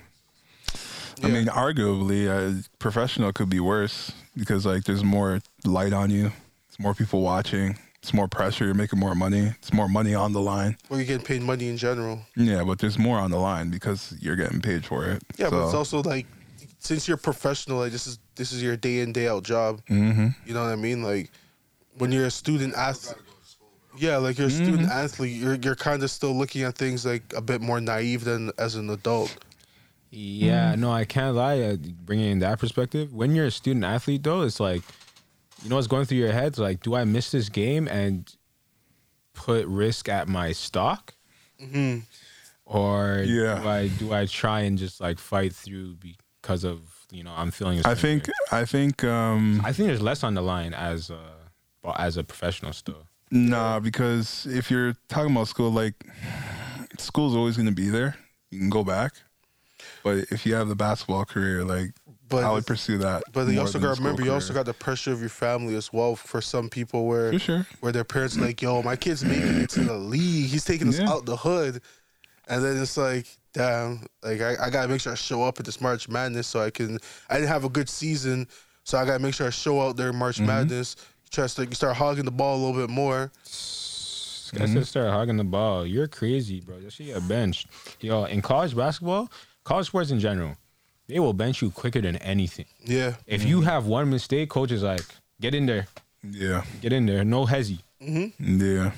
Speaker 2: I
Speaker 3: Yeah.
Speaker 2: mean, arguably, uh, professional could be worse because like there's more light on you, it's more people watching, it's more pressure, you're making more money, it's more money on the line.
Speaker 3: Where you're getting paid money in general.
Speaker 2: Yeah, but there's more on the line because you're getting paid for it.
Speaker 3: Yeah, but it's
Speaker 2: So,
Speaker 3: also like since you're professional, like this is this is your day in day out job.
Speaker 2: mhm.
Speaker 3: You know what I mean? Like when you're a student athlete, yeah, like you're a
Speaker 2: Mm-hmm.
Speaker 3: student athlete, you're you're kind of still looking at things like a bit more naive than as an adult.
Speaker 1: Yeah,
Speaker 2: Mm.
Speaker 1: no, I can't lie. Uh, bringing in that perspective, when you're a student athlete, though, it's like, you know, what's going through your head? It's Like, do I miss this game and put risk at my stock, or
Speaker 2: Mm-hmm. Yeah.
Speaker 1: do I do I try and just like fight through because of you know I'm feeling. a
Speaker 2: I
Speaker 1: certain
Speaker 2: think
Speaker 1: way?
Speaker 2: I think um,
Speaker 1: I think there's less on the line as a bo- as a professional still.
Speaker 2: Nah, because if you're talking about school, like school's always going to be there. You can go back, but if you have the basketball career, like
Speaker 3: But
Speaker 2: I would pursue that.
Speaker 3: But you
Speaker 2: more
Speaker 3: also
Speaker 2: than
Speaker 3: got
Speaker 2: the
Speaker 3: to remember,
Speaker 2: school
Speaker 3: you also
Speaker 2: career.
Speaker 3: got the pressure of your family as well. For some people, where
Speaker 2: For sure.
Speaker 3: where their parents are like, "Yo, my kid's making it to the league. He's taking us
Speaker 2: Yeah.
Speaker 3: out the hood," and then it's like, "Damn, like I, I gotta make sure I show up at this March Madness so I can. I didn't have a good season, so I gotta make sure I show out there in March Madness. Try to like, start hogging the ball a little bit more.
Speaker 1: I
Speaker 3: Mm-hmm.
Speaker 1: said start hogging the ball. You're crazy, bro. You should get benched. Yo, in college basketball, college sports in general, they will bench you quicker than anything.
Speaker 3: Yeah,
Speaker 1: If you
Speaker 3: Mm-hmm.
Speaker 1: have one mistake, coach is like, get in there,
Speaker 2: Yeah,
Speaker 1: get in there, no hezzy.
Speaker 2: yeah.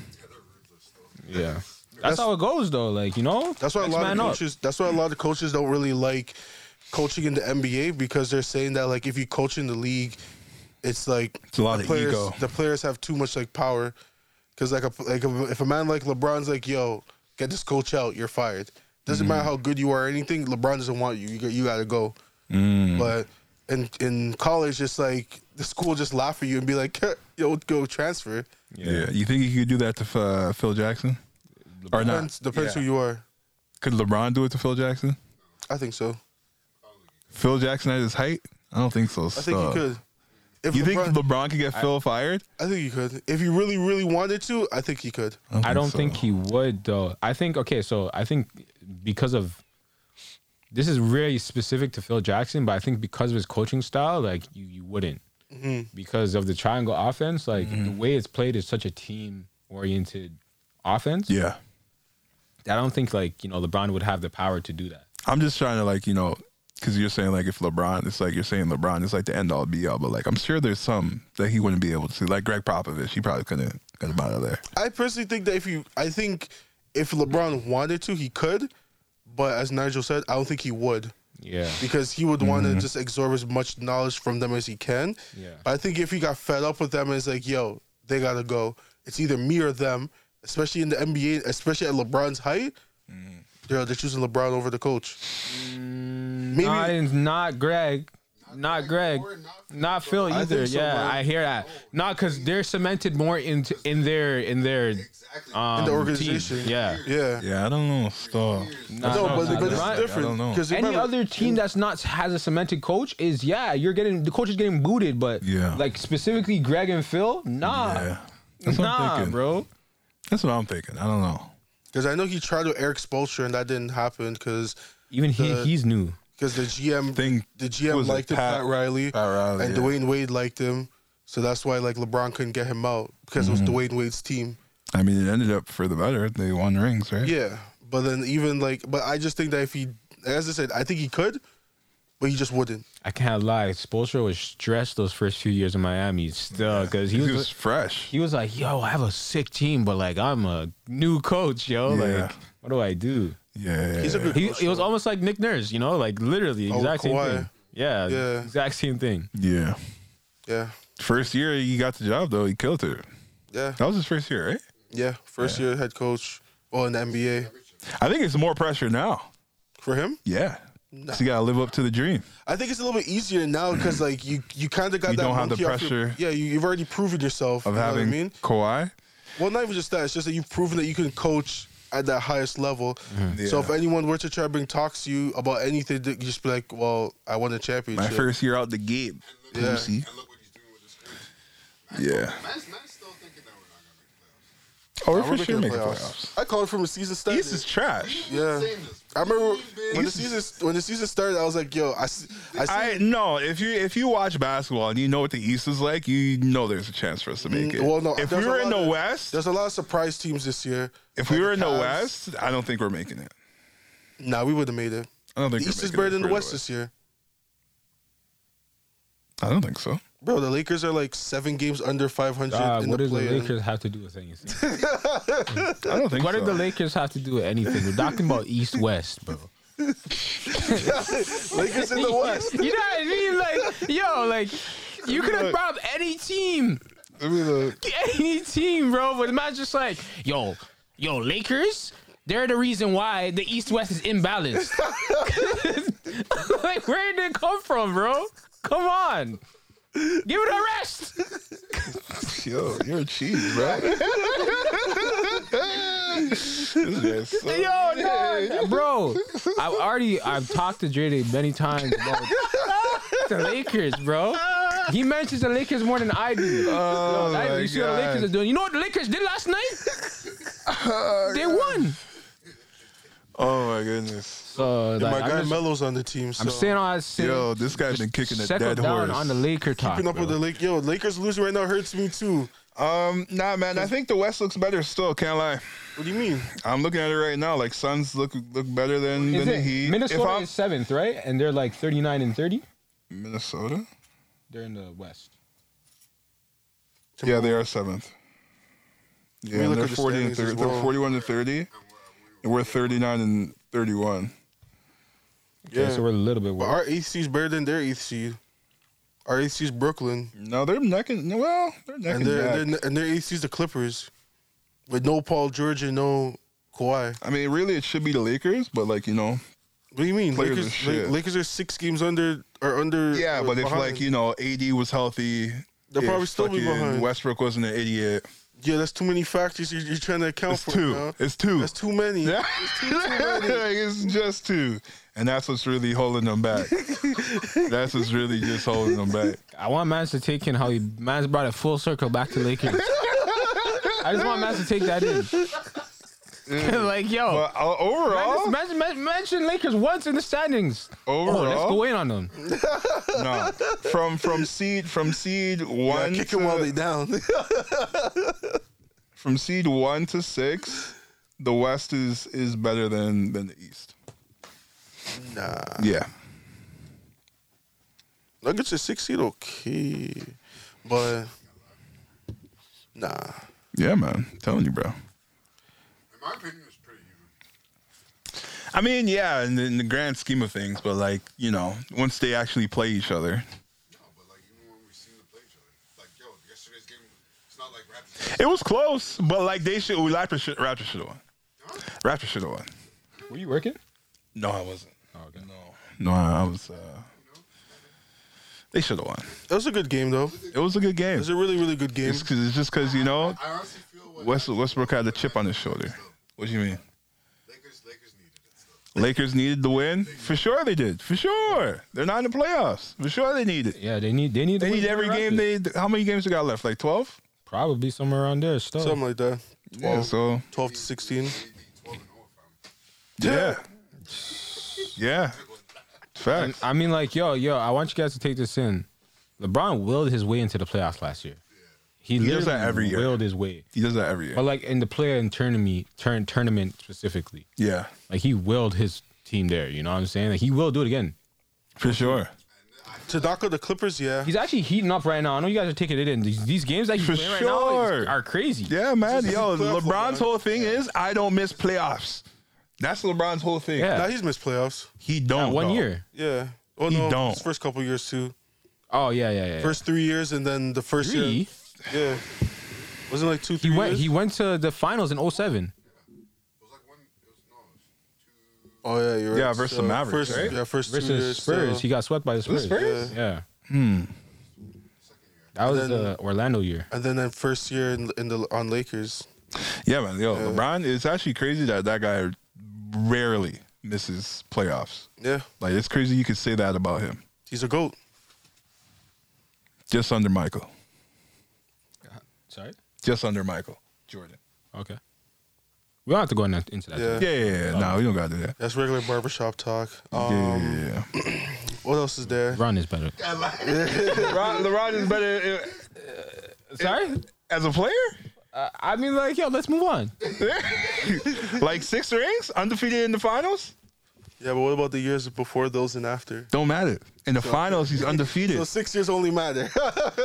Speaker 1: Yeah. That's, how it goes though. Like, you know?
Speaker 3: that's why
Speaker 1: Next
Speaker 3: a lot of
Speaker 1: man up.
Speaker 3: coaches. That's why a lot of coaches don't really like coaching in the NBA because they're saying that like if you coach in the league, it's like
Speaker 2: It's a lot
Speaker 3: the
Speaker 2: of
Speaker 3: players,
Speaker 2: ego.
Speaker 3: The players have too much like power, because like a like a, if a man like LeBron's like, yo, get this coach out, you're fired. Doesn't
Speaker 2: Mm.
Speaker 3: matter how good you are or anything. LeBron doesn't want you. You got, you got to go.
Speaker 2: Mm.
Speaker 3: But in in college, it's like the school just laugh at you and be like, yo, go transfer.
Speaker 2: Yeah. You think you could do that to uh, Phil Jackson? Or not?
Speaker 3: Depends, depends
Speaker 2: Yeah.
Speaker 3: who you are.
Speaker 2: Could LeBron do it to Phil Jackson?
Speaker 3: I think so.
Speaker 2: Phil Jackson at his height? I don't think so.
Speaker 3: I think you could. If
Speaker 2: You think
Speaker 3: LeBron-
Speaker 2: LeBron could get Phil fired?
Speaker 3: I think you could. If you really, really wanted to, I think you could.
Speaker 1: I don't
Speaker 2: so.
Speaker 1: think he would though. I think okay, so I think because of this is really specific to Phil Jackson, but I think because of his coaching style, like you you wouldn't
Speaker 3: Mm-hmm.
Speaker 1: because of the triangle offense. Like the way it's played is such a team oriented offense.
Speaker 2: Yeah.
Speaker 1: I don't think like you know LeBron would have the power to do that.
Speaker 2: I'm just trying to like you know, because you're saying like if LeBron, it's like you're saying LeBron is like the end all be all, but like I'm sure there's some that he wouldn't be able to see. Like Greg Popovich, he probably couldn't get him out of there.
Speaker 3: I personally think that if you, I think if LeBron wanted to, he could. But as Nigel said, I don't think he would
Speaker 1: Yeah,
Speaker 3: because he would want to
Speaker 2: Mm-hmm.
Speaker 3: just absorb as much knowledge from them as he can.
Speaker 1: Yeah.
Speaker 3: But I think if he got fed up with them, and it's like, yo, they gotta go. It's either me or them, especially in the NBA, especially at LeBron's height.
Speaker 2: Mm-hmm.
Speaker 3: They're, they're choosing LeBron over the coach.
Speaker 2: Mm,
Speaker 3: Maybe
Speaker 1: not, not Greg, not Greg, not Phil
Speaker 3: I
Speaker 1: either.
Speaker 3: think so,
Speaker 1: yeah,
Speaker 3: bro.
Speaker 1: I hear that. Not because they're cemented more into in their in their
Speaker 4: Exactly.
Speaker 1: um,
Speaker 3: the
Speaker 1: team.
Speaker 3: organization.
Speaker 1: Yeah.
Speaker 3: yeah.
Speaker 2: Yeah, I don't know. Still,
Speaker 1: Nah,
Speaker 3: No,
Speaker 1: nah,
Speaker 3: but,
Speaker 1: nah,
Speaker 3: but
Speaker 1: nah.
Speaker 3: it's
Speaker 2: I don't
Speaker 3: different
Speaker 2: know.
Speaker 3: because
Speaker 1: Any other team that's not has a cemented coach is yeah, you're getting the coach is getting booted, but
Speaker 2: Yeah.
Speaker 1: like specifically Greg and Phil, nah.
Speaker 2: yeah, That's what I'm
Speaker 1: Nah,
Speaker 2: thinking.
Speaker 1: bro.
Speaker 2: That's what I'm thinking. I don't know.
Speaker 3: Because I know he tried with Eric Spolstra and that didn't happen because
Speaker 1: Even
Speaker 3: The-
Speaker 1: he, he's new.
Speaker 3: because the GM
Speaker 2: Thing
Speaker 3: the
Speaker 2: was
Speaker 3: GM
Speaker 2: it,
Speaker 3: liked him,
Speaker 2: Pat-
Speaker 3: Pat Riley,
Speaker 2: Pat Riley,
Speaker 3: and
Speaker 2: yeah.
Speaker 3: Dwayne Wade liked him. So that's why like LeBron couldn't get him out because it
Speaker 2: Mm-hmm.
Speaker 3: was Dwayne Wade's team.
Speaker 2: I mean, it ended up for the better. They won rings, right?
Speaker 3: Yeah, but then even like, but I just think that if he, as I said, I think he could, but he just wouldn't.
Speaker 1: I can't lie. Spolstra was stressed those first few years in Miami still because
Speaker 2: He
Speaker 1: he
Speaker 2: was
Speaker 1: was
Speaker 2: fresh.
Speaker 1: he was like, "Yo, I have a sick team, but like I'm a new coach, yo.
Speaker 2: Yeah.
Speaker 1: Like, what do I do?"
Speaker 2: Yeah.
Speaker 3: He's a good-
Speaker 1: He it was almost like Nick Nurse, you know, like literally
Speaker 3: Oh, with
Speaker 1: exact same
Speaker 3: Kawhi.
Speaker 1: thing. Yeah,
Speaker 3: Yeah.
Speaker 1: exact same thing.
Speaker 2: yeah.
Speaker 3: Yeah,
Speaker 2: First year he got the job though. He killed it.
Speaker 3: yeah,
Speaker 2: That was his first year, right?
Speaker 3: yeah. First year head coach, oh, in the NBA
Speaker 2: I think it's more pressure now.
Speaker 3: for him.
Speaker 2: Yeah. So you gotta live up to the dream.
Speaker 3: I think it's a little bit easier now because like you, you kind of got
Speaker 2: You
Speaker 3: that
Speaker 2: don't have the
Speaker 3: monkey off your-
Speaker 2: pressure
Speaker 3: yeah, you, you've already proven yourself.
Speaker 2: Of
Speaker 3: you know what
Speaker 2: having
Speaker 3: I mean,
Speaker 2: Kawhi.
Speaker 3: Well, not even just that. It's just that you've proven that you can coach at that highest level.
Speaker 2: Yeah.
Speaker 3: So if anyone were to try to bring talks to you about anything, you just be like, "Well, I won a
Speaker 2: My
Speaker 3: championship."
Speaker 2: first year out the gate.
Speaker 3: Yeah.
Speaker 2: Lucy.
Speaker 4: And look what he's doing with his coach.
Speaker 2: Yeah.
Speaker 4: Man's, man's still thinking that we're not gonna make the playoffs.
Speaker 2: Oh,
Speaker 3: I
Speaker 2: we're for
Speaker 3: remember
Speaker 2: sure
Speaker 3: the
Speaker 2: making
Speaker 3: playoffs.
Speaker 2: playoffs.
Speaker 3: I called from a season start.
Speaker 2: East is trash.
Speaker 3: Yeah.
Speaker 4: Saying this.
Speaker 3: I remember when the
Speaker 2: He's-
Speaker 3: season when the season started, I was like, "Yo, I see, I see
Speaker 2: I no. If you if you watch basketball and you know what the East is like, you know there's a chance for us to make
Speaker 3: Mm,
Speaker 2: it.
Speaker 3: well, no,
Speaker 2: if we
Speaker 3: there's a
Speaker 2: were in
Speaker 3: lot
Speaker 2: the
Speaker 3: of-
Speaker 2: West,
Speaker 3: there's a lot of surprise teams this year."
Speaker 2: if we
Speaker 3: Like
Speaker 2: were in the
Speaker 3: Cavs.
Speaker 2: West, I don't think we're making it.
Speaker 3: nah, we would have made it.
Speaker 2: I don't
Speaker 3: The
Speaker 2: think we're
Speaker 3: East is
Speaker 2: making
Speaker 3: better
Speaker 2: it
Speaker 3: than the
Speaker 2: further
Speaker 3: West this year,
Speaker 2: I don't think so.
Speaker 3: bro. The Lakers are like seven games under 500
Speaker 1: Uh,
Speaker 3: in
Speaker 1: what
Speaker 3: the
Speaker 1: does the
Speaker 3: play.
Speaker 1: Lakers have to do with anything?
Speaker 2: I don't think
Speaker 1: what
Speaker 2: so.
Speaker 1: did the Lakers have to do with anything? We're talking about East West, bro.
Speaker 3: Lakers in the West.
Speaker 1: You know what I mean? Like, yo, like you could have brought any team,
Speaker 2: Let me look.
Speaker 1: any team, bro. But it's not just like, yo, yo, Lakers. They're the reason why the East West is imbalanced. like, where did it come from, bro? Come on, give it a rest.
Speaker 2: Yo, you're a cheese, bro. This guy's so-
Speaker 1: Yo, no, bro. I've already I've talked to Jada many times about the Lakers, bro. He mentions the Lakers more than I do.
Speaker 2: Oh,
Speaker 1: Yo, I-
Speaker 2: my
Speaker 1: you see what the Lakers
Speaker 2: God.
Speaker 1: are doing? You know what the Lakers did last night? they won.
Speaker 2: Oh my goodness.
Speaker 1: So like,
Speaker 3: My
Speaker 1: I'm,
Speaker 3: guy
Speaker 1: just-
Speaker 3: Melo's on the team. So.
Speaker 1: I'm saying all that shit.
Speaker 2: Yo, this guy's been kicking a
Speaker 1: Settle
Speaker 2: dead
Speaker 1: down
Speaker 2: horse.
Speaker 1: on the Laker talk.
Speaker 3: keeping up
Speaker 1: bro.
Speaker 3: with the Lake. Yo, Lakers losing right now hurts me too.
Speaker 2: um, nah, man. I think the West looks better still. Can't lie.
Speaker 3: What do you mean?
Speaker 2: I'm looking at it right now. Like Suns look look better than,
Speaker 1: Is
Speaker 2: than the
Speaker 1: it-
Speaker 2: Heat. If
Speaker 1: Minnesota
Speaker 2: I'm-
Speaker 1: is seventh, right? And they're like 39 and 30.
Speaker 2: Minnesota.
Speaker 1: They're in the West.
Speaker 2: Yeah, they are seventh. Yeah,
Speaker 3: me
Speaker 2: and
Speaker 3: look
Speaker 2: they're
Speaker 3: at the
Speaker 2: 40 and
Speaker 3: standings
Speaker 2: 30,
Speaker 3: as
Speaker 2: they're
Speaker 3: well.
Speaker 2: 41 and 30, and we're 39 and 31.
Speaker 1: Yeah.
Speaker 3: Yeah.
Speaker 1: so we're a little bit
Speaker 3: But
Speaker 1: worse.
Speaker 3: our eighth seed's better than their eighth seed. Our eighth seed's Brooklyn,
Speaker 2: No, they're necking. Well, they're necking.
Speaker 3: and their
Speaker 2: back.
Speaker 3: and their and their eighth seed's the Clippers, with no Paul George and no Kawhi.
Speaker 2: I mean, really, it should be the Lakers, but like you know,
Speaker 3: What do you mean?
Speaker 2: Players are
Speaker 3: Lakers,
Speaker 2: shit.
Speaker 3: La- Lakers are six games under or under.
Speaker 2: yeah.
Speaker 3: or
Speaker 2: But if
Speaker 3: behind.
Speaker 2: like you know, AD was healthy,
Speaker 3: They'll
Speaker 2: if
Speaker 3: probably still be
Speaker 2: fucking
Speaker 3: behind.
Speaker 2: Westbrook wasn't an idiot.
Speaker 3: yeah, that's too many factors you're, you're trying to account
Speaker 2: It's
Speaker 3: for.
Speaker 2: two.
Speaker 3: now.
Speaker 2: It's two.
Speaker 3: That's too many.
Speaker 2: Yeah. Like, it's just two, and that's what's really holding them back. that's what's really just holding them back.
Speaker 1: I want Mans to take in how he Mans brought it full circle back to Lakers. I just want Mans to take that in. like yo,
Speaker 2: Mm. But uh, overall,
Speaker 1: Mans, Mans, Mans mentioned Lakers once in the standings. Oh, let's go
Speaker 2: overall,
Speaker 1: in on them.
Speaker 2: nah. From from seed from seed
Speaker 3: I
Speaker 2: one
Speaker 3: kick
Speaker 2: to,
Speaker 3: them while they down.
Speaker 2: from seed one to six, the West is is better than than the East.
Speaker 3: nah.
Speaker 2: Yeah.
Speaker 3: Nuggets are six seed, okay, but nah.
Speaker 2: Yeah, man. telling you, bro.
Speaker 4: In my opinion, it's pretty even.
Speaker 2: I mean, yeah, in the, in the grand scheme of things, but like you know, once they actually play each other,
Speaker 4: No, but like even when we seen them play each other, like yo, yesterday's game, it's not like Raptors.
Speaker 2: it was close. But like they should, we Raptors should, Raptors should have won. Raptors should have won.
Speaker 1: Were you working?
Speaker 2: No, I wasn't.
Speaker 1: Oh, okay.
Speaker 2: No, I I was. Uh, they should have won.
Speaker 3: That was a good game though.
Speaker 2: It was a good game.
Speaker 3: It was a really, really good game.
Speaker 2: It's, 'cause- it's just because you know
Speaker 4: I honestly feel what
Speaker 2: West, Westbrook had a chip on his shoulder. What do you mean?
Speaker 4: Lakers Lakers needed it stuff.
Speaker 2: Lakers needed the win for sure. They did for sure. They're not in the playoffs for sure. They need it.
Speaker 1: Yeah, they need they need
Speaker 2: They need every game. They how many games they got left? Like twelve.
Speaker 1: Probably somewhere around there still.
Speaker 3: Something like that.
Speaker 2: Yeah, so
Speaker 3: 12 to 16.
Speaker 2: yeah,
Speaker 1: And,
Speaker 2: yeah, facts.
Speaker 1: I mean, like, yo, yo, I want you guys to take this in. LeBron willed his way into the playoffs last year. He,
Speaker 2: does
Speaker 1: literally
Speaker 2: that every year.
Speaker 1: willed his way.
Speaker 2: He does that every year.
Speaker 1: But like in the player and tournament, turn tournament specifically,
Speaker 2: Yeah,
Speaker 1: like he willed his team there. You know what I'm saying? Like he will do it again.
Speaker 2: for sure.
Speaker 3: Tadaka, the Clippers, yeah.
Speaker 1: He's actually heating up right now. I know you guys are taking it in. These, these games that he's
Speaker 2: For
Speaker 1: playing right now like,
Speaker 2: sure.
Speaker 1: are crazy.
Speaker 2: Yeah, man. Yo,
Speaker 3: playoff
Speaker 2: LeBron's
Speaker 3: LeBron.
Speaker 2: whole thing is I don't miss playoffs. That's LeBron's whole thing.
Speaker 1: Yeah.
Speaker 3: Now he's missed playoffs.
Speaker 2: He don't
Speaker 1: Not one
Speaker 2: though.
Speaker 1: year.
Speaker 3: Yeah. Oh,
Speaker 2: He
Speaker 3: no.
Speaker 2: don't.
Speaker 3: his first couple years, too.
Speaker 1: Oh yeah, yeah, yeah.
Speaker 3: First three years, and then the first year.
Speaker 1: three.
Speaker 3: Yeah. Wasn't it like two,
Speaker 1: He
Speaker 3: three
Speaker 1: went.
Speaker 3: years?
Speaker 1: He went to the finals in 07.
Speaker 3: oh, yeah, you're right.
Speaker 2: Yeah, versus the Mavericks,
Speaker 3: First,
Speaker 2: right?
Speaker 3: Yeah, first two
Speaker 1: versus
Speaker 3: years.
Speaker 1: Spurs.
Speaker 3: so-
Speaker 1: He got swept by the Spurs.
Speaker 2: Spurs?
Speaker 1: Yeah. Hmm. That was
Speaker 3: Then-
Speaker 1: the Orlando year.
Speaker 3: and then that first year in, in the on Lakers.
Speaker 2: Yeah, man. Yo, LeBron. It's actually crazy that that guy rarely misses playoffs.
Speaker 3: Yeah.
Speaker 2: Like it's crazy you could say that about him.
Speaker 3: He's a GOAT.
Speaker 2: Just under Michael.
Speaker 1: Sorry.
Speaker 2: Just under Michael Jordan.
Speaker 1: Okay. We don't have to go in that, into that.
Speaker 3: Yeah.
Speaker 2: Yeah, yeah, yeah. No, we don't gotta do that.
Speaker 3: That's regular barbershop talk. Um,
Speaker 2: Yeah, yeah, yeah.
Speaker 3: What else is there?
Speaker 1: Ron is better.
Speaker 2: LeBron, LeBron is better uh,
Speaker 1: Sorry.
Speaker 2: as a player.
Speaker 1: Uh, I mean, like, yo, let's move on.
Speaker 2: Like six rings, undefeated in the finals.
Speaker 3: Yeah, but what about the years before those and after?
Speaker 2: Don't matter. In the finals, he's undefeated.
Speaker 3: So six years only matter.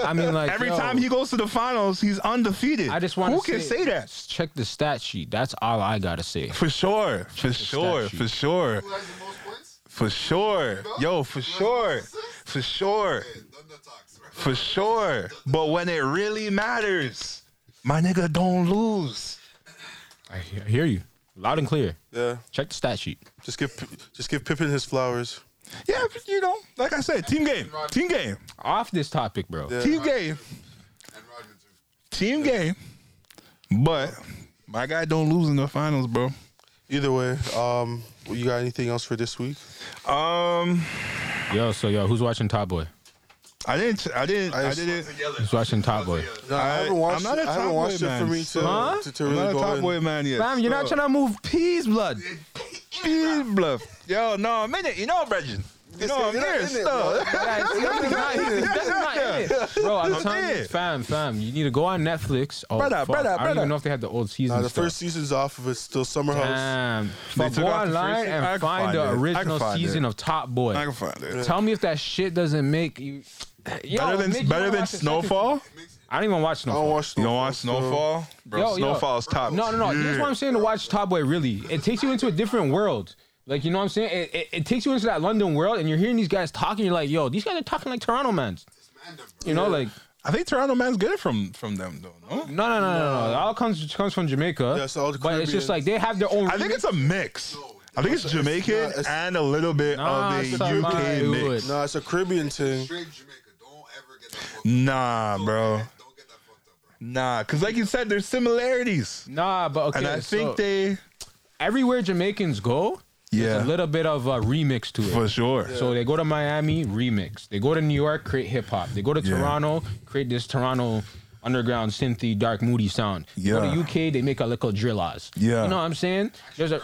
Speaker 1: I mean, like,
Speaker 2: Every
Speaker 1: yo,
Speaker 2: time he goes to the finals, he's undefeated.
Speaker 1: I just want
Speaker 2: who can say that
Speaker 1: Check the stat sheet. That's all I gotta say.
Speaker 2: for sure, for sure,
Speaker 1: sheet.
Speaker 2: for sure,
Speaker 4: Who has the most points?
Speaker 2: for sure. Yo, for sure, for sure,
Speaker 4: Yeah, Thunder talks. Right?
Speaker 2: for sure. But when it really matters, my nigga don't lose.
Speaker 1: I he- I hear you loud and clear.
Speaker 3: yeah,
Speaker 1: Check the stat sheet.
Speaker 3: just give P- just give Pippen his flowers.
Speaker 2: Yeah, but you know, like I said, team game, team game,
Speaker 1: Off this topic, bro.
Speaker 3: Yeah.
Speaker 2: team game,
Speaker 4: And Roger too.
Speaker 2: team game. But my guy don't lose in the finals, bro.
Speaker 3: Either way, um, you got anything else for this week?
Speaker 2: Um,
Speaker 1: Yo, so yo, who's watching Top Boy?
Speaker 2: I didn't, I didn't, I, didn't.
Speaker 1: Who's watching Top Boy?
Speaker 3: No, I,
Speaker 2: I-
Speaker 3: haven't watched.
Speaker 2: I'm not a
Speaker 3: it. I haven't
Speaker 2: Top
Speaker 3: watched
Speaker 2: Boy
Speaker 3: it for
Speaker 2: man,
Speaker 3: me to
Speaker 2: so-
Speaker 1: Huh?
Speaker 3: to, to
Speaker 2: I'm
Speaker 3: really
Speaker 2: not a
Speaker 3: go
Speaker 2: top
Speaker 3: in.
Speaker 2: boy man yet.
Speaker 1: Fam, you're not
Speaker 2: Stop.
Speaker 1: trying to move peas blood.
Speaker 2: Peas bluff. Yo, no, I'm in it. You know, Bridget. You know, I'm
Speaker 3: You're
Speaker 2: there.
Speaker 3: not in it,
Speaker 2: Stop.
Speaker 1: Guys, that's not in it. That's not in it. Bro, I'm telling you,
Speaker 2: dead.
Speaker 1: fam, fam, you need to go on Netflix. Oh,
Speaker 2: Brother,
Speaker 1: fuck.
Speaker 2: brother,
Speaker 1: I don't
Speaker 2: brother.
Speaker 1: even know if they had the old season.
Speaker 3: Nah, the
Speaker 1: stuff.
Speaker 3: first season's off of it. Still summer house.
Speaker 1: Damn. Fuck,
Speaker 2: took
Speaker 1: go
Speaker 2: out the first
Speaker 1: online
Speaker 2: season?
Speaker 1: and
Speaker 2: I can
Speaker 1: find,
Speaker 2: find it.
Speaker 1: the
Speaker 2: I can
Speaker 1: original
Speaker 2: find
Speaker 1: season
Speaker 2: it.
Speaker 1: of Top
Speaker 2: I can
Speaker 1: Boy.
Speaker 2: find it.
Speaker 1: Tell me if that shit doesn't make you. Yo,
Speaker 2: better
Speaker 1: make
Speaker 2: than
Speaker 1: you
Speaker 2: better
Speaker 1: wanna
Speaker 2: than
Speaker 1: watch the
Speaker 2: Snowfall.
Speaker 1: second- I don't even watch
Speaker 3: I don't
Speaker 1: Snowfall.
Speaker 3: watch.
Speaker 2: You don't watch
Speaker 3: watch
Speaker 2: Snowfall, bro.
Speaker 1: Yo, yo.
Speaker 2: Snowfall's top.
Speaker 1: No, no, no.
Speaker 2: Yeah.
Speaker 1: That's what I'm saying to watch Top Boy, really. It takes you into a different world. Like, you know what I'm saying? It, it, it takes you into that London world, and you're hearing these guys talking. You're like, yo, these guys are talking like Toronto mans. You know, like,
Speaker 2: I think Toronto man's good from from them though. No,
Speaker 1: no, no, no, no, no. It all comes comes from Jamaica.
Speaker 3: Yeah, it's all the
Speaker 1: but it's just
Speaker 3: Caribbean.
Speaker 1: like they have their own.
Speaker 2: I think it's a mix. I think it's Jamaican
Speaker 3: it's-
Speaker 2: and a little bit
Speaker 1: Nah,
Speaker 2: of
Speaker 1: son,
Speaker 2: a
Speaker 1: my
Speaker 2: UK mix.
Speaker 1: wood.
Speaker 3: No, it's a Caribbean thing.
Speaker 4: Straight Jamaica. Don't ever get that fucked up.
Speaker 2: Nah, bro.
Speaker 4: Don't get that fucked up, bro.
Speaker 2: Nah, because like you said, there's similarities,
Speaker 1: nah, but okay.
Speaker 2: and I
Speaker 1: so
Speaker 2: think they.
Speaker 1: everywhere Jamaicans go, there's
Speaker 2: Yeah.
Speaker 1: a little bit of a remix to it.
Speaker 2: For sure.
Speaker 1: So they go to Miami, remix. They go to New York, create hip hop. They go to
Speaker 2: Yeah.
Speaker 1: Toronto, create this Toronto underground synthy, dark, moody sound. They
Speaker 2: Yeah.
Speaker 1: go to UK, they make a little drillaz.
Speaker 2: Yeah.
Speaker 1: You know what I'm saying? There's a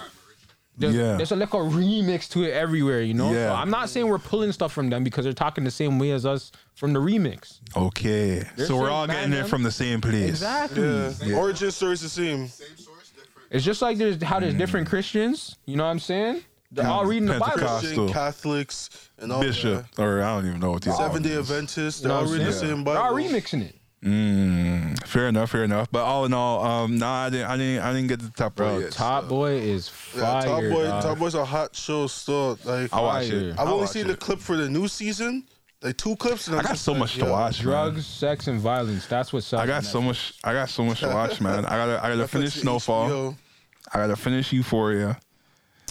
Speaker 1: there's,
Speaker 2: Yeah.
Speaker 1: there's a little remix to it everywhere, you know.
Speaker 2: Yeah.
Speaker 1: So I'm not saying we're pulling stuff from them because they're talking the same way as us from the remix.
Speaker 2: Okay. So we're
Speaker 1: saying
Speaker 2: all getting
Speaker 1: Madden.
Speaker 2: it from the same place.
Speaker 1: Exactly.
Speaker 3: Yeah. Origin story's the same.
Speaker 4: Same source, different.
Speaker 1: It's just like there's how
Speaker 2: Mm.
Speaker 1: there's different Christians. You know what I'm saying? They're all reading the Bible.
Speaker 2: Pentecost.
Speaker 3: Christian,
Speaker 2: Hostile.
Speaker 3: Catholics, and all
Speaker 2: Bishop, or I don't even know what these
Speaker 3: Seven Day
Speaker 2: are.
Speaker 3: Adventists.
Speaker 1: You
Speaker 3: They're
Speaker 1: know
Speaker 3: all
Speaker 1: what I'm
Speaker 3: reading the
Speaker 1: saying?
Speaker 3: same
Speaker 1: They're all
Speaker 3: Bible.
Speaker 1: remixing it.
Speaker 2: Hmm, Fair enough, fair enough. But all in all, um, nah, I didn't, I didn't, I didn't get the top
Speaker 1: Bro,
Speaker 2: row yet.
Speaker 1: Top Boy is
Speaker 3: Yeah,
Speaker 1: fire.
Speaker 3: Top Boy,
Speaker 1: dog.
Speaker 3: Top Boy's a hot show still. Like
Speaker 2: I watch
Speaker 1: fire.
Speaker 2: it.
Speaker 1: I'll
Speaker 3: I've
Speaker 2: I
Speaker 3: only
Speaker 2: watch
Speaker 3: seen
Speaker 2: it.
Speaker 3: the clip for the new season, like two clips. And
Speaker 2: I
Speaker 3: I'm
Speaker 2: got
Speaker 3: just
Speaker 2: so
Speaker 3: like,
Speaker 2: much to
Speaker 3: yo,
Speaker 2: watch.
Speaker 1: drugs,
Speaker 2: Man.
Speaker 1: sex, and violence. That's what sucks.
Speaker 2: I got
Speaker 1: in
Speaker 2: so
Speaker 1: that
Speaker 2: much. I got so much to watch, man. I gotta, I gotta
Speaker 3: Netflix
Speaker 2: finish
Speaker 3: and
Speaker 2: Snowfall.
Speaker 3: HBO.
Speaker 2: I gotta finish Euphoria.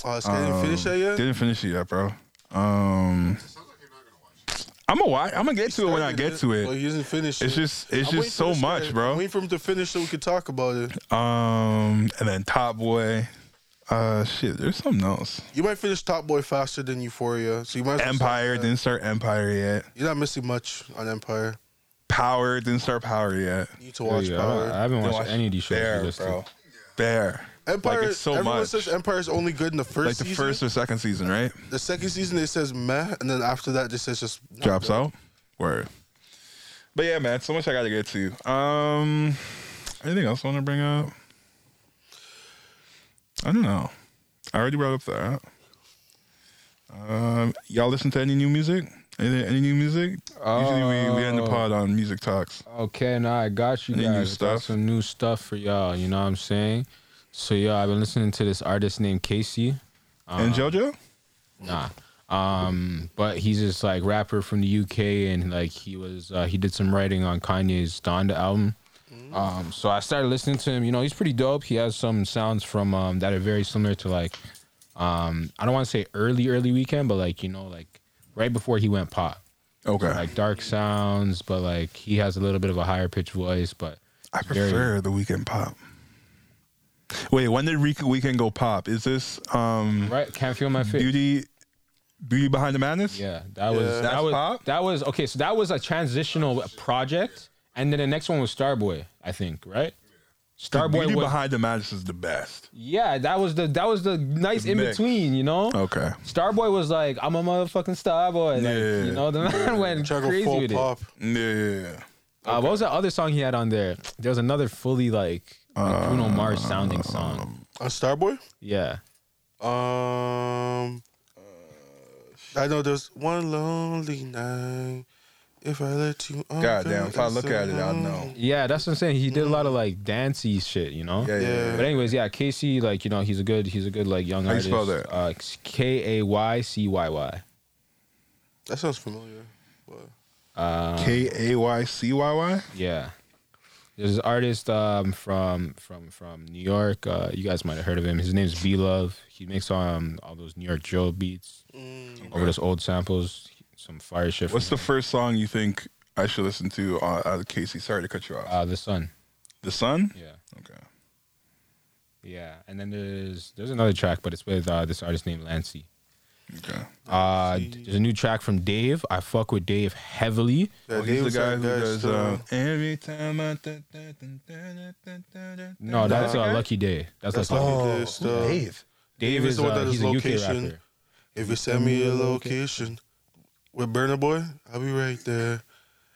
Speaker 3: Oh, it's not even finished that yet.
Speaker 2: Didn't finish it yet, bro. Um,
Speaker 4: It sounds like you're not gonna watch it.
Speaker 2: I'm gonna watch. I'm gonna get to it when I
Speaker 3: Started
Speaker 2: get to
Speaker 3: Well,
Speaker 2: it.
Speaker 3: he isn't finished.
Speaker 2: It's
Speaker 3: yet.
Speaker 2: just, it's
Speaker 3: I'm waiting
Speaker 2: just
Speaker 3: for
Speaker 2: so
Speaker 3: this
Speaker 2: much,
Speaker 3: guy-
Speaker 2: bro.
Speaker 3: I'm waiting for him to finish so we can talk about it.
Speaker 2: Um, and then Top Boy. Uh, shit. There's something else.
Speaker 3: You might finish Top Boy faster than Euphoria, so you might. as well start
Speaker 2: Empire
Speaker 3: that.
Speaker 2: didn't start Empire yet.
Speaker 3: You're not missing much on Empire.
Speaker 2: Power didn't start Power yet.
Speaker 3: Need to
Speaker 1: There
Speaker 3: watch
Speaker 1: you go.
Speaker 3: Power.
Speaker 1: I, I haven't
Speaker 2: Didn't
Speaker 1: watched
Speaker 2: watch
Speaker 1: any of these shows. you
Speaker 2: Bear,
Speaker 1: listed.
Speaker 2: bro. Bear.
Speaker 3: Empire.
Speaker 2: Like it's so
Speaker 3: everyone
Speaker 2: much.
Speaker 3: says Empire's only good in the first
Speaker 2: like the
Speaker 3: season.
Speaker 2: first or second season, right?
Speaker 3: The second season, they says meh, and then after that, they says just not
Speaker 2: Drops
Speaker 3: good.
Speaker 2: out. Word. But yeah, man, so much I gotta get to. Um, anything else I want to bring up? I don't know. I already brought up that. Um, y'all listen to any new music? Any, any new music? Usually we, we end the
Speaker 1: Oh.
Speaker 2: pod on music talks.
Speaker 1: Okay, now I got you
Speaker 2: Any new
Speaker 1: guys. I Got
Speaker 2: stuff?
Speaker 1: some new stuff for y'all. You know what I'm saying? So yeah, I've been listening to this artist named Casey.
Speaker 2: and JoJo?
Speaker 1: Nah. Um, but he's this like rapper from the UK, and like he was uh, he did some writing on Kanye's Donda album. Um, so I started listening to him. You know, he's pretty dope. He has some sounds from um, that are very similar to like um, I don't want to say early early weekend, but like you know like right before he went pop,
Speaker 2: Okay.
Speaker 1: like dark sounds, but like he has a little bit of a higher pitched voice, but.
Speaker 2: I
Speaker 1: very-
Speaker 2: prefer the weekend pop. Wait, when did Re- weekend go pop? Is this um
Speaker 1: Right, can't feel my face.
Speaker 2: beauty beauty behind the madness?
Speaker 1: Yeah, that was
Speaker 3: Yeah.
Speaker 1: that
Speaker 2: That's
Speaker 1: was
Speaker 2: pop?
Speaker 1: that was okay. So that was a transitional project, and then the next one was Starboy, I think, right?
Speaker 2: Dude,
Speaker 1: Starboy
Speaker 2: Beauty
Speaker 1: was
Speaker 2: Behind the Madness is the best.
Speaker 1: yeah. That was the that was the nice
Speaker 2: The
Speaker 1: in
Speaker 2: mix. Oh.
Speaker 1: between, you know.
Speaker 2: Okay.
Speaker 1: Starboy was like, I'm a motherfucking starboy. Like,
Speaker 2: Yeah.
Speaker 1: You know, the man went
Speaker 3: Try to go
Speaker 1: crazy
Speaker 3: full
Speaker 1: with
Speaker 3: pop.
Speaker 2: Yeah.
Speaker 1: it. Uh, what was that other song he had on there? There was another fully like, like Bruno Mars sounding
Speaker 2: Um,
Speaker 1: song.
Speaker 3: On Uh, Starboy.
Speaker 1: Yeah.
Speaker 3: Um, I know there's one lonely night. If I let you, on
Speaker 2: God damn, if I look at it, I'll know.
Speaker 1: Yeah, that's what I'm saying. He did a lot of like dancey shit, you know.
Speaker 2: Yeah, yeah. yeah.
Speaker 1: But anyways, yeah, Casey, like you know, he's a good, he's a good like young
Speaker 2: How you
Speaker 1: artist.
Speaker 2: spell that?
Speaker 1: Uh, K A Y C Y Y.
Speaker 3: That sounds familiar. But
Speaker 1: Uh,
Speaker 2: K A Y C Y Y?
Speaker 1: yeah. There's this artist um, from from from New York. Uh, you guys might have heard of him. His name's B Love. He makes um all those New York drill beats over those old samples, some fire shit.
Speaker 2: What's
Speaker 1: from
Speaker 2: the first song you think I should listen to uh, out of Casey? Sorry to cut you off.
Speaker 1: uh, the Sun?
Speaker 2: the Sun?
Speaker 1: Yeah,
Speaker 2: Okay.
Speaker 1: yeah. And then there's there's another track, but it's with uh, this artist named Lancey.
Speaker 2: Okay.
Speaker 1: Uh,
Speaker 3: Lancey.
Speaker 1: there's a new track from Dave. I fuck with Dave heavily.
Speaker 2: Oh,
Speaker 3: Yeah,
Speaker 2: he's the
Speaker 3: David's
Speaker 2: guy
Speaker 3: that
Speaker 2: who
Speaker 3: guy
Speaker 2: does
Speaker 3: still-
Speaker 2: uh, every time I da- da- da- da- da- da- da- da-
Speaker 1: No,
Speaker 2: da-
Speaker 1: that's
Speaker 2: da-
Speaker 1: uh,
Speaker 2: guy?
Speaker 1: Lucky Day. That's,
Speaker 3: That's
Speaker 1: Lucky Day.
Speaker 3: Lucky Day stuff.
Speaker 1: Dave
Speaker 3: Dave is
Speaker 1: is
Speaker 3: the one
Speaker 1: uh,
Speaker 3: that is
Speaker 1: he's a
Speaker 3: location.
Speaker 1: UK rapper.
Speaker 3: If you send me
Speaker 2: Mm.
Speaker 3: a location with Burner Boy, I'll be right there.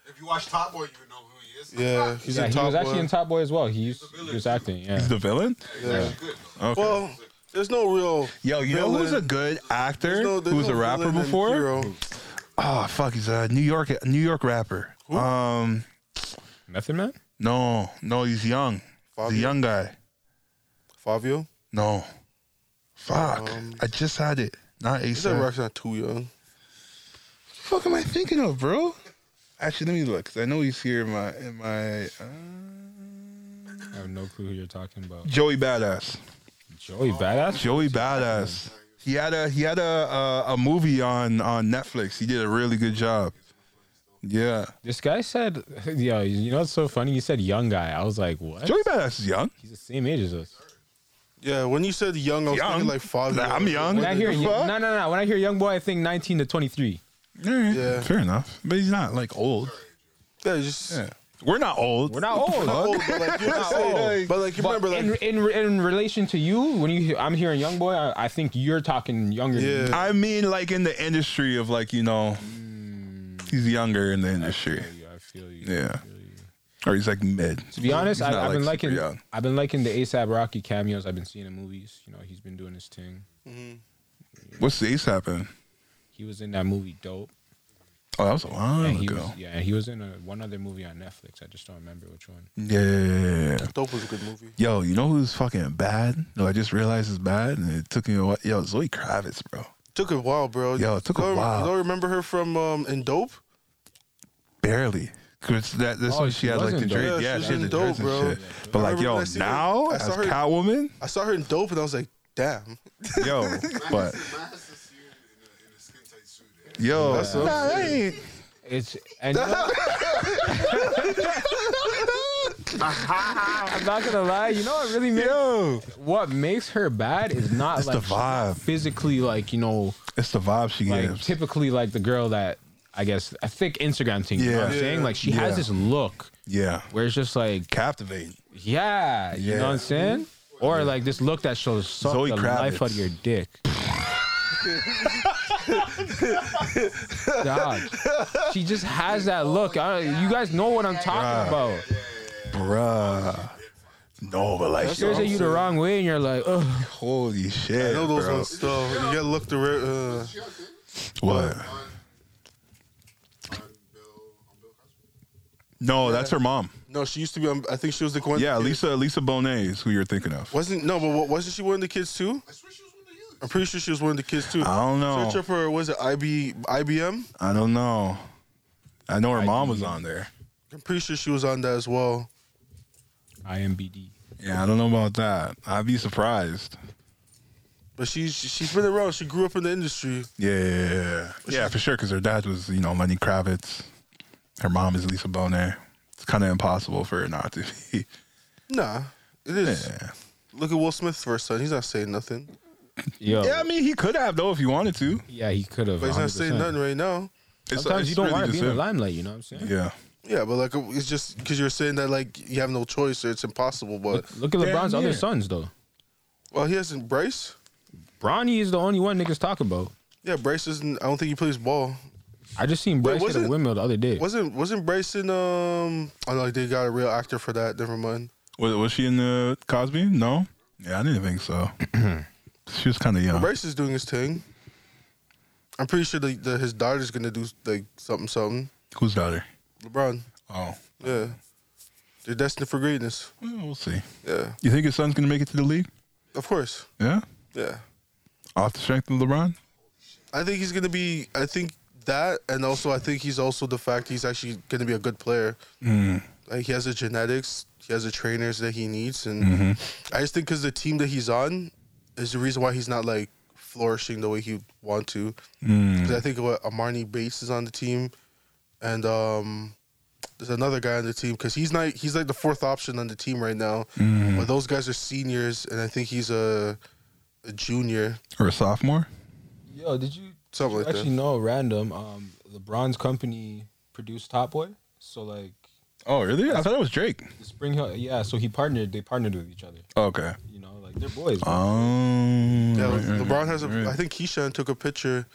Speaker 4: If you watch Top Boy, you would know who he is.
Speaker 3: Yeah, he's
Speaker 1: yeah,
Speaker 3: in
Speaker 1: he
Speaker 3: top
Speaker 1: was actually
Speaker 3: one.
Speaker 1: in Top Boy as well. He used he was acting. Yeah,
Speaker 2: He's the villain?
Speaker 3: yeah.
Speaker 4: He's good. though.
Speaker 2: Okay.
Speaker 3: Well, there's no real.
Speaker 2: Yo, you know who's a
Speaker 3: villain.
Speaker 2: good actor?
Speaker 3: There's no- there's
Speaker 2: who was
Speaker 3: no
Speaker 2: a rapper
Speaker 3: villain and
Speaker 2: before?
Speaker 3: hero.
Speaker 2: Oh fuck, he's a New York New York rapper. Um
Speaker 1: Method Man.
Speaker 2: no, no, he's young. He's
Speaker 3: Fabio?
Speaker 2: a young guy.
Speaker 3: Fabio.
Speaker 2: No. Fuck.
Speaker 3: Um,
Speaker 2: I just had it. Not
Speaker 3: He said
Speaker 2: ASAP.
Speaker 3: Rock's not too young.
Speaker 2: fuck am I thinking of, bro? Actually, let me look. 'cause I know he's here in my in my uh,
Speaker 1: I have no clue who you're talking about.
Speaker 2: Joey Badass.
Speaker 1: Joey Badass.
Speaker 2: Joey Badass. He had a he had a a, a movie on on Netflix. He did a really good job. Yeah.
Speaker 1: This guy said, "Yo, you know what's so funny? You said young guy. I was like, what?
Speaker 2: Joey Badass is young.
Speaker 1: He's the same age as us.
Speaker 3: Yeah, when you said young, I was
Speaker 2: Young?
Speaker 3: thinking like Fabio.
Speaker 2: Nah, I'm young.
Speaker 1: When I hear
Speaker 2: the
Speaker 1: no,
Speaker 2: fuck?
Speaker 1: no, no. When I hear young boy, I think 19 to 23.
Speaker 3: Yeah.
Speaker 2: Fair enough. But he's not like old.
Speaker 3: Yeah, just.
Speaker 2: Yeah. We're not old.
Speaker 1: We're not old.
Speaker 3: Not old, but like Oh, you
Speaker 1: Not
Speaker 3: say,
Speaker 1: old.
Speaker 3: but like you
Speaker 1: But
Speaker 3: remember, like
Speaker 1: in, in in relation to you, when you hear- I'm hearing young boy, I, I think you're talking younger. Than
Speaker 3: Yeah.
Speaker 1: me.
Speaker 2: I mean, like in the industry of like you know, he's younger in the industry,
Speaker 1: I feel you. I feel you.
Speaker 2: Yeah. or he's like mid.
Speaker 1: To be honest, I,
Speaker 2: He's not,
Speaker 1: I've been
Speaker 2: like, super
Speaker 1: liking
Speaker 2: young.
Speaker 1: I've been liking the ASAP Rocky cameos I've been seeing in movies. You know, he's been doing his thing.
Speaker 2: What's the ace happen?
Speaker 1: He was in that movie Dope.
Speaker 2: Oh, that was a
Speaker 1: And
Speaker 2: while
Speaker 1: he
Speaker 2: ago.
Speaker 1: was, yeah, and he was in a, one other movie on Netflix. I just don't remember which one.
Speaker 2: Yeah.
Speaker 3: Dope was a good movie.
Speaker 2: Yo, you know who's fucking bad? No, I just realized it's bad, and it took me a while. Yo, Zoe Kravitz, bro.
Speaker 3: Took a while, bro.
Speaker 2: Yo, it took a
Speaker 3: You don't-
Speaker 2: while.
Speaker 3: You don't remember her from um, in Dope?
Speaker 2: Barely. Cause that this
Speaker 1: Oh,
Speaker 2: one
Speaker 1: she
Speaker 2: she had
Speaker 1: was
Speaker 2: like the
Speaker 1: in
Speaker 2: dread.
Speaker 1: Dope.
Speaker 2: Yeah, she
Speaker 3: Yeah,
Speaker 2: had the
Speaker 3: she was
Speaker 2: dreads
Speaker 3: in
Speaker 2: and
Speaker 3: Dope,
Speaker 2: shit.
Speaker 3: bro.
Speaker 2: But
Speaker 3: I
Speaker 2: like,
Speaker 3: remember
Speaker 2: yo,
Speaker 3: when I seen her-
Speaker 2: now
Speaker 3: I
Speaker 2: as
Speaker 3: saw her-
Speaker 2: Catwoman,
Speaker 3: I saw her in Dope, and I was like, damn.
Speaker 2: yo, but
Speaker 4: My ass is here in a, in a skin tight suit. eh?
Speaker 2: yo,
Speaker 3: That's what
Speaker 2: nah,
Speaker 3: I'm
Speaker 2: that
Speaker 3: saying.
Speaker 2: ain't-
Speaker 1: It's and you know- I'm not gonna lie. You know what really makes
Speaker 2: yo,
Speaker 1: what makes her bad is not
Speaker 2: it's
Speaker 1: like
Speaker 2: the vibe.
Speaker 1: physically like you know
Speaker 2: It's the vibe she
Speaker 1: like
Speaker 2: gives.
Speaker 1: typically like the girl that I guess a thick Instagram thing. You know what I'm
Speaker 2: Yeah.
Speaker 1: saying? Like she
Speaker 2: Yeah.
Speaker 1: has this look
Speaker 2: Yeah.
Speaker 1: where it's just like
Speaker 2: Captivating.
Speaker 1: yeah, you
Speaker 2: Yeah.
Speaker 1: know what I'm saying? Or like this look that shows suck
Speaker 2: Zoe
Speaker 1: the
Speaker 2: Kravitz.
Speaker 1: life out of your dick. God, she just has that look. I, you guys know what I'm talking about.
Speaker 2: Bruh. No, but like,
Speaker 1: Stares at you the wrong way, and you're like, ugh.
Speaker 2: holy shit.
Speaker 3: I know those
Speaker 2: bro.
Speaker 3: ones still. You gotta look the re- uh,
Speaker 4: She out there
Speaker 2: What?
Speaker 4: on, on Bill, on Bill Cosby.
Speaker 2: No, that's her mom.
Speaker 3: No, she used to be. On, I think she was the one.
Speaker 2: Yeah, Lisa Lisa Bonet is who you're thinking of.
Speaker 3: Wasn't no, but wa- wasn't she one of the kids too?
Speaker 4: I swear she was one of the
Speaker 3: I'm
Speaker 4: youths.
Speaker 3: pretty sure she was one of the kids too.
Speaker 2: I don't know.
Speaker 3: Search up her. Was it IB IBM?
Speaker 2: I don't know. I know her mom was on there.
Speaker 3: I'm pretty sure she was on that as well.
Speaker 1: IMBD.
Speaker 2: Yeah, I don't know about that. I'd be surprised.
Speaker 3: But she's she's been around. She grew up in the industry.
Speaker 2: Yeah, yeah, yeah. yeah for sure. Because her dad was, you know, Lenny Kravitz. Her mom is Lisa Bonet. It's kind of impossible for her not to be.
Speaker 3: Nah, it is.
Speaker 2: Yeah.
Speaker 3: Look at Will Smith's first son. He's not saying nothing.
Speaker 1: Yo,
Speaker 2: Yeah, I mean, he could have though if he wanted to.
Speaker 1: yeah, he could have.
Speaker 3: But he's not saying nothing right now.
Speaker 2: It's-
Speaker 1: Sometimes
Speaker 2: it's
Speaker 1: you don't
Speaker 2: really
Speaker 1: want to be
Speaker 2: just
Speaker 1: in the
Speaker 2: him.
Speaker 1: limelight. You know what I'm saying?
Speaker 2: Yeah.
Speaker 3: Yeah, but like it's just because you're saying that like you have no choice or it's impossible. But
Speaker 1: Look at
Speaker 2: Damn
Speaker 1: LeBron's other
Speaker 2: near.
Speaker 1: sons though.
Speaker 3: well, he hasn't Bryce.
Speaker 1: Bronny is the only one niggas talk about.
Speaker 3: Yeah, Bryce isn't. I don't think he plays ball.
Speaker 1: I just seen Bryce hit
Speaker 3: wasn't-
Speaker 1: a windmill the other day.
Speaker 3: Wasn't wasn't Bryson? Um, oh no, they got a real actor for that. Never mind.
Speaker 2: Was, was she in the Cosby? No. Yeah, I didn't think so. she was kind of young.
Speaker 3: Bryce is doing his thing. I'm pretty sure that that his daughter's gonna do like something, something.
Speaker 2: Whose daughter?
Speaker 3: LeBron,
Speaker 2: Oh,
Speaker 3: yeah, they're destined for greatness.
Speaker 2: well, we'll see.
Speaker 3: Yeah,
Speaker 2: You think his son's gonna make it to the league?
Speaker 3: of course.
Speaker 2: Yeah.
Speaker 3: Yeah,
Speaker 2: Off the strength of LeBron.
Speaker 3: I think he's gonna be. I think that, and also I think he's also the fact he's actually gonna be a good player.
Speaker 2: Mm,
Speaker 3: Like he has the genetics, he has the trainers that he needs, and
Speaker 2: Mm-hmm.
Speaker 3: I just think because the team that he's on is the reason why he's not like flourishing the way he would want to.
Speaker 2: Mm,
Speaker 3: Because I think what Amarni Bates is on the team, and um, there's another guy on the team because he's not he's like the fourth option on the team right now.
Speaker 2: mm-hmm. Mm.
Speaker 3: But those guys are seniors, and I think he's a, a junior,
Speaker 2: Or a sophomore?
Speaker 1: Yo, did you
Speaker 3: something like
Speaker 1: actually
Speaker 3: that.
Speaker 1: know random? Um, LeBron's company produced Top Boy, so like
Speaker 2: Oh, really? I thought it was Drake.
Speaker 1: the Spring Hill, yeah. So he partnered. They partnered with each other.
Speaker 2: Okay.
Speaker 1: You know, like they're boys.
Speaker 2: Oh. Um.
Speaker 3: Yeah,
Speaker 2: right, right,
Speaker 3: LeBron has a.
Speaker 2: right.
Speaker 3: I think Keyshawn took a picture.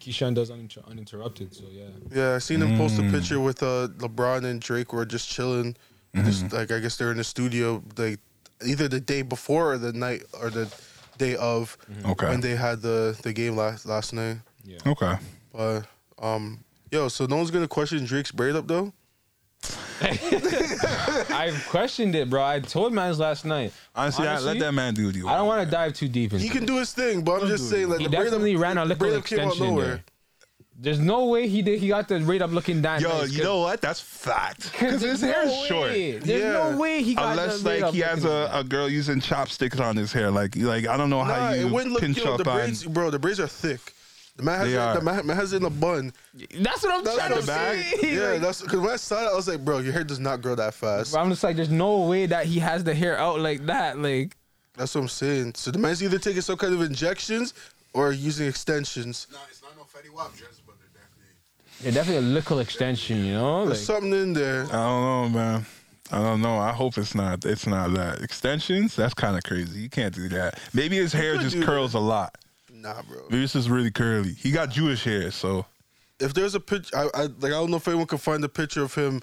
Speaker 1: Keyshawn does uninter- uninterrupted. So yeah,
Speaker 3: Yeah, I seen him post a picture with uh, LeBron and Drake were just chilling. Just, like I guess they're in the studio, like either the day before or the night or the day of
Speaker 2: Okay.
Speaker 3: when they had the the game last last night.
Speaker 1: yeah.
Speaker 2: Okay.
Speaker 3: But um, yo, so no one's gonna question Drake's braid up though.
Speaker 1: I questioned it, bro. I told man's last night.
Speaker 2: Honestly, I, let that man do what he
Speaker 1: I don't
Speaker 2: wants.
Speaker 1: want to dive too deep into.
Speaker 3: He
Speaker 1: it.
Speaker 3: can do his thing, but I'm just saying like
Speaker 1: He
Speaker 3: the braid up,
Speaker 1: definitely ran a
Speaker 3: the
Speaker 1: little
Speaker 3: braid up came out
Speaker 1: extension in
Speaker 3: nowhere.
Speaker 1: there. There's no way he did. He got the rate up looking down.
Speaker 2: Yo, you know what? That's fact. Because his hair is short.
Speaker 1: There's
Speaker 3: Yeah.
Speaker 1: no way he got
Speaker 2: Unless
Speaker 1: the rate
Speaker 2: like
Speaker 1: up
Speaker 2: he has
Speaker 1: looking
Speaker 2: a,
Speaker 1: nice.
Speaker 2: a girl using chopsticks on his hair, like like I don't know
Speaker 3: Nah,
Speaker 2: how
Speaker 3: it
Speaker 2: you
Speaker 3: wouldn't look.
Speaker 2: pinch
Speaker 3: Yo, the
Speaker 2: up on
Speaker 3: braids, bro, the braids are thick. The man has
Speaker 2: They
Speaker 3: it,
Speaker 2: are.
Speaker 3: the man, man has it in a bun.
Speaker 1: That's what I'm
Speaker 3: That's
Speaker 1: trying
Speaker 3: what
Speaker 1: to
Speaker 3: I'm
Speaker 1: say.
Speaker 3: saying. Yeah,
Speaker 1: Like,
Speaker 3: that's because when I saw that, I was like, bro, your hair does not grow that fast.
Speaker 1: But I'm just like, there's no way that he has the hair out like that. Like,
Speaker 3: That's what I'm saying. So the man's either taking some kind of injections or using extensions.
Speaker 4: Nah, it's not no Fetty Wap dress, but they're definitely.
Speaker 1: yeah, definitely a little extension, you know? Like,
Speaker 3: There's something in there.
Speaker 2: I don't know, man. I don't know. I hope it's not. It's not that extensions. That's kind of crazy. You can't do that. Maybe his hair
Speaker 3: could
Speaker 2: just
Speaker 3: do
Speaker 2: curls a lot.
Speaker 3: Nah, bro.
Speaker 2: Maybe it's just really curly. He got Jewish hair, so
Speaker 3: If there's a picture, I, I like I don't know if anyone can find a picture of him.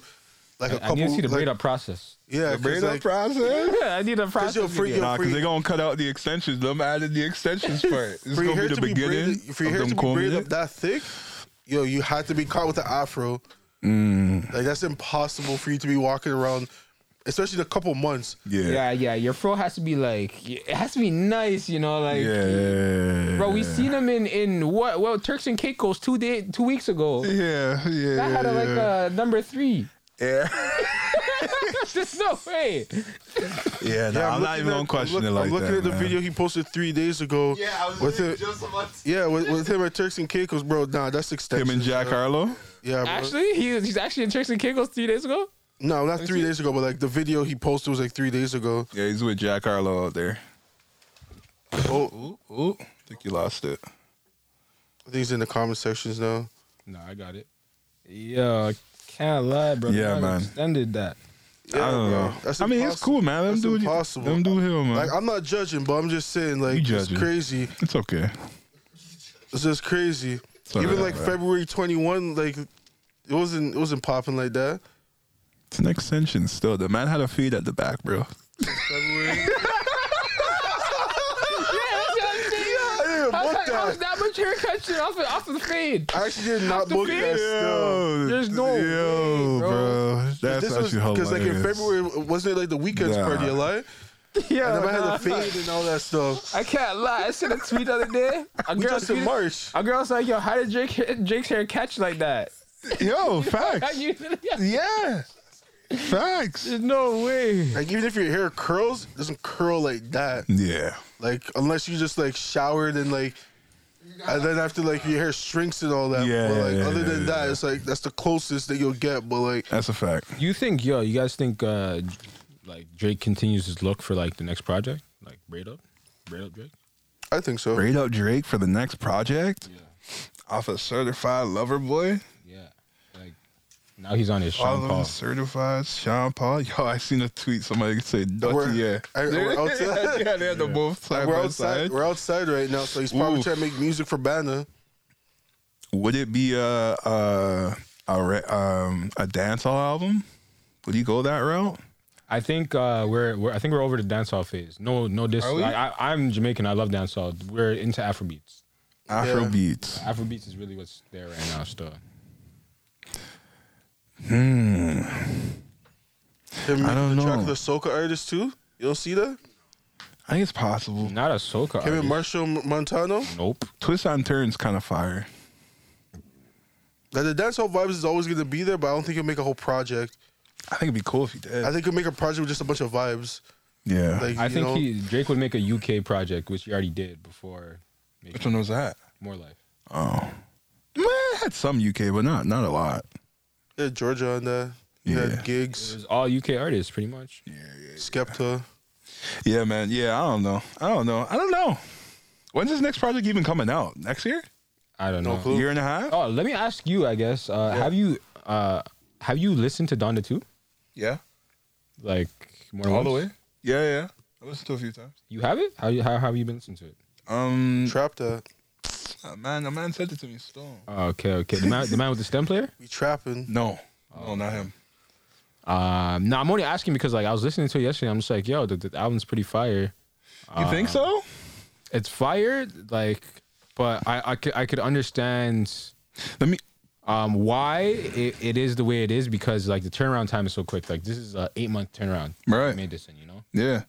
Speaker 3: Like a
Speaker 1: I
Speaker 3: couple,
Speaker 1: need to see the
Speaker 3: like,
Speaker 1: braid up process.
Speaker 3: Yeah,
Speaker 2: the
Speaker 3: 'cause,
Speaker 2: braid
Speaker 3: like,
Speaker 2: up process.
Speaker 1: Yeah, I need a process.
Speaker 3: you're free-
Speaker 1: video.
Speaker 2: Nah,
Speaker 3: for
Speaker 2: because
Speaker 3: you-
Speaker 2: they're gonna cut out the extensions. Them added the extensions part. It's
Speaker 3: for
Speaker 2: gonna
Speaker 3: your hair
Speaker 2: be the
Speaker 3: to be
Speaker 2: beginning
Speaker 3: braided, for your hair
Speaker 2: of
Speaker 3: to
Speaker 2: them
Speaker 3: be
Speaker 2: combing
Speaker 3: braided
Speaker 2: it.
Speaker 3: up that thick, yo, you had to be caught with an afro.
Speaker 2: Mm.
Speaker 3: Like that's impossible for you to be walking around, especially the couple months.
Speaker 1: yeah, yeah. Your fro has to be like, it has to be nice, you know? Like,
Speaker 2: Yeah.
Speaker 1: bro, we seen him in, in what? Well, Turks and Caicos two day, two weeks ago.
Speaker 2: Yeah, yeah.
Speaker 1: That had a, like
Speaker 2: yeah.
Speaker 1: a number three.
Speaker 2: yeah.
Speaker 1: There's no way.
Speaker 2: Yeah, no,
Speaker 3: Yeah,
Speaker 2: I'm, not
Speaker 3: looking
Speaker 2: even
Speaker 3: at-
Speaker 2: gonna question
Speaker 3: I'm
Speaker 2: it
Speaker 3: look-
Speaker 2: like
Speaker 3: I'm looking
Speaker 2: that.
Speaker 3: at the
Speaker 2: man.
Speaker 3: video he posted three days ago.
Speaker 4: Yeah, I was
Speaker 3: with
Speaker 4: literally
Speaker 3: it.
Speaker 4: just about to.
Speaker 3: Yeah, with, with him at Turks and Caicos, bro. Nah, that's extensions.
Speaker 2: Him and Jack
Speaker 3: bro.
Speaker 2: Harlow.
Speaker 3: Yeah, bro.
Speaker 1: Actually, he, he's actually in Turks and Caicos three days ago.
Speaker 3: No, not three days ago, but like the video he posted was like three days ago.
Speaker 2: Yeah, he's with Jack Harlow out there.
Speaker 3: Oh,
Speaker 2: Ooh, ooh. I think you lost it.
Speaker 3: I think he's in the comment sections now.
Speaker 1: No, I got it. Yo, can't lie, bro.
Speaker 2: Yeah,
Speaker 1: They
Speaker 2: man.
Speaker 1: Extended that.
Speaker 2: I don't
Speaker 3: bro.
Speaker 2: know.
Speaker 3: That's
Speaker 2: I mean, it's
Speaker 3: impossible.
Speaker 2: cool, man. Let him
Speaker 3: That's
Speaker 2: do
Speaker 3: impossible.
Speaker 2: Let him do him, man.
Speaker 3: Like I'm not judging, but I'm just saying
Speaker 2: You
Speaker 3: like it's
Speaker 2: judging.
Speaker 3: crazy.
Speaker 2: it's okay.
Speaker 3: It's just crazy.
Speaker 2: all
Speaker 3: Even
Speaker 2: right,
Speaker 3: like
Speaker 2: man.
Speaker 3: February 21, like it wasn't it wasn't popping like that.
Speaker 2: It's an extension still. The man had a fade at the back, bro.
Speaker 3: February. I didn't book that.
Speaker 1: much haircut shit off, off the fade.
Speaker 3: I actually did not
Speaker 1: the
Speaker 3: book
Speaker 1: field.
Speaker 3: that still.
Speaker 1: There's no
Speaker 2: yo,
Speaker 1: way, bro.
Speaker 2: That's
Speaker 3: this was
Speaker 2: actually hilarious.
Speaker 3: because like in February wasn't it like the weekends
Speaker 2: Nah.
Speaker 3: party a lot?
Speaker 1: Yeah,
Speaker 3: And then I had
Speaker 1: nah,
Speaker 3: the fade and all that stuff.
Speaker 1: I can't lie. I sent a tweet the other day. A
Speaker 3: We
Speaker 1: girl
Speaker 3: just in
Speaker 1: tweeted-
Speaker 3: March.
Speaker 1: A girl was like, "Yo, how did Drake, Drake's hair catch like that?"
Speaker 2: Yo, facts.
Speaker 1: There's
Speaker 2: yeah, facts.
Speaker 1: no way.
Speaker 3: Like even if your hair curls, it doesn't curl like that.
Speaker 2: Yeah,
Speaker 3: Like unless you just like showered and like and then after like your hair shrinks and all that.
Speaker 2: Yeah,
Speaker 3: but
Speaker 2: yeah,
Speaker 3: like
Speaker 2: yeah,
Speaker 3: other
Speaker 2: yeah,
Speaker 3: than
Speaker 2: yeah,
Speaker 3: that,
Speaker 2: yeah.
Speaker 3: it's like that's the closest that you'll get. But like
Speaker 2: that's a fact.
Speaker 1: You think, yo, you guys think, uh like Drake continues his look for like the next project, like braid up, braid up Drake?
Speaker 3: I think so.
Speaker 2: Braid up Drake for the next project
Speaker 1: Yeah.
Speaker 2: off a certified lover boy.
Speaker 1: Yeah. Like now he's on his
Speaker 2: All
Speaker 1: Sean
Speaker 2: of them
Speaker 1: Paul.
Speaker 2: certified Sean Paul. Yo, I seen a tweet. Somebody say,
Speaker 3: We're-
Speaker 2: "Dutty, yeah."
Speaker 3: I- we're outside.
Speaker 2: yeah, they had the both side
Speaker 3: We're
Speaker 2: by
Speaker 3: outside.
Speaker 2: side.
Speaker 3: We're outside right now, so he's probably
Speaker 2: Oof.
Speaker 3: trying to make music for Banner.
Speaker 2: Would it be a a a, re- um, a dancehall album? Would you go that route?
Speaker 1: I think uh we're, we're I think we're over the dancehall phase. No no dis
Speaker 2: Are we?
Speaker 1: I, I I'm Jamaican, I love dancehall. We're into Afrobeats.
Speaker 2: Afro beats.
Speaker 1: Afrobeats is really what's there right now still.
Speaker 3: Him
Speaker 2: I don't
Speaker 3: making the track
Speaker 2: know.
Speaker 3: with the soca artist too. You don't see that?
Speaker 2: I think it's possible.
Speaker 1: Not a soca.
Speaker 3: Him and
Speaker 1: artist.
Speaker 3: Marshall Montano.
Speaker 1: Nope.
Speaker 2: Twist on turns kind of fire.
Speaker 3: Like the dancehall vibes is always gonna be there, but I don't think he'll make a whole project.
Speaker 2: I think it'd be cool if he did.
Speaker 3: I think he'll make a project with just a bunch of vibes.
Speaker 2: yeah.
Speaker 3: Like
Speaker 1: I
Speaker 3: you
Speaker 1: think
Speaker 3: know,
Speaker 1: he Drake would make a UK project, which he already did before
Speaker 2: Which
Speaker 1: making
Speaker 2: one was that?
Speaker 1: more life.
Speaker 2: Oh, man, it had some UK, but not not a lot.
Speaker 3: yeah, Georgia and that. Yeah,
Speaker 2: Yeah.
Speaker 1: It
Speaker 3: gigs,
Speaker 1: was all UK artists pretty much.
Speaker 2: Yeah, yeah.
Speaker 3: Skepta.
Speaker 2: Yeah, man. Yeah, I don't know. I don't know. I don't know. When's his next project even coming out? Next year?
Speaker 1: I don't
Speaker 3: No
Speaker 1: know.
Speaker 3: clue.
Speaker 2: Year and a half?
Speaker 1: Oh, let me ask you, I guess. Uh, Have you uh, have you listened to Donda 2?
Speaker 2: Yeah.
Speaker 1: Like more than
Speaker 2: All the
Speaker 1: once?
Speaker 2: way? Yeah, yeah. I listened to it a few times.
Speaker 1: You have it? How, you- how how have you been listening to it?
Speaker 2: Um,
Speaker 3: Trap that.
Speaker 2: a man, a man sent it to me. Stone.
Speaker 1: Oh, okay, okay. The man, the man with the stem player.
Speaker 3: We trapping.
Speaker 2: No, no, not him.
Speaker 1: Um, no, I'm only asking because like I was listening to it yesterday. I'm just like, yo, the, the album's pretty fire.
Speaker 2: You think so?
Speaker 1: It's fire, like, but I I could I could understand
Speaker 2: Let me.
Speaker 1: um why it, it is the way it is because like the turnaround time is so quick. Like this is a eight month turnaround.
Speaker 2: Right.
Speaker 1: I made this in, you know.
Speaker 2: Yeah.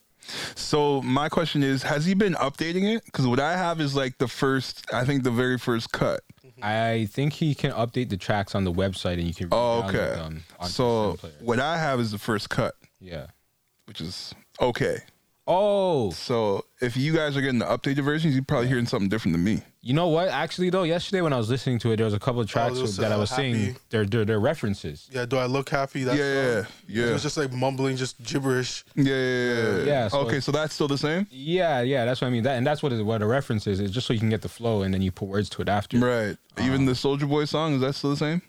Speaker 2: So my question is, has he been updating it? Because what I have is like the first, I think the very first cut.
Speaker 3: Mm-hmm.
Speaker 1: I think he can update the tracks on the website and you can.
Speaker 2: Oh,
Speaker 1: re-download
Speaker 2: okay.
Speaker 1: them onto the
Speaker 2: So
Speaker 1: stem player.
Speaker 2: what I have is the first cut,
Speaker 1: yeah.
Speaker 2: which is okay.
Speaker 1: Oh,
Speaker 2: So if you guys are getting the updated versions, you're probably hearing something different than me.
Speaker 1: you know what? Actually, though, yesterday when I was listening to it, there was a couple of tracks
Speaker 3: those,
Speaker 1: that I
Speaker 3: uh,
Speaker 1: was seeing.
Speaker 3: happy-
Speaker 1: They're, they're they're references.
Speaker 3: Yeah, do I look happy? That's
Speaker 2: Yeah, yeah,
Speaker 3: It
Speaker 2: yeah.
Speaker 3: was just like mumbling, just gibberish.
Speaker 2: Yeah, yeah, yeah, yeah.
Speaker 1: Yeah, so-
Speaker 2: okay, so that's still the same,
Speaker 1: Yeah, yeah, that's what I mean. That and that's what it, what a reference is. It's just so you can get the flow and then you put words to it after.
Speaker 2: right?
Speaker 1: Uh-huh.
Speaker 2: Even the Soldier Boy song is that still the same?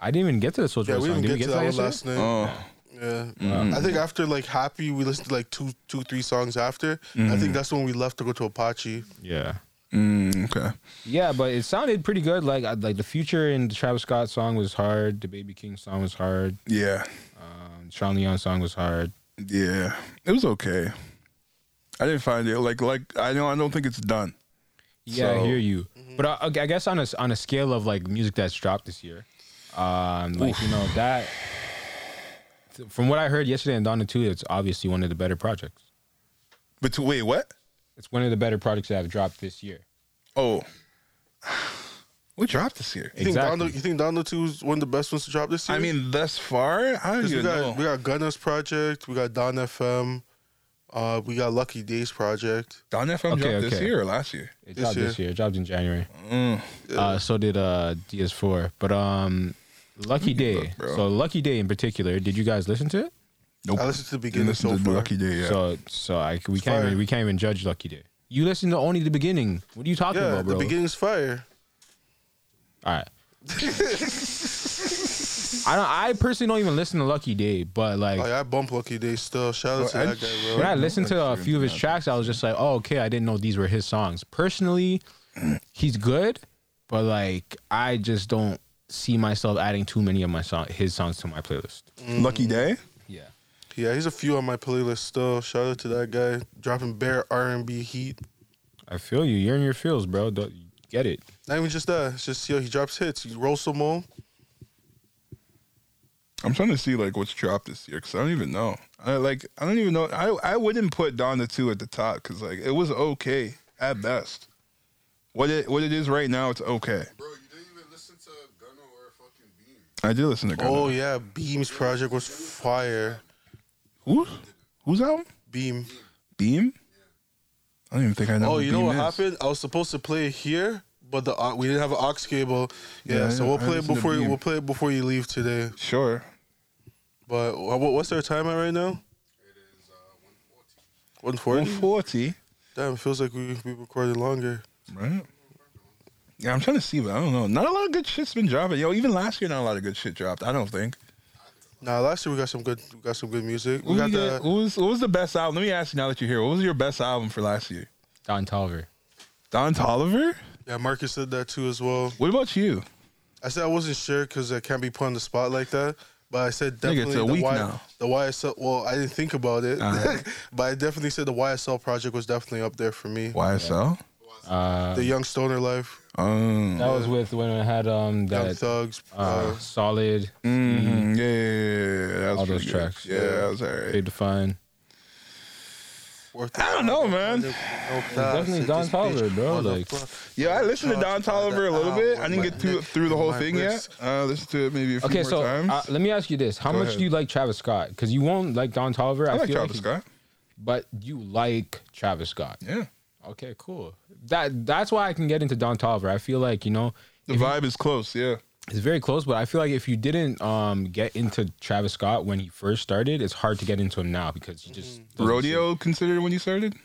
Speaker 1: I didn't even get to the social
Speaker 3: Yeah, we
Speaker 1: song.
Speaker 3: didn't
Speaker 1: Did
Speaker 3: get,
Speaker 1: we get
Speaker 3: to that one Mm-hmm.
Speaker 1: yesterday? Um,
Speaker 2: Oh,
Speaker 3: last night. yeah, I
Speaker 2: Mm-hmm.
Speaker 3: think after like happy, we listened to like two, two, three songs after. I
Speaker 2: Mm-hmm.
Speaker 3: think that's when we left to go to Apache.
Speaker 1: Yeah.
Speaker 2: mm, okay.
Speaker 1: Yeah, but it sounded pretty good. Like I- like the future in the Travis Scott song was hard. The Baby King song was hard.
Speaker 2: Yeah,
Speaker 1: Um, Sean Leon song was hard.
Speaker 2: yeah. It was okay. I didn't find it like like I know I don't think it's done.
Speaker 1: Yeah, I
Speaker 2: So- mm-hmm.
Speaker 1: hear you. But I, I guess on a s- on a scale of like music that's dropped this year, um, like you know that. th- From what I heard yesterday in Donna Two, it's obviously one of the better projects.
Speaker 2: But to, wait, what?
Speaker 1: It's one of the better projects that have dropped this year.
Speaker 2: Oh, we dropped this year.
Speaker 3: You
Speaker 1: Exactly.
Speaker 3: Think Dondo, you think Dondo Two is one of the best ones to drop this year?
Speaker 2: I mean, thus far, I don't
Speaker 3: 'Cause we
Speaker 2: even
Speaker 3: got
Speaker 2: know.
Speaker 3: we got Gunners Project, we got Don FM, uh, we got Lucky Days Project.
Speaker 2: Don FM
Speaker 1: Okay,
Speaker 2: dropped this
Speaker 1: okay.
Speaker 2: year or last year?
Speaker 1: It
Speaker 3: this
Speaker 1: dropped this
Speaker 3: year.
Speaker 1: year. It dropped in January.
Speaker 2: Mm.
Speaker 1: Uh, so did uh, DS4. But um, Lucky Day.
Speaker 2: look, bro.
Speaker 1: so Lucky Day in particular. Did you guys listen to it?
Speaker 2: Nope.
Speaker 3: I listened to the beginning
Speaker 2: Listen
Speaker 3: so
Speaker 2: to
Speaker 3: far.
Speaker 2: Lucky Day. Yeah.
Speaker 1: So so I we can't
Speaker 3: It's fire.
Speaker 1: even, we can't even judge Lucky Day. You listened to only the beginning. What are you talking
Speaker 3: Yeah,
Speaker 1: about, bro?
Speaker 3: the beginning's fire.
Speaker 1: All right. I don't. I personally don't even listen to Lucky Day, but like
Speaker 3: Like Oh, I bump Lucky Day still. Shout out to
Speaker 2: Well,
Speaker 3: that
Speaker 2: and-
Speaker 3: guy, bro.
Speaker 1: when I listened to a
Speaker 2: sure
Speaker 1: few of his
Speaker 2: not.
Speaker 1: tracks, I was just like, oh, okay, I didn't know these were his songs. Personally, he's good, but like I just don't see myself adding too many of my song his songs to my playlist.
Speaker 2: Lucky day.
Speaker 1: Yeah.
Speaker 3: Yeah, he's a few on my playlist still. Shout out to that guy dropping bare R and B heat.
Speaker 1: I feel you. You're in your feels, bro. Don't, get it.
Speaker 3: Not even just that. It's just yo, he drops hits. He rolls some more.
Speaker 2: I'm trying to see like what's dropped this year because I don't even know. I like I don't even know. I I wouldn't put Don the two at the top because like it was okay at best. What it what it is right now, it's okay.
Speaker 4: Bro, you didn't even listen to Gunna or fucking Beam.
Speaker 2: I did listen to. Gunna.
Speaker 3: Oh yeah, Beam's project was fire.
Speaker 2: Who's who's album?
Speaker 3: Beam.
Speaker 2: Beam. I don't even think I know.
Speaker 3: Oh,
Speaker 2: what
Speaker 3: you know
Speaker 2: Beam
Speaker 3: what
Speaker 2: is.
Speaker 3: happened? I was supposed to play it here, but the au- we didn't have an aux cable. Yeah,
Speaker 2: Yeah,
Speaker 3: so
Speaker 2: yeah,
Speaker 3: we'll
Speaker 2: I
Speaker 3: play it
Speaker 2: listened to
Speaker 3: before you,
Speaker 2: Beam.
Speaker 3: we'll play it before you leave today.
Speaker 2: Sure.
Speaker 3: But wha- wha- what's our time at right now?
Speaker 4: It is uh, 140.
Speaker 3: One
Speaker 2: One
Speaker 3: forty.
Speaker 2: forty.
Speaker 3: Damn, it feels like we we recorded longer.
Speaker 2: Right. Yeah, I'm trying to see, but I don't know. Not a lot of good shit's been dropping. Yo, even last year, not a lot of good shit dropped. I don't think.
Speaker 3: Nah, last year we got some good we got some good music. We
Speaker 2: What,
Speaker 3: got
Speaker 2: we
Speaker 3: the
Speaker 2: got- what was what was the best album? Let me ask you now that you're here. What was your best album for last year?
Speaker 1: Don Tolliver.
Speaker 2: Don Tolliver.
Speaker 3: yeah. Marcus said that too as well.
Speaker 2: What about you?
Speaker 3: I said I wasn't sure because I can't be put on the spot like that. But I
Speaker 2: Nigga,
Speaker 3: said
Speaker 2: it's
Speaker 3: definitely
Speaker 2: a
Speaker 3: the,
Speaker 2: week
Speaker 3: y,
Speaker 2: now.
Speaker 3: the YSL. Well, I didn't think about it,
Speaker 2: Alright.
Speaker 3: but I definitely said the YSL project was definitely up there for me.
Speaker 2: YSL.
Speaker 1: Uh,
Speaker 3: The Young Stoner Life,
Speaker 2: Um.
Speaker 1: that was with when I had um
Speaker 3: Young
Speaker 1: that
Speaker 3: Thugs, uh,
Speaker 1: uh, solid,
Speaker 2: mm, yeah, yeah, yeah, yeah, that was
Speaker 1: All
Speaker 2: pretty
Speaker 1: those
Speaker 2: good.
Speaker 1: tracks.
Speaker 2: Yeah, that was alright.
Speaker 1: big define.
Speaker 3: Worth
Speaker 2: I don't know, man.
Speaker 1: definitely Don Tolliver, bro, like-
Speaker 2: Yeah, I listened to Don Tolliver a little bit. I didn't get through through the whole
Speaker 3: my
Speaker 2: thing yet.
Speaker 3: wrist.
Speaker 2: Uh, listened to it maybe a few
Speaker 1: Okay,
Speaker 2: more
Speaker 1: so
Speaker 2: times.
Speaker 1: uh, let me ask you this: How
Speaker 2: Go
Speaker 1: much
Speaker 2: ahead.
Speaker 1: do you like Travis Scott? Because you won't like Don Tolliver.
Speaker 2: I like
Speaker 1: feel
Speaker 2: Travis
Speaker 1: you-
Speaker 2: Scott.
Speaker 1: but you like Travis Scott.
Speaker 2: Yeah,
Speaker 1: Okay, cool. That that's why I can get into Don Tolliver. I feel like you know
Speaker 2: the
Speaker 1: if you-
Speaker 2: vibe is close. Yeah.
Speaker 1: it's very close, but I feel like if you didn't um get into Travis Scott when he first started, it's hard to get into him now because he just
Speaker 2: Mm-hmm.
Speaker 1: doesn't
Speaker 2: Rodeo considered when you started?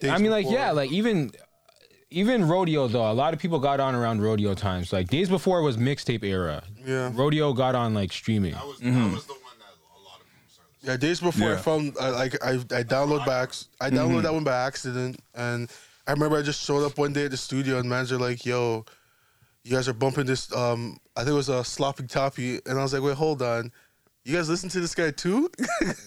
Speaker 1: seem- I mean, like yeah, like even even rodeo though. A lot of people got on around rodeo times. Like days before was mixtape era.
Speaker 3: Yeah.
Speaker 1: rodeo got on like streaming.
Speaker 4: That was, that was the one that a lot of people started listening
Speaker 3: Yeah, days before I
Speaker 2: Yeah. Mm-hmm.
Speaker 3: found I, like I I download by acc- I downloaded that one by accident, and I remember I just showed up one day at the studio and manager like, "Yo, you guys are bumping this." Um, I think it was a sloppy toppy, and I was like, "Wait, hold on, you guys listen to this guy too?"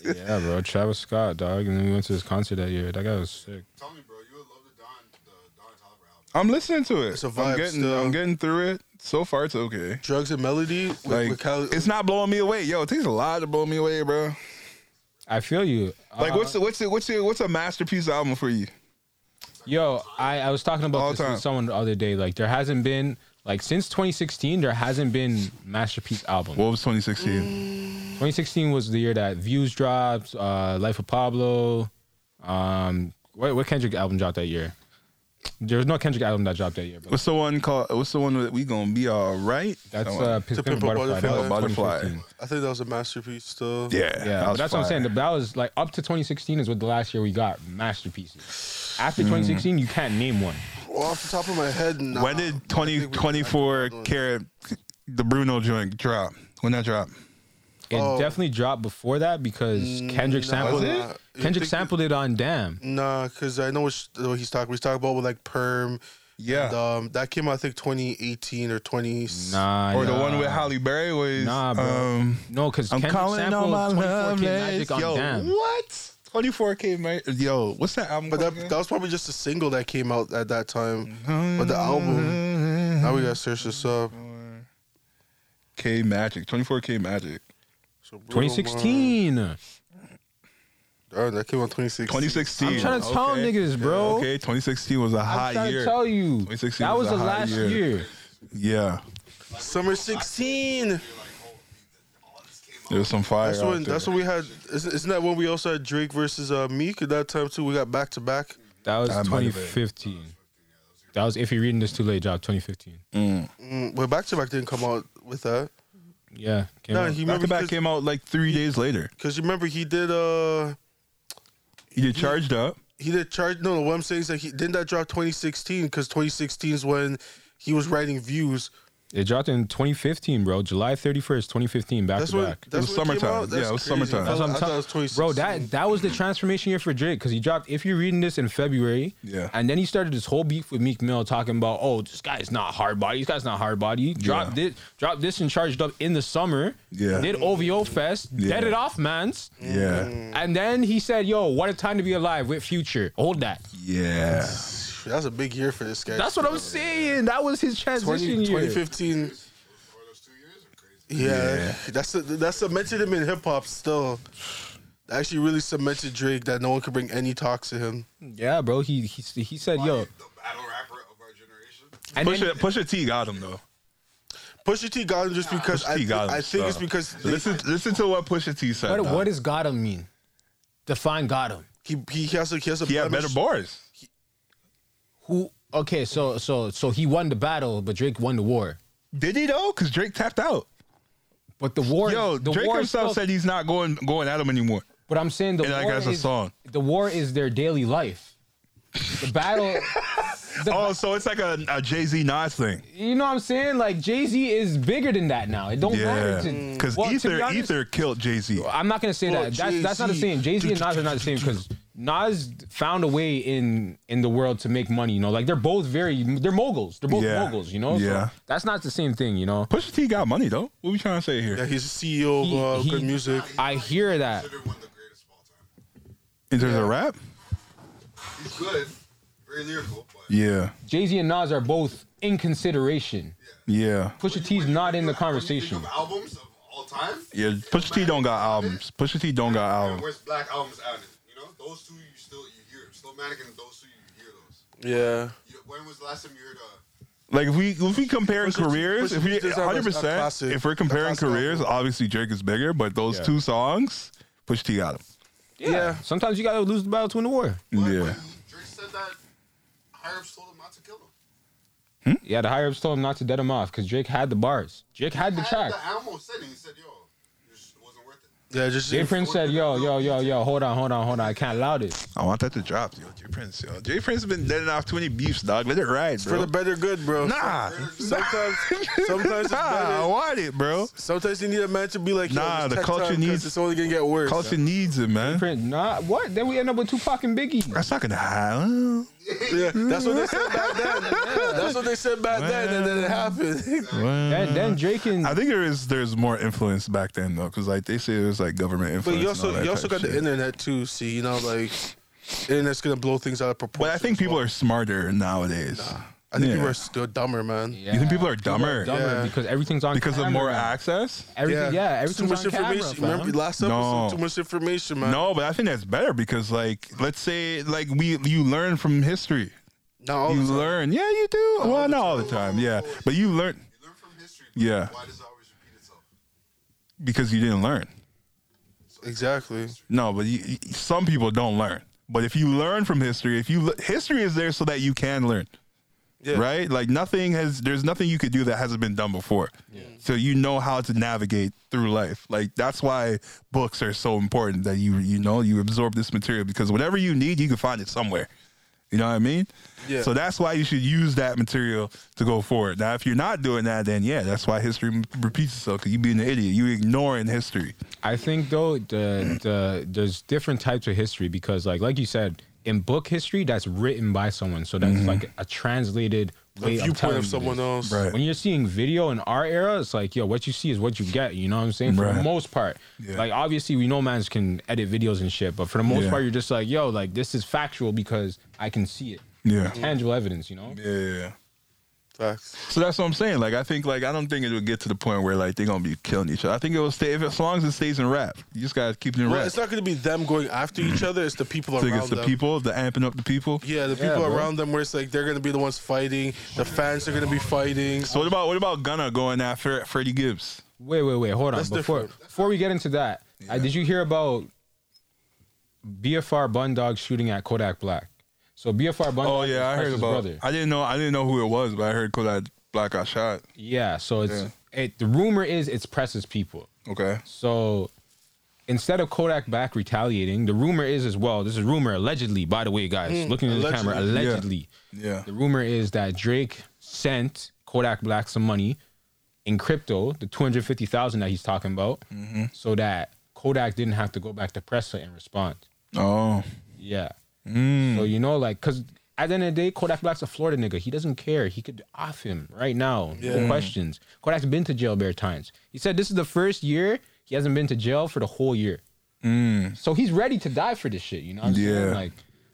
Speaker 1: yeah, bro, Travis Scott, dog. And then we went to his concert that year. That guy was sick.
Speaker 4: to. Tell me, bro, you would love the Don, the Don Tolliver album.
Speaker 2: I'm listening to it.
Speaker 3: It's a
Speaker 2: I'm
Speaker 3: vibe
Speaker 2: getting
Speaker 3: still.
Speaker 2: I'm getting through it. So far it's okay.
Speaker 3: Drugs and melody, with,
Speaker 2: Like
Speaker 3: with Cali-
Speaker 2: it's not blowing me away. Yo, it takes a lot to blow me away, bro.
Speaker 1: I feel you.
Speaker 2: Like
Speaker 1: Uh,
Speaker 2: what's the, what's the, what's the, what's a masterpiece album for you?
Speaker 1: Yo, I, I was talking about
Speaker 2: All
Speaker 1: this
Speaker 2: time.
Speaker 1: with someone the other day. Like, there hasn't been like since 2016, there hasn't been masterpiece album.
Speaker 2: What was 2016?
Speaker 1: 2016 was the year that Views dropped, uh, Life of Pablo. Um, what, what Kendrick album dropped that year? There was no Kendrick album that dropped that year. But
Speaker 2: What's the one called? What's the one that we gonna be all right?
Speaker 1: that's
Speaker 2: That one.
Speaker 1: uh, Pimp,
Speaker 3: To
Speaker 1: Pimp
Speaker 3: Pimp
Speaker 1: a
Speaker 3: a
Speaker 1: Butterfly. That was
Speaker 3: Butterfly.
Speaker 2: Butterfly.
Speaker 1: 2015.
Speaker 3: I think that was a masterpiece still.
Speaker 2: yeah, that
Speaker 1: Yeah, but
Speaker 2: was
Speaker 1: that's what I'm saying.
Speaker 2: fire.
Speaker 1: The that was like up to 2016 is what the last year we got masterpieces. After
Speaker 2: Mm.
Speaker 1: 2016, you can't name one.
Speaker 3: Well, off the top of my head, nah.
Speaker 2: when did 20, 24 carat the Bruno joint drop? When that drop?
Speaker 1: It
Speaker 3: Oh.
Speaker 1: definitely dropped before that because
Speaker 2: Mm,
Speaker 1: Kendrick
Speaker 3: no.
Speaker 1: sampled
Speaker 3: Was
Speaker 1: it.
Speaker 3: it? You
Speaker 1: Kendrick
Speaker 3: think-
Speaker 1: sampled it on Damn.
Speaker 3: Nah, because I know what, sh- what he's talking. He's talking about with like perm.
Speaker 2: Yeah.
Speaker 3: And, um, that came out I think 2018 or 20.
Speaker 1: Nah,
Speaker 2: or the
Speaker 1: nah.
Speaker 2: one with Halle Berry was
Speaker 1: Nah, bro.
Speaker 2: um
Speaker 1: No, because
Speaker 2: I'm
Speaker 1: Kendrick
Speaker 2: calling
Speaker 1: sampled
Speaker 2: on my
Speaker 1: 24K
Speaker 2: love
Speaker 1: Magic on
Speaker 2: Yo,
Speaker 1: Damn.
Speaker 2: what? 24K Magic. Yo, what's that album?
Speaker 3: But that,
Speaker 2: called
Speaker 3: that was probably just a single that came out at that time.
Speaker 2: Mm-hmm.
Speaker 3: But the album,
Speaker 2: again?
Speaker 3: now we gotta search this up.
Speaker 2: K Magic, 24K Magic,
Speaker 3: So Bruno
Speaker 1: 2016.
Speaker 3: Mars- Darn, that came out 2016.
Speaker 2: 2016.
Speaker 1: I'm trying to tell
Speaker 2: Okay.
Speaker 1: niggas, bro.
Speaker 2: Okay, 2016 was a
Speaker 1: I'm
Speaker 2: hot
Speaker 1: trying to
Speaker 2: year.
Speaker 1: tell you.
Speaker 2: 2016
Speaker 1: That was
Speaker 2: was
Speaker 1: the
Speaker 2: a hot
Speaker 1: last year.
Speaker 2: year. Yeah,
Speaker 3: Summer 16.
Speaker 4: You're like, oh, all this came out.
Speaker 2: there was some fire.
Speaker 3: That's
Speaker 2: out
Speaker 3: when.
Speaker 2: there.
Speaker 3: That's when we had. Isn't, isn't that when we also had Drake versus uh, Meek at that time too? We got back to back.
Speaker 1: That was
Speaker 2: That might have been.
Speaker 1: 2015. That was if you're reading this too late, job 2015.
Speaker 3: Mm, Well, back to back didn't come out with that.
Speaker 1: Yeah. Came
Speaker 3: No,
Speaker 1: out.
Speaker 3: he
Speaker 2: Back
Speaker 3: remember
Speaker 2: to back
Speaker 3: because
Speaker 2: came out like three days later.
Speaker 3: you remember he did uh
Speaker 2: He did charged up.
Speaker 3: he did charge. No, no, what I'm saying is that he didn't that drop 2016 because 2016 is when he was writing views.
Speaker 1: It dropped in 2015, bro. July 31st, 2015, back
Speaker 3: That's
Speaker 1: to
Speaker 3: what.
Speaker 1: back.
Speaker 3: That's
Speaker 2: was
Speaker 3: when it came
Speaker 2: summertime.
Speaker 3: out?
Speaker 2: Yeah,
Speaker 3: That's
Speaker 2: it was
Speaker 3: crazy.
Speaker 2: summertime.
Speaker 3: I
Speaker 1: That's
Speaker 3: thought,
Speaker 1: what I'm
Speaker 3: I thought it was
Speaker 1: talking.
Speaker 3: 2016.
Speaker 1: Bro, that that was the transformation year for Drake because he dropped. If you're reading this in February,
Speaker 2: Yeah.
Speaker 1: and then he started this whole beef with Meek Mill talking about, oh, this guy's not hard body. This guy's not hard body. He dropped
Speaker 2: Yeah.
Speaker 1: this, dropped this, and charged up in the summer.
Speaker 2: Yeah.
Speaker 1: did OVO Fest,
Speaker 2: Yeah.
Speaker 1: dead it off, man's,
Speaker 3: Mm.
Speaker 2: Yeah.
Speaker 1: and then he said, yo, what a time to be alive with Future. Hold that.
Speaker 2: Yeah.
Speaker 3: that was a big year for this guy.
Speaker 1: That's what I'm saying. That was his
Speaker 3: 20,
Speaker 1: transition year.
Speaker 3: 2015.
Speaker 4: Or those two years are crazy.
Speaker 3: Yeah, that's the that's cemented him in hip hop still. Actually, really cemented Drake that no one could bring any talks to him.
Speaker 1: Yeah, bro. He he he said, yo,
Speaker 4: The battle rapper of our generation.
Speaker 1: and then-
Speaker 2: Pusha, Pusha T got him though.
Speaker 3: Pusha T got him just because
Speaker 2: Pusha
Speaker 3: I,
Speaker 2: T got him,
Speaker 3: I think
Speaker 2: so.
Speaker 3: it's because they,
Speaker 2: Listen, listen to what Pusha T said.
Speaker 1: what
Speaker 2: dog.
Speaker 1: what does Gotham mean? Define Gotham.
Speaker 3: he he has a he has a
Speaker 2: he had
Speaker 3: blemish.
Speaker 2: better bars.
Speaker 1: Who? Okay, so so so he won the battle, but Drake won the war.
Speaker 2: Did he though? Because Drake tapped out.
Speaker 1: But the war,
Speaker 2: Yo,
Speaker 1: the
Speaker 2: Drake
Speaker 1: war
Speaker 2: himself
Speaker 1: still-
Speaker 2: said he's not going going at him anymore.
Speaker 1: But I'm saying the
Speaker 2: and I
Speaker 1: war
Speaker 2: guess a
Speaker 1: is
Speaker 2: song.
Speaker 1: the war is their daily life. The battle, the-
Speaker 2: Oh, so it's like a, a Jay Z Nas thing.
Speaker 1: you know what I'm saying? Like Jay Z is bigger than that now. It don't
Speaker 2: Yeah,
Speaker 1: matter to
Speaker 2: because
Speaker 1: well, to be
Speaker 2: Ether
Speaker 1: honest,
Speaker 2: Ether killed Jay Z.
Speaker 1: I'm not gonna say
Speaker 3: Well,
Speaker 1: that. That's that's not the
Speaker 3: Jay-Z.
Speaker 1: same. Jay Z and Nas are not the same because Nas found a way in in the world to make money. You know, like they're both very they're moguls. They're both
Speaker 2: Yeah.
Speaker 1: moguls. You know, So
Speaker 2: Yeah.
Speaker 1: that's not the same thing. You know,
Speaker 2: Pusha T got money though. What we trying to say here?
Speaker 3: Yeah, he's a CEO
Speaker 1: He-
Speaker 3: of uh,
Speaker 1: he-
Speaker 3: good music.
Speaker 1: I hear that.
Speaker 4: Considered one of the greatest of all time.
Speaker 2: In terms of rap?
Speaker 4: He's good, very lyrical, but
Speaker 2: Yeah,
Speaker 1: Jay Z and Nas are both in consideration.
Speaker 2: yeah,
Speaker 1: Pusha
Speaker 4: When
Speaker 1: T's
Speaker 4: you
Speaker 1: not
Speaker 4: think
Speaker 1: in the
Speaker 4: of- when you think
Speaker 1: conversation.
Speaker 4: of albums of all time.
Speaker 2: yeah. Pusha T don't got albums. Pusha T don't got
Speaker 4: And
Speaker 2: albums.
Speaker 4: where's Black albums added? You know, those two you still you hear. Slowmatic and those two you hear those.
Speaker 3: Yeah,
Speaker 4: You, when was the last time you heard? Uh,
Speaker 2: Like if we if we comparing
Speaker 3: Pusha T-
Speaker 2: careers,
Speaker 3: Pusha
Speaker 2: if
Speaker 3: T
Speaker 2: we
Speaker 3: deserves a- a
Speaker 2: hundred percent,
Speaker 3: classic-
Speaker 2: if we're
Speaker 3: a
Speaker 2: comparing
Speaker 3: classic
Speaker 2: careers, obviously Drake is bigger, but those
Speaker 1: Yeah.
Speaker 2: two songs, Pusha T got them.
Speaker 1: Yeah.
Speaker 3: Yeah.
Speaker 1: Sometimes you gotta lose the battle to win the war.
Speaker 4: but
Speaker 2: Yeah.
Speaker 4: when Drake said that. Higher ups told him not to kill him.
Speaker 1: Yeah, the higher ups told him not to dead him off because Drake had the bars. Drake had the
Speaker 4: Had
Speaker 1: track.
Speaker 4: The animal said it. He said, "Yo, it just wasn't worth it."
Speaker 3: yeah, just
Speaker 1: Jay Prince said, "Yo, yo, yo, yo, hold on, hold on, hold on. I can't allow this."
Speaker 2: I want that to drop, yo. Jay Prince, yo. Jay Prince has been letting off too many beefs, dog. Let it ride,
Speaker 3: for
Speaker 2: bro.
Speaker 3: the better good, bro.
Speaker 2: Nah,
Speaker 3: Sometimes, sometimes it's
Speaker 2: nah, I
Speaker 3: better.
Speaker 2: want it, bro.
Speaker 3: Sometimes you need a man to be like, yo,
Speaker 2: Nah,
Speaker 3: just
Speaker 2: the
Speaker 3: take
Speaker 2: culture
Speaker 3: time 'cause
Speaker 2: needs-
Speaker 3: It's only gonna get worse.
Speaker 2: Culture needs it, man.
Speaker 1: Prince, nah, what? Then we end up with Tupac and Biggie.
Speaker 2: That's not gonna happen.
Speaker 3: Yeah, that's what they said back then. That's what they said back then, and then it happened.
Speaker 1: Then, then Drake and
Speaker 2: I think there is there's more influence back then though, because like they say there's like government
Speaker 3: But
Speaker 2: influence.
Speaker 3: you
Speaker 2: and all
Speaker 3: also
Speaker 2: that
Speaker 3: you also
Speaker 2: type
Speaker 3: got the
Speaker 2: shit.
Speaker 3: internet too. See, you know, like internet's gonna blow things out of proportion.
Speaker 2: But I think
Speaker 3: as well.
Speaker 2: people are smarter nowadays.
Speaker 3: I think
Speaker 2: Yeah.
Speaker 3: people are still dumber, man.
Speaker 1: Yeah.
Speaker 2: You think people are dumber?
Speaker 1: dumber
Speaker 3: Yeah.
Speaker 1: because everything's on
Speaker 2: because of
Speaker 1: camera
Speaker 2: more
Speaker 1: now.
Speaker 2: access?
Speaker 1: Everything, yeah,
Speaker 3: It's too
Speaker 1: everything's
Speaker 3: much
Speaker 1: on camera,
Speaker 3: information.
Speaker 1: fam.
Speaker 3: Remember last
Speaker 2: No.
Speaker 3: episode, too much information, man.
Speaker 2: No, but I think that's better because like let's say like we you learn from history.
Speaker 3: Not all
Speaker 2: you
Speaker 3: the time.
Speaker 2: learn. Yeah, you do. well, not all the time. Yeah. But you learn
Speaker 4: You learn from history. but
Speaker 2: Yeah.
Speaker 4: Why does it always repeat itself?
Speaker 2: because you didn't learn.
Speaker 3: Exactly.
Speaker 2: No, but you, you- some people don't learn. But if you learn from history, if you le- history is there so that you can learn.
Speaker 3: Yeah.
Speaker 2: right? Like nothing has there's nothing you could do that hasn't been done before. So you know how to navigate through life. Like that's why books are so important that you you know you absorb this material because whatever you need, you can find it somewhere. You know what I mean?
Speaker 3: Yeah.
Speaker 2: So that's why you should use that material to go forward. Now, if you're not doing that, then yeah, that's why history m- repeats itself. Cause you being an idiot, you ignoring history.
Speaker 1: I think though the the there's different types of history because like like you said in book history that's written by someone so that's like a translated
Speaker 3: The
Speaker 1: way of
Speaker 3: viewpoint
Speaker 1: telling
Speaker 3: of
Speaker 1: you
Speaker 3: someone uh,
Speaker 1: this.
Speaker 3: else.
Speaker 2: Right.
Speaker 1: When you're seeing video in our era, it's like yo, what you see is what you get. You know what I'm saying? For the
Speaker 2: Right.
Speaker 1: most part,
Speaker 2: Yeah.
Speaker 1: like obviously we know mans can edit videos and shit, but for the most
Speaker 2: Yeah.
Speaker 1: part you're just like yo, like this is factual because I can see it,
Speaker 2: Yeah.
Speaker 1: tangible evidence. You know?
Speaker 2: Mm. Yeah.
Speaker 3: Facts.
Speaker 2: So that's what I'm saying. Like I think like I don't think it would get to the point where like they're gonna be killing each other. I think it will stay if as long as it stays in rap. You just gotta keep it in
Speaker 3: Well,
Speaker 2: rap.
Speaker 3: it's not gonna be them going after each other. It's the people
Speaker 2: I think
Speaker 3: around
Speaker 2: it's the
Speaker 3: them.
Speaker 2: people, the amping up the people.
Speaker 3: Yeah, the
Speaker 1: Yeah,
Speaker 3: people
Speaker 1: bro.
Speaker 3: around them. Where it's like they're gonna be the ones fighting. The fans are gonna be fighting.
Speaker 2: So what about what about Gunna going after Freddie Gibbs?
Speaker 1: Wait, wait, wait. Hold on.
Speaker 3: That's
Speaker 1: before
Speaker 3: different.
Speaker 1: before we get into that, uh, did you hear about BFR Bundog shooting at Kodak Black? So BFR Bundog.
Speaker 2: Oh yeah, I
Speaker 1: is
Speaker 2: heard
Speaker 1: Price's
Speaker 2: about.
Speaker 1: brother.
Speaker 2: I didn't know I didn't know who it was, but I heard Kodak Black got shot.
Speaker 1: Yeah. So it's it. The rumor is it's Press's people.
Speaker 2: Okay.
Speaker 1: So instead of Kodak Black retaliating, the rumor is as well. This is rumor allegedly. By the way, guys,
Speaker 2: Mm,
Speaker 1: looking at the camera,
Speaker 3: allegedly.
Speaker 2: Yeah.
Speaker 1: allegedly.
Speaker 2: Yeah.
Speaker 1: The rumor is that Drake sent Kodak Black some money in crypto, the 250,000 that he's talking about,
Speaker 2: Mm-hmm.
Speaker 1: so that Kodak didn't have to go back to Presser and respond.
Speaker 2: Oh.
Speaker 1: Yeah.
Speaker 2: Mm.
Speaker 1: So you know, like, cause at the end of the day, Kodak Black's a Florida nigga. He doesn't care. He could off him right now. No questions. Kodak's been to jail bare times. He said this is the first year he hasn't been to jail for the whole year.
Speaker 2: Mm.
Speaker 1: So he's ready to die for this shit. You know what I'm saying?
Speaker 2: Yeah.
Speaker 1: Like,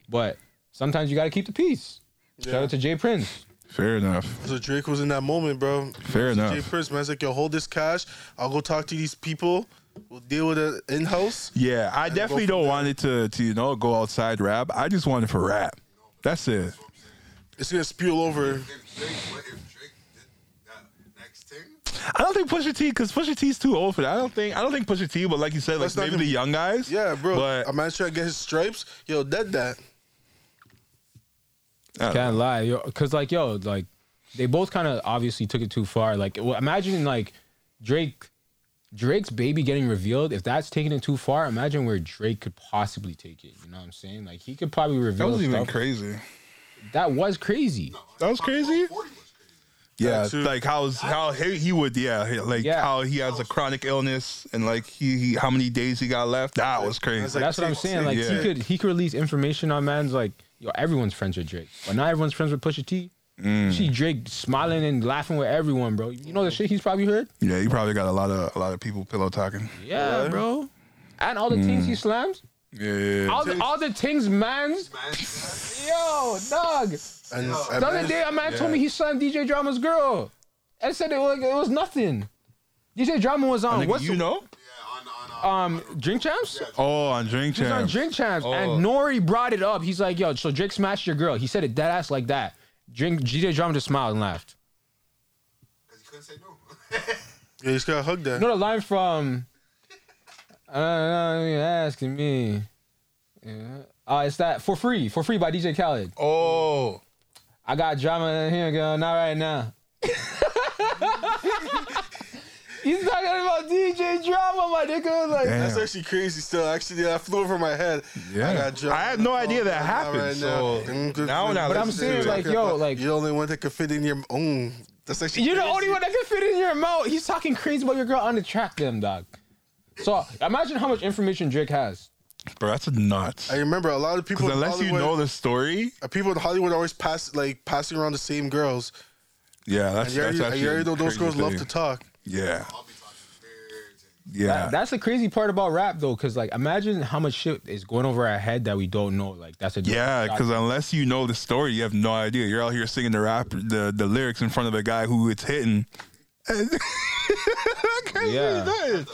Speaker 1: but sometimes you gotta keep the peace. Shout
Speaker 3: Yeah.
Speaker 1: out to Jay Prince.
Speaker 2: Fair enough.
Speaker 3: So Drake was in that moment, bro.
Speaker 2: Fair
Speaker 3: Jay
Speaker 2: enough.
Speaker 3: Prince, man, I was like, yo, hold this cash. I'll go talk to these people. We'll deal with it in house.
Speaker 2: Yeah, I definitely
Speaker 3: from
Speaker 2: don't
Speaker 3: there.
Speaker 2: want it to, to you know go outside rap. I just want it for rap. That's it.
Speaker 3: It's gonna spill over.
Speaker 4: If Drake, what if Drake did that next thing?
Speaker 2: I don't think Pusha T because Pusha T's too old for that. I don't think I don't think Pusha T, but like you said, like
Speaker 3: That's not
Speaker 2: maybe
Speaker 3: gonna-
Speaker 2: the young guys.
Speaker 3: Yeah, bro.
Speaker 2: But
Speaker 3: a man trying to get his stripes. Yo, dead that.
Speaker 2: I don't
Speaker 1: Can't lie, yo, cause like yo, like they both kind of obviously took it too far. Like, well, imagine like Drake, Drake's baby getting revealed. If that's taking it too far, imagine where Drake could possibly take it. You know what I'm saying? Like, he could probably
Speaker 2: that
Speaker 1: reveal
Speaker 2: was even
Speaker 1: stuff.
Speaker 2: crazy.
Speaker 1: that was crazy.
Speaker 2: That was crazy.
Speaker 4: Forty was crazy.
Speaker 2: Yeah,
Speaker 3: too.
Speaker 2: like how's how he, he would yeah like
Speaker 1: Yeah.
Speaker 2: how he has a chronic illness and like he, he how many days he got left. That was
Speaker 3: That's
Speaker 2: crazy.
Speaker 3: like-
Speaker 1: That's what I'm saying. Like
Speaker 2: Yeah.
Speaker 1: he could he could release information on man's like yo everyone's friends with Drake, but not everyone's friends with Pusha T.
Speaker 2: Mm.
Speaker 1: See Drake smiling and laughing with everyone, bro. You know the shit he's probably heard.
Speaker 2: Yeah, he probably got a lot of a lot of people pillow talking.
Speaker 1: Yeah, bro. And all the things
Speaker 2: Mm.
Speaker 1: he slams,
Speaker 2: Yeah, yeah, yeah.
Speaker 1: all the all the things man's.
Speaker 4: Man, that-
Speaker 1: Yo, dog.
Speaker 3: And
Speaker 1: The other day, a man told me he slammed DJ Drama's girl, and said it was, it was nothing. DJ Drama was on
Speaker 2: Nigga,
Speaker 1: what's
Speaker 2: you know?
Speaker 4: yeah, on on
Speaker 1: the-
Speaker 4: on.
Speaker 1: um Drink Champs.
Speaker 2: Oh, on drink
Speaker 1: He was on
Speaker 2: champs.
Speaker 1: Drink Champs,
Speaker 2: Oh.
Speaker 1: and Nori brought it up. He's like, "Yo, so Drake smashed your girl." He said it dead ass like that. Drink DJ Drama just smiled and laughed.
Speaker 4: Because he couldn't say no.
Speaker 3: Yeah, he's gotta hug
Speaker 1: You
Speaker 3: that.
Speaker 1: know the line from? I don't know. You're asking me. Yeah. Uh, it's that for free, for free by DJ Khaled.
Speaker 2: Oh,
Speaker 1: I got drama in here, girl. Not right now. He's talking about DJ drama, my nigga. Like,
Speaker 2: Damn.
Speaker 3: That's actually crazy. Still, actually, that flew over my head.
Speaker 2: Yeah.
Speaker 3: I, got drunk.
Speaker 2: I had no idea that
Speaker 3: Not Mm,
Speaker 2: happened, so now when I
Speaker 1: But I'm listen to saying, it- like, yo, like-
Speaker 3: you're the only one that could fit in your own. That's actually
Speaker 1: You're the
Speaker 3: crazy.
Speaker 1: only one that can fit in your mouth. He's talking crazy about your girl on the track, them dog. So imagine how much information Drake has.
Speaker 2: bro, that's nuts.
Speaker 3: I remember a lot of people.
Speaker 2: Because
Speaker 3: in
Speaker 2: unless you
Speaker 3: Hollywood-
Speaker 2: know the story,
Speaker 3: Uh, people in Hollywood always pass like passing around the same girls.
Speaker 2: yeah, that's
Speaker 3: And you
Speaker 2: that's
Speaker 3: already, and
Speaker 2: actually
Speaker 3: you already know those
Speaker 2: crazy
Speaker 3: girls love
Speaker 2: thing.
Speaker 3: to talk.
Speaker 2: Yeah,
Speaker 4: I'll be talking birds and
Speaker 2: yeah.
Speaker 1: That- that's the crazy part about rap, though, because like imagine how much shit is going over our head that we don't know. Like that's a
Speaker 2: Yeah, because unless you know the story, you have no idea. You're out here singing the rap, the, the lyrics in front of a guy who it's hitting.
Speaker 1: yeah,
Speaker 2: You know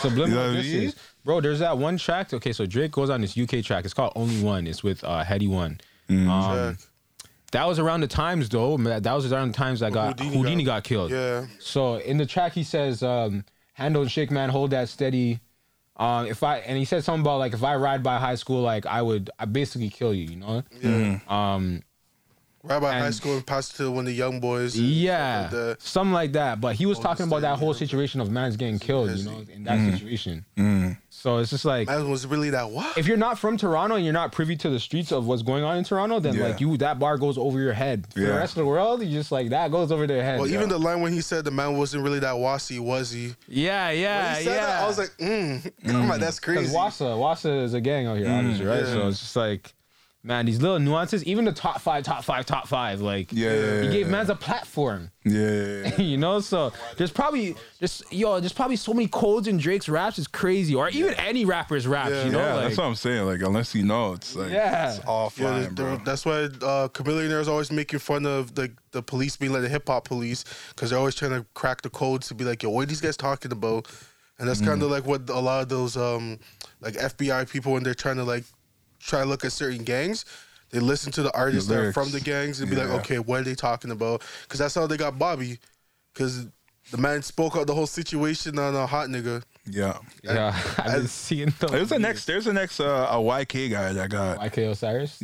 Speaker 1: subliminal
Speaker 2: what I
Speaker 1: this
Speaker 2: mean?
Speaker 1: is- Bro, there's that one track. Okay, so Drake goes on this UK track. It's called Only One. It's with uh, Heady One.
Speaker 2: Mm.
Speaker 1: Um, that was around the times though. ma- That was around the times that got
Speaker 3: Houdini
Speaker 1: Houdini,
Speaker 3: got-
Speaker 1: got, killed.
Speaker 3: Yeah.
Speaker 1: So in the track he says, um, "Hand don't shake, man. Hold that steady." Um, if I and he said something about like if I ride by high school, like I would, I basically kill you. You know?
Speaker 3: Yeah.
Speaker 2: Mm.
Speaker 1: Um,
Speaker 3: Right by high
Speaker 1: And-
Speaker 3: school and pass it to one of the young boys.
Speaker 1: yeah,
Speaker 3: Something like that.
Speaker 1: something like that. But he was talking about that
Speaker 3: steady,
Speaker 1: whole
Speaker 3: yeah.
Speaker 1: situation of man's getting killed. You
Speaker 3: crazy.
Speaker 1: know, in that
Speaker 2: Mm.
Speaker 1: situation. So it's just like
Speaker 3: Man was really that what?
Speaker 1: if you're not from Toronto and you're not privy to the streets of what's going on in Toronto, then
Speaker 2: Yeah.
Speaker 1: like you, that bar goes over your head. For
Speaker 2: Yeah.
Speaker 1: the rest of the world, you just like that goes over their head.
Speaker 3: well, even the line when he said the man wasn't really that wassy, was he?
Speaker 1: yeah,
Speaker 3: When
Speaker 1: yeah,
Speaker 3: he said that, I was like, mm. I'm like, that's
Speaker 1: because
Speaker 3: crazy.
Speaker 1: Wassa, Wassa is a gang out here, obviously, right?
Speaker 3: Yeah.
Speaker 1: So it's just like, man, these little nuances, even the top five, top five, top five, like,
Speaker 2: Yeah, yeah,
Speaker 1: he gave
Speaker 2: yeah.
Speaker 1: man's a platform.
Speaker 2: Yeah.
Speaker 1: you know, so there's probably just yo, there's probably so many codes in Drake's raps is crazy, or even any rapper's raps.
Speaker 3: Yeah.
Speaker 1: You know,
Speaker 2: yeah,
Speaker 1: like,
Speaker 2: that's what I'm saying. Like, unless you know, it's like
Speaker 1: Yeah.
Speaker 2: it's all
Speaker 3: Yeah,
Speaker 2: flying,
Speaker 3: the- the-
Speaker 2: bro.
Speaker 3: that's why uh, Chameleonaire is always making fun of the, the police being like the hip hop police because they're always trying to crack the codes to be like, yo, what are these guys talking about? And that's
Speaker 2: Mm.
Speaker 3: kind of like what a lot of those um, like FBI people when they're trying to like try to look at certain gangs, they listen to the artists that are
Speaker 2: lyrics.
Speaker 3: from the gangs and be
Speaker 2: Yeah.
Speaker 3: like, okay, what are they talking about? Because that's how they got Bobby, because the man spoke out the whole situation on a hot nigga.
Speaker 2: yeah.
Speaker 1: yeah, I've been seeing those.
Speaker 2: There's a next. There's a next. Uh, a YK guy that got.
Speaker 1: YK Osiris,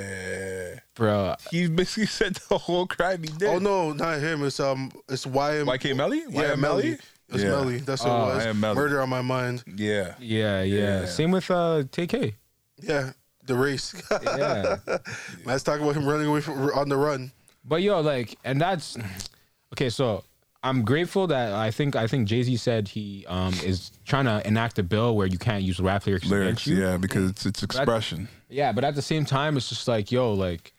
Speaker 2: Yeah.
Speaker 1: bro.
Speaker 2: He basically said the whole crime he did.
Speaker 3: Oh no, not him. It's um, it's YM.
Speaker 2: YK Melly.
Speaker 3: Yeah,
Speaker 2: E?
Speaker 3: Melly. It's
Speaker 2: Yeah.
Speaker 3: Melly. That's what
Speaker 1: Oh,
Speaker 3: it was.
Speaker 2: I am Melly.
Speaker 3: Murder on my mind.
Speaker 2: Yeah.
Speaker 1: Yeah, yeah.
Speaker 2: Yeah.
Speaker 1: Same with uh TK.
Speaker 3: Yeah, the race.
Speaker 1: Yeah.
Speaker 3: Let's talk about him running away from, on the run.
Speaker 1: but yo, like, and that's okay, so I'm grateful that I think I think Jay Z said he um, is trying to enact a bill where you can't use rap lyrics.
Speaker 2: lyrics.
Speaker 1: against you.
Speaker 2: Yeah, because it's it's expression.
Speaker 1: Yeah, but at the same time, it's just like, yo, like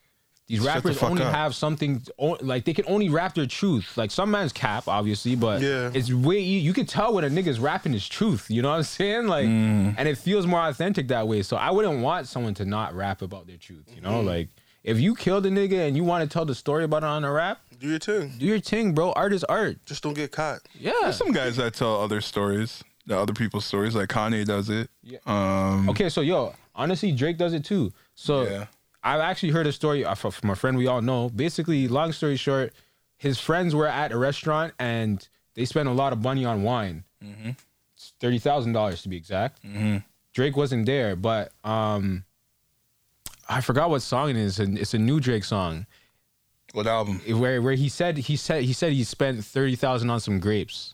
Speaker 1: these
Speaker 2: Shut the
Speaker 1: rappers
Speaker 2: fuck
Speaker 1: only
Speaker 2: up.
Speaker 1: have something, o- like they can only rap their truth. Like some man's cap, obviously, but
Speaker 3: Yeah.
Speaker 1: it's way you, you can tell when a nigga's rapping his truth. You know what I'm saying? Like,
Speaker 2: Mm.
Speaker 1: and it feels more authentic that way. So I wouldn't want someone to not rap about their truth. You
Speaker 2: Mm.
Speaker 1: know, like if you killed a nigga and you want to tell the story about it on a rap,
Speaker 3: Do your thing.
Speaker 1: do your thing, bro. Art is art.
Speaker 3: Just don't get caught.
Speaker 1: Yeah.
Speaker 2: There's some guys that tell other stories, the other people's stories. Like Kanye does it.
Speaker 1: Yeah.
Speaker 2: Um,
Speaker 1: Okay, so yo, honestly, Drake does it too. So
Speaker 2: Yeah.
Speaker 1: I've actually heard a story of- from a friend we all know. Basically, long story short, his friends were at a restaurant and they spent a lot of money on wine. It's Thirty thousand dollars to be exact. Drake wasn't there, but um, I forgot what song it is, and it's a new Drake song
Speaker 2: What album?
Speaker 1: where where he said he said he said he spent thirty thousand on some grapes.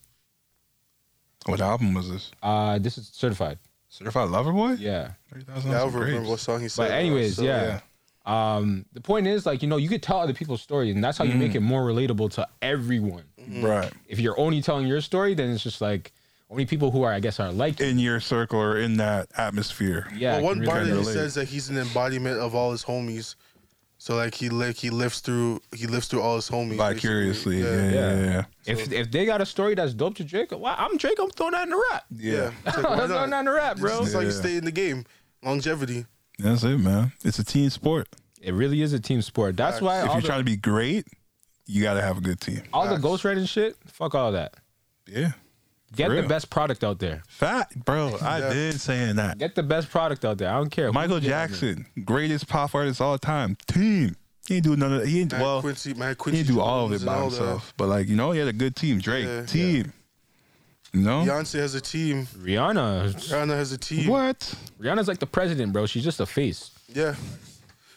Speaker 2: What album was this?
Speaker 1: Uh, this is certified.
Speaker 2: Certified Lover Boy.
Speaker 1: Yeah.
Speaker 2: Thirty
Speaker 3: Yeah,
Speaker 2: thousand.
Speaker 3: I don't remember what song he said.
Speaker 1: But anyways,
Speaker 3: so-
Speaker 1: yeah. Um, the point is, like, you know, you could tell other people's stories, and that's how you make it more relatable to everyone.
Speaker 3: Mm-hmm.
Speaker 2: Right.
Speaker 1: If you're only telling your story, then it's just like only people who are, I guess, are like you.
Speaker 2: In your circle or in that atmosphere.
Speaker 1: Yeah,
Speaker 3: well,
Speaker 1: can
Speaker 3: one
Speaker 1: really
Speaker 3: part
Speaker 1: kinda
Speaker 3: that he
Speaker 2: relate.
Speaker 3: says that he's an embodiment of all his homies. So like he like he lives through he lives through all his homies.
Speaker 2: Vicariously.
Speaker 3: basically.
Speaker 2: Yeah. Yeah.
Speaker 1: Yeah.
Speaker 2: Yeah. yeah.
Speaker 1: If if they got a story that's dope to Drake, why I'm Drake, I'm throwing that in the rap.
Speaker 3: yeah.
Speaker 2: Yeah.
Speaker 3: It's like, why
Speaker 1: I'm throwing that
Speaker 3: not?
Speaker 1: in the rap,
Speaker 3: Bro,
Speaker 1: bro.
Speaker 3: it's like you
Speaker 2: Yeah.
Speaker 3: stay in the game. Longevity.
Speaker 2: That's it, man. It's a team sport.
Speaker 1: It really is a team sport. That's why
Speaker 2: If
Speaker 1: all
Speaker 2: you're
Speaker 1: the,
Speaker 2: trying to be great, you got to have a good team.
Speaker 1: all the ghostwriting shit, fuck all that.
Speaker 2: Yeah.
Speaker 1: Get the
Speaker 2: real.
Speaker 1: best product out there.
Speaker 2: Fact, bro. I did saying that.
Speaker 1: Get the best product out there. I don't care. who
Speaker 2: Michael
Speaker 1: you get on
Speaker 2: Jackson, greatest pop artist all time. Team. He didn't do none of that. He didn't,
Speaker 3: Mad
Speaker 2: well,
Speaker 3: Quincy, Mad
Speaker 2: he
Speaker 3: Quincy.
Speaker 2: didn't do all of
Speaker 3: Jones
Speaker 2: it
Speaker 3: and
Speaker 2: by
Speaker 3: all that.
Speaker 2: himself. But like, you know, he had a good team. Drake,
Speaker 3: Yeah.
Speaker 2: team. You know?
Speaker 3: Beyonce has a team.
Speaker 1: there. Rihanna.
Speaker 3: Rihanna has a team.
Speaker 2: What?
Speaker 1: Rihanna's like the president, bro. She's just a face.
Speaker 3: Yeah.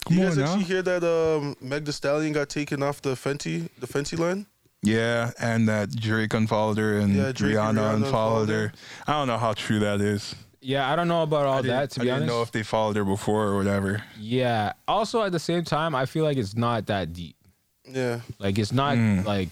Speaker 2: Come
Speaker 3: you
Speaker 2: on
Speaker 3: guys
Speaker 2: now.
Speaker 3: actually hear that um, Meg The Stallion got taken off the Fenty the Fenty line?
Speaker 2: Yeah, and that Drake unfollowed her and
Speaker 3: Yeah, Drake
Speaker 2: Rihanna,
Speaker 3: and Rihanna
Speaker 2: unfollowed
Speaker 3: unfollowed
Speaker 2: her. I don't know how true that is.
Speaker 1: Yeah, I don't know about all
Speaker 2: I
Speaker 1: that.
Speaker 2: didn't-
Speaker 1: To be
Speaker 2: I
Speaker 1: honest,
Speaker 2: didn't know if they followed her before or whatever.
Speaker 1: Yeah. Also, at the same time, I feel like it's not that deep.
Speaker 3: Yeah.
Speaker 1: Like it's not
Speaker 2: Hmm.
Speaker 1: like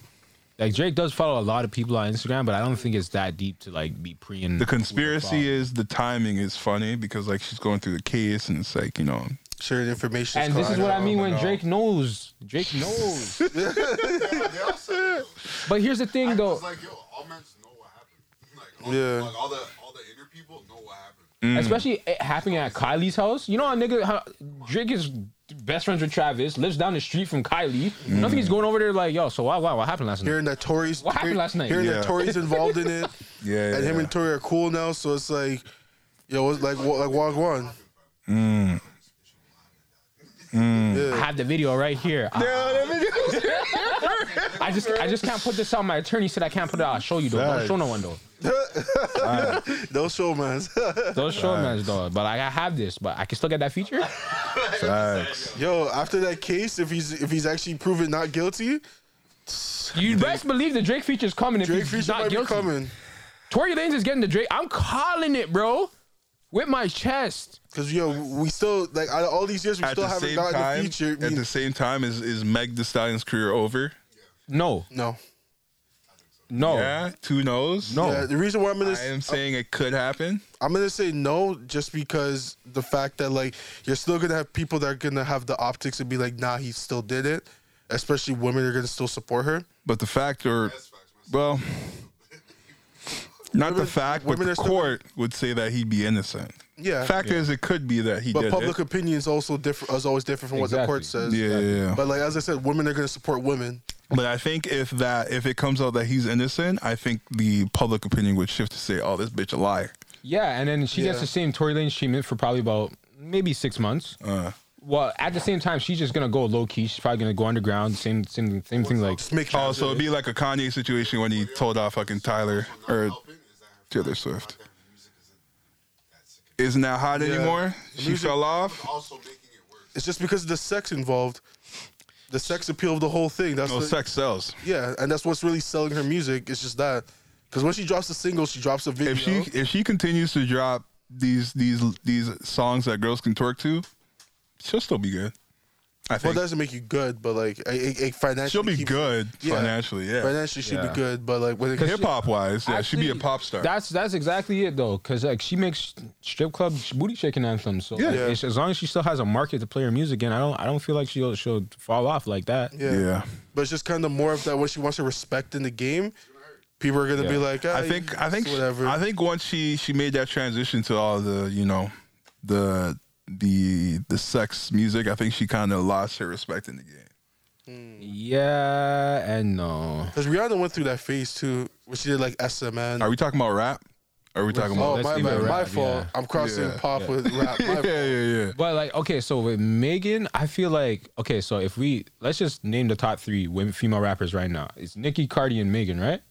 Speaker 1: like Drake does follow a lot of people on Instagram, but I don't think it's that deep to like be pre and
Speaker 2: The conspiracy is the timing is funny because like she's going through the case and it's like you know
Speaker 3: Sharing information.
Speaker 1: And this is what I mean when
Speaker 2: no.
Speaker 1: Drake knows. Drake knows.
Speaker 4: they all said,
Speaker 1: but here's the thing,
Speaker 4: I
Speaker 1: though.
Speaker 4: was like, yo, all men know what happened. Like, all,
Speaker 3: Yeah. Mm.
Speaker 4: like, all the all the inner people know what happened.
Speaker 2: Hmm.
Speaker 1: Especially it happening at Kylie's house. You know how nigga how Drake is best friends with Travis, lives down the street from Kylie. Nothing
Speaker 2: Hmm.
Speaker 1: he's going over there like, yo, so why why what happened last night?
Speaker 3: hearing that Tory's
Speaker 1: What happened
Speaker 3: hear-
Speaker 1: last night?
Speaker 3: Hearing
Speaker 2: Yeah.
Speaker 3: that Tory's involved in it,
Speaker 2: yeah
Speaker 3: and him and Tory are cool now. So it's like, yo, it's like wa- like Wag One.
Speaker 2: Mm,
Speaker 1: I have the video right here. I, I just I just can't put this out. My attorney said I can't put it out. I'll show you though. Don't show no one though.
Speaker 3: Those showmans.
Speaker 1: Those showmans though, but like I have this, but I can still get that feature.
Speaker 2: Facts.
Speaker 3: yo, after that case, if he's if he's actually proven not guilty,
Speaker 1: You best believe the Drake feature's coming if
Speaker 3: Drake
Speaker 1: he's
Speaker 3: Future
Speaker 1: not
Speaker 3: might
Speaker 1: guilty.
Speaker 3: be coming.
Speaker 1: Tory Lanez is getting the Drake. I'm calling it, bro, with my chest.
Speaker 3: Cause yo, we still like out of all these years, we
Speaker 2: At
Speaker 3: still
Speaker 2: the
Speaker 3: haven't
Speaker 2: same
Speaker 3: gotten
Speaker 2: time,
Speaker 3: the feature.
Speaker 2: at the same time, is is Meg The Stallion's career over?
Speaker 1: No,
Speaker 3: no,
Speaker 1: no,
Speaker 2: Yeah, two knows.
Speaker 1: Oh. no.
Speaker 3: yeah. Uh, The reason why I'm in
Speaker 2: I
Speaker 3: this,
Speaker 2: am saying it could happen.
Speaker 3: I'm gonna say no just because the fact that like you're still gonna have people that are gonna have the optics and be like, nah, he still did it. Especially women are gonna still support her.
Speaker 2: But the fact or well not the fact, but
Speaker 3: women
Speaker 2: the
Speaker 3: are still-
Speaker 2: court would say that he'd be innocent.
Speaker 3: Yeah.
Speaker 2: Fact is it could be that he
Speaker 3: but
Speaker 2: did
Speaker 3: public
Speaker 2: it.
Speaker 3: opinion is also different. Is always different from what the court says.
Speaker 1: Exactly.
Speaker 2: Yeah, yeah, yeah.
Speaker 3: But like as I said, women are gonna support women.
Speaker 2: But I think if that if it comes out that he's innocent, I think the public opinion would shift to say, "Oh, this bitch a liar."
Speaker 1: Yeah, and then she gets
Speaker 3: Yeah.
Speaker 1: the same Tory Lanez treatment for probably about maybe six months.
Speaker 2: Uh,
Speaker 1: Well, at the same time, she's just gonna go low key. She's probably gonna go underground. Same, same, same thing. Like,
Speaker 3: Just make
Speaker 2: oh, so it'd be like a Kanye situation when he told off fucking Tyler or Taylor Swift. Isn't that hot
Speaker 3: Yeah.
Speaker 2: anymore? She fell off.
Speaker 4: Also making it worse.
Speaker 3: it's just because of the sex involved, the sex appeal of the whole thing. That's
Speaker 2: No
Speaker 3: the-
Speaker 2: Oh, sex sells.
Speaker 3: yeah, and that's what's really selling her music. It's just that because when she drops a single, she drops a video.
Speaker 2: If she if she continues to drop these these these songs that girls can twerk to, she'll still be good. I
Speaker 3: Well,
Speaker 2: think
Speaker 3: that doesn't make you good, but like it, it, it financially,
Speaker 2: she'll be
Speaker 3: keeps-
Speaker 2: good
Speaker 3: Yeah.
Speaker 2: financially. Yeah,
Speaker 3: Financially, she'd
Speaker 1: Yeah.
Speaker 3: be good, but like when it
Speaker 2: hip hop wise, yeah, she'd be a
Speaker 1: Actually,
Speaker 2: pop star.
Speaker 1: That's that's exactly it though, because like she makes strip club sh- booty shaking anthems. So
Speaker 2: Yeah.
Speaker 1: like,
Speaker 3: Yeah.
Speaker 1: it's- as long as she still has a market to play her music in, I don't I don't feel like she'll she'll fall off like that.
Speaker 3: yeah.
Speaker 2: yeah.
Speaker 3: but it's just kind of more of that what she wants to respect in the game. People are gonna be
Speaker 1: Yeah.
Speaker 3: like, ah,
Speaker 2: I think I think
Speaker 3: it's whatever.
Speaker 2: I think once she she made that transition to all the you know the the the sex music, I think she kind of lost her respect in the game.
Speaker 1: Yeah and no.
Speaker 3: because Rihanna went through that phase too, where she did like SMN.
Speaker 2: Are we talking about rap? Are we talking about?
Speaker 3: oh
Speaker 1: Let's
Speaker 3: my
Speaker 1: leave
Speaker 3: my,
Speaker 1: it
Speaker 3: my
Speaker 1: rap,
Speaker 3: fault.
Speaker 1: yeah.
Speaker 3: I'm crossing
Speaker 2: Yeah.
Speaker 3: pop with Oh, rap. My
Speaker 2: yeah,
Speaker 3: fault.
Speaker 2: yeah, yeah.
Speaker 1: But like, okay, so with Megan, I feel like okay, so if we let's just name the top three women female rappers right now. It's Nicki, Cardi, and Megan, right?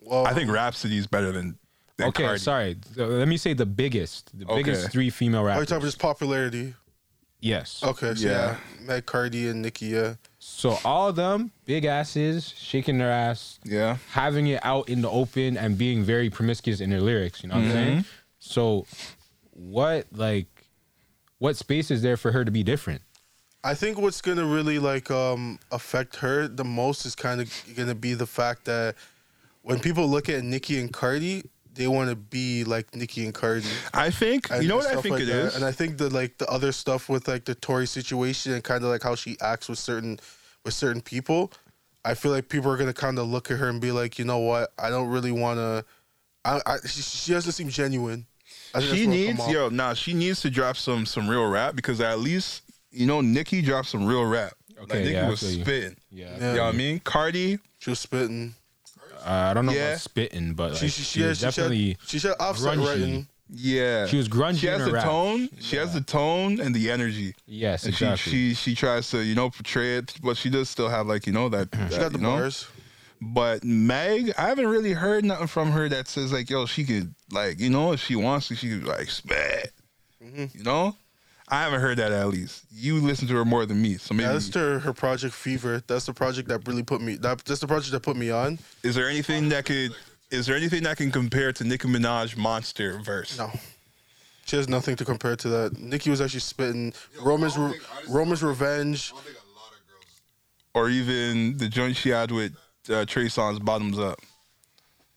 Speaker 3: Well,
Speaker 2: I think Rhapsody's better than. than
Speaker 1: okay,
Speaker 2: Cardi.
Speaker 1: sorry. So let me say the biggest, the
Speaker 2: Okay.
Speaker 1: biggest three female
Speaker 3: Are you
Speaker 1: rappers.
Speaker 3: Oh, talking about just popularity?
Speaker 1: yes.
Speaker 3: Okay, so yeah,
Speaker 2: Yeah.
Speaker 3: Matt Cardi and Nicki. Yeah,
Speaker 1: So all of them, big asses, shaking their ass,
Speaker 2: Yeah.
Speaker 1: having it out in the open and being very promiscuous in their lyrics. You know what I'm saying? So, what like, what space is there for her to be different?
Speaker 3: I think what's gonna really like um affect her the most is kind of gonna be the fact that when people look at Nicki and Cardi, they want to be like Nicki and Cardi.
Speaker 2: I think
Speaker 3: and
Speaker 2: you know what I
Speaker 3: stuff
Speaker 2: think
Speaker 3: like
Speaker 2: it
Speaker 3: that.
Speaker 2: is.
Speaker 3: and I think the like the other stuff with like the Tory situation and kind of like how she acts with certain with certain people. I feel like people are gonna kind of look at her and be like, you know what? I don't really want to. I, I she, she doesn't seem genuine. I think that's
Speaker 2: she
Speaker 3: what'll come
Speaker 2: needs
Speaker 3: off.
Speaker 2: yo nah she needs to drop some some real rap because at least you know Nicki dropped some real rap like
Speaker 1: Okay,
Speaker 2: Nicki
Speaker 1: yeah, I
Speaker 2: was
Speaker 1: feel you.
Speaker 2: spitting
Speaker 1: Yeah.
Speaker 3: Yeah.
Speaker 2: you know what I mean Cardi
Speaker 3: She was spitting.
Speaker 1: Uh, I don't know
Speaker 2: Yeah.
Speaker 1: about spitting, but like,
Speaker 3: She
Speaker 1: she,
Speaker 3: she she,
Speaker 1: was
Speaker 3: had, she,
Speaker 1: definitely
Speaker 3: had, she had offset
Speaker 1: grungy.
Speaker 3: writing.
Speaker 2: yeah
Speaker 1: she was grungy.
Speaker 2: she has
Speaker 1: in her
Speaker 2: the
Speaker 1: rap.
Speaker 2: tone she has the tone and the energy
Speaker 1: Yes,
Speaker 2: and
Speaker 1: exactly.
Speaker 2: she, she she tries to you know portray it but she does still have like you know that
Speaker 3: She got the
Speaker 2: you know?
Speaker 3: bars.
Speaker 2: but Meg I haven't really heard nothing from her that says like yo she could like you know if she wants to she could like spit
Speaker 3: Mm-hmm.
Speaker 2: you know. I haven't heard that at least. You listen to her more than me, so maybe
Speaker 3: Yeah, that's her her project Fever. That's the project that really put me. That, that's the project that put me on.
Speaker 2: Is there anything that could? Is there anything that can compare to Nicki Minaj monster verse?
Speaker 3: No, she has nothing to compare to that. Nikki was actually spitting Roman's Re- Roman's Revenge.
Speaker 4: I don't think a lot of
Speaker 2: Or
Speaker 4: girls.
Speaker 2: even the joint she had with uh, Trey Songz, "Bottoms Up."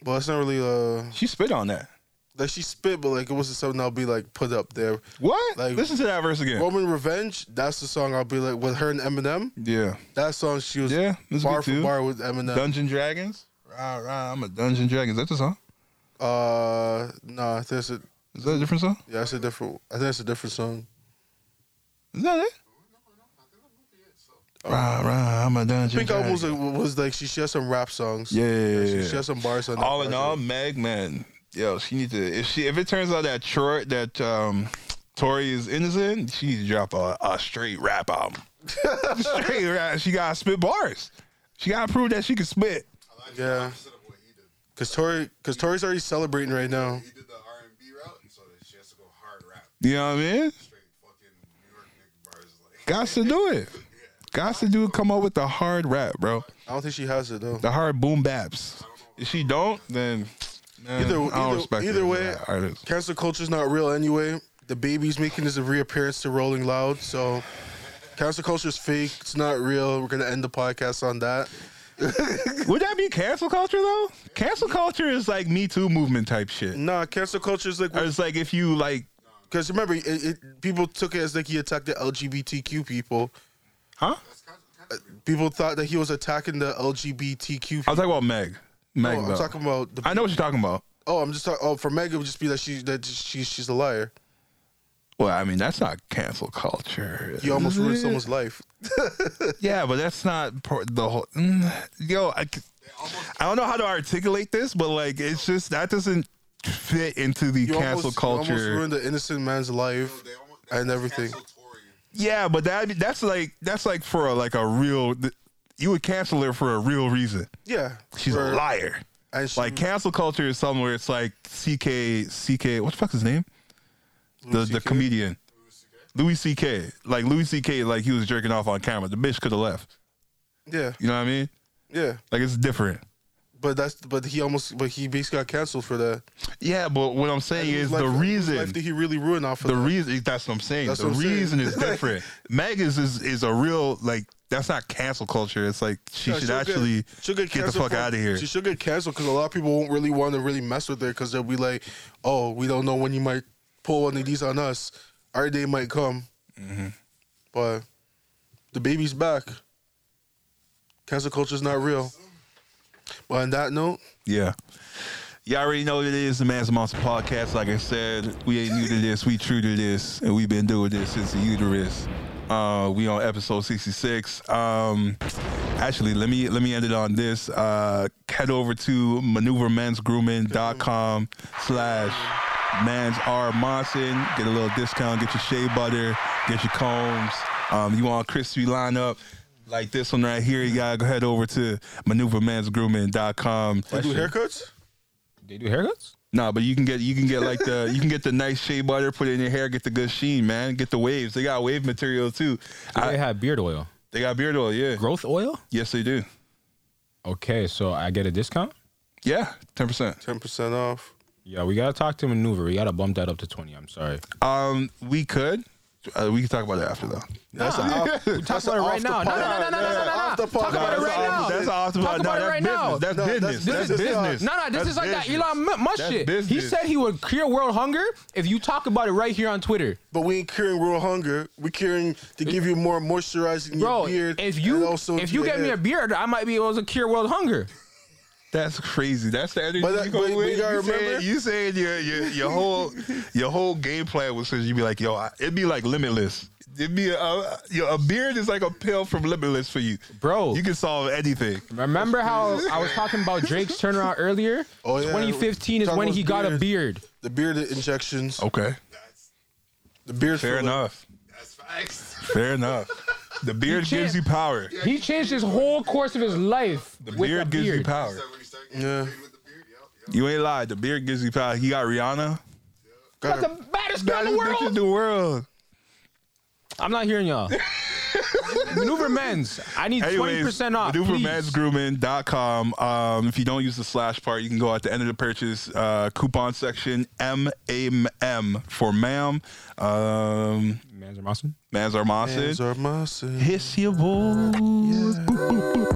Speaker 3: Well, that's not really uh
Speaker 2: She spit on that.
Speaker 3: like she spit, but like it wasn't something I'll be like put up there.
Speaker 2: What?
Speaker 3: Like-
Speaker 2: listen to that verse again.
Speaker 3: Roman Revenge. That's the song I'll be like with her and Eminem.
Speaker 2: yeah,
Speaker 3: That song she was
Speaker 2: Yeah, that's
Speaker 3: bar
Speaker 2: good
Speaker 3: for
Speaker 2: too.
Speaker 3: bar with Eminem.
Speaker 2: Dungeon Dragons. Rah, rah, I'm a Dungeon Dragon. Is that the song?
Speaker 3: uh, nah, I think it's a
Speaker 2: Is that a different song?
Speaker 3: yeah, it's a different. I think it's a different song.
Speaker 2: Is that it? Rah, rah, I'm a Dungeon
Speaker 3: Pink
Speaker 2: Dragon.
Speaker 3: album was like, was like she, she has some rap songs.
Speaker 2: yeah, yeah, yeah,
Speaker 3: She,
Speaker 2: yeah.
Speaker 3: she has some bars on. that
Speaker 2: all in
Speaker 3: project.
Speaker 2: all, Meg, man, yo, she needs to. If she, if it turns out that Troy, that um, Tori is innocent, she needs to drop a, a straight rap album. straight rap. She got to spit bars. She got to prove that she can spit.
Speaker 4: I like
Speaker 3: Yeah.
Speaker 4: the opposite of what he did.
Speaker 3: Cause Tori, cause Tori's already celebrating right now.
Speaker 4: He did the R&B route, and so that she has to go hard rap,
Speaker 2: You know what I mean?
Speaker 4: straight fucking New York Nick bars. Like,
Speaker 2: Got to do it. Got to do it. Come up with the hard rap, bro.
Speaker 3: I don't think she has it though.
Speaker 2: The hard boom baps. If she don't, then man,
Speaker 3: Either-
Speaker 2: I don't
Speaker 3: either-
Speaker 2: respect her
Speaker 3: either
Speaker 2: as
Speaker 3: way,
Speaker 2: an artist.
Speaker 3: Cancel culture's not real anyway. The baby's making his reappearance to Rolling Loud, so cancel culture's fake. It's not real. We're gonna end the podcast on that.
Speaker 2: Would that be cancel culture though? Cancel culture is like Me Too movement type shit.
Speaker 3: Nah, cancel culture is like
Speaker 2: Or it's like if you like,
Speaker 3: because remember, it, it, people took it as like he attacked the LGBTQ people.
Speaker 2: huh?
Speaker 4: that's kind of, kind of weird.
Speaker 3: People thought that he was attacking the LGBTQ.
Speaker 2: I was talking about Meg. Meg.
Speaker 3: people.
Speaker 2: though.
Speaker 3: Oh, I'm talking about. The,
Speaker 2: I know what you're talking about.
Speaker 3: oh, I'm just talking. Oh, for Meg, it would just be that she that she she's a liar.
Speaker 2: Well, I mean, that's not cancel culture.
Speaker 3: You almost
Speaker 2: is
Speaker 3: ruined
Speaker 2: it?
Speaker 3: someone's life.
Speaker 2: Yeah, but that's not part- the whole. Mm, yo, I, c- I don't know how to articulate this, but like, it's just that doesn't fit into the
Speaker 3: You
Speaker 2: cancel
Speaker 3: almost, You almost
Speaker 2: culture.
Speaker 3: ruined the innocent man's life.
Speaker 4: They almost, they
Speaker 3: And
Speaker 4: almost
Speaker 3: everything.
Speaker 4: canceled Tory.
Speaker 2: yeah, but that that's like that's like for a, like a real. th- You would cancel her for a real reason.
Speaker 3: Yeah,
Speaker 2: She's
Speaker 3: Where-
Speaker 2: a liar.
Speaker 3: And she,
Speaker 2: Like cancel culture is something where it's like CK CK what the fuck's his name? The
Speaker 3: Louis
Speaker 2: the
Speaker 3: CK?
Speaker 2: comedian. Louis CK. Like Louis CK like he was jerking off on camera. The bitch could have left.
Speaker 3: yeah,
Speaker 2: You know what I mean?
Speaker 3: yeah.
Speaker 2: Like it's different.
Speaker 3: But that's but he almost but he basically got canceled for that.
Speaker 2: Yeah, but what I'm saying
Speaker 3: His
Speaker 2: is
Speaker 3: life-
Speaker 2: the
Speaker 3: his
Speaker 2: reason.
Speaker 3: life that he really ruined off of
Speaker 2: The
Speaker 3: that.
Speaker 2: reason that's what I'm saying.
Speaker 3: That's
Speaker 2: the
Speaker 3: what I'm saying.
Speaker 2: reason is different. Meg is, is is a real like that's not cancel culture. It's like she
Speaker 3: Yeah,
Speaker 2: should
Speaker 3: she'll get-
Speaker 2: actually
Speaker 3: she'll
Speaker 2: get, the
Speaker 3: canceled
Speaker 2: fuck
Speaker 3: for-
Speaker 2: out of here.
Speaker 3: She should get canceled because a lot of people won't really want to really mess with her because they'll be like, "Oh, we don't know when you might pull one of these on us. Our day might come."
Speaker 2: Mm-hmm.
Speaker 3: But the baby's back. Cancel culture's not real. But on that note,
Speaker 2: Yeah. Y'all already know what it is, the Man's Monster Podcast. Like I said, we ain't new to this. We true to this, and we've been doing this since the uterus. Uh, we on episode sixty six. Um, actually, let me let me end it on this. Uh, head over to maneuvermensgrooming.com slash man's R Monson. Get a little discount. Get your shea butter. Get your combs. Um, you want a crispy lineup like this one right here? You gotta go head over to maneuvermensgrooming.com.
Speaker 3: they do haircuts.
Speaker 1: They do haircuts?
Speaker 2: Nah, but you can get you can get like the you can get the nice shea butter, put it in your hair, get the good sheen, man. Get the waves. They got wave material too.
Speaker 1: Do
Speaker 2: I-
Speaker 1: they have beard oil?
Speaker 2: they got beard oil, yeah.
Speaker 1: Growth oil?
Speaker 2: Yes, they do.
Speaker 1: Okay, so I get a discount?
Speaker 2: Yeah, ten percent.
Speaker 3: Ten percent off.
Speaker 1: Yeah, we gotta talk to maneuver. We gotta bump that up to twenty. I'm sorry.
Speaker 2: Um, we could. Uh, we can talk about it after though.
Speaker 3: That's nah, off,
Speaker 1: We talk about it right now. No, no, no, no, no, no, no, no.
Speaker 3: Off the
Speaker 1: Talk about it
Speaker 2: That's
Speaker 1: right
Speaker 2: off-
Speaker 1: now.
Speaker 2: That's off
Speaker 1: Talk
Speaker 2: no,
Speaker 1: about it
Speaker 2: that's
Speaker 1: right
Speaker 2: business.
Speaker 1: now.
Speaker 2: That's
Speaker 3: No, that's-
Speaker 2: business.
Speaker 3: this
Speaker 2: That's,
Speaker 3: is-
Speaker 2: business.
Speaker 1: No, no, this
Speaker 2: That's
Speaker 1: is like
Speaker 2: business.
Speaker 1: that Elon Mu- Musk
Speaker 2: That's
Speaker 1: shit. He
Speaker 2: business.
Speaker 1: said he would cure world hunger if you talk about it right here on Twitter.
Speaker 3: But we ain't curing real hunger. We're curing to give you more moisturizing
Speaker 1: Bro,
Speaker 3: your beard.
Speaker 1: if
Speaker 3: and
Speaker 1: you
Speaker 3: also
Speaker 1: if you
Speaker 3: your
Speaker 1: get me
Speaker 3: hair.
Speaker 1: a beard, I might be able to cure world hunger.
Speaker 2: That's crazy. That's the energy.
Speaker 3: But that-
Speaker 2: you go
Speaker 3: but- but
Speaker 2: with.
Speaker 3: you gotta
Speaker 2: saying-
Speaker 3: remember-
Speaker 2: you saying your your your whole your whole game plan was since you be like, yo, I- it'd be like limitless. It'd be a, a, yo, a beard is like a pill from limitless for you,
Speaker 1: Bro.
Speaker 2: You can solve anything.
Speaker 1: Remember how I was talking about Drake's turnaround earlier?
Speaker 3: Oh, yeah.
Speaker 1: 2015 is
Speaker 3: Talking
Speaker 1: when
Speaker 3: about
Speaker 1: he got a beard.
Speaker 3: the beard injections,
Speaker 2: Okay,
Speaker 4: That's
Speaker 3: the beard
Speaker 2: Oh, fair
Speaker 3: filler.
Speaker 2: enough.
Speaker 4: that's facts.
Speaker 2: Fair enough. The beard
Speaker 1: can't-
Speaker 2: gives you power.
Speaker 1: He changed his whole course of his life
Speaker 2: The
Speaker 1: with
Speaker 2: beard
Speaker 1: a
Speaker 2: gives you
Speaker 1: beard.
Speaker 2: power.
Speaker 4: So when you start getting
Speaker 3: Yeah.
Speaker 4: big with the beard, yep, yep.
Speaker 2: You ain't lied. The beard gives you power. He got Rihanna.
Speaker 3: Got
Speaker 1: That's
Speaker 3: a-
Speaker 1: the baddest girl in the
Speaker 2: Baddest bitch in
Speaker 1: world.
Speaker 2: the world.
Speaker 1: I'm not hearing y'all. Maneuver men's. I need 20% off. please.
Speaker 2: maneuvermansgrooming.com. Um, if you don't use the slash part, you can go at the end of the purchase uh, coupon section MAM for ma'am. Um,
Speaker 1: Man's are awesome.
Speaker 2: Manzar Mossin.
Speaker 3: Hands are massive.
Speaker 2: It's your boy. Boop, boop, boop.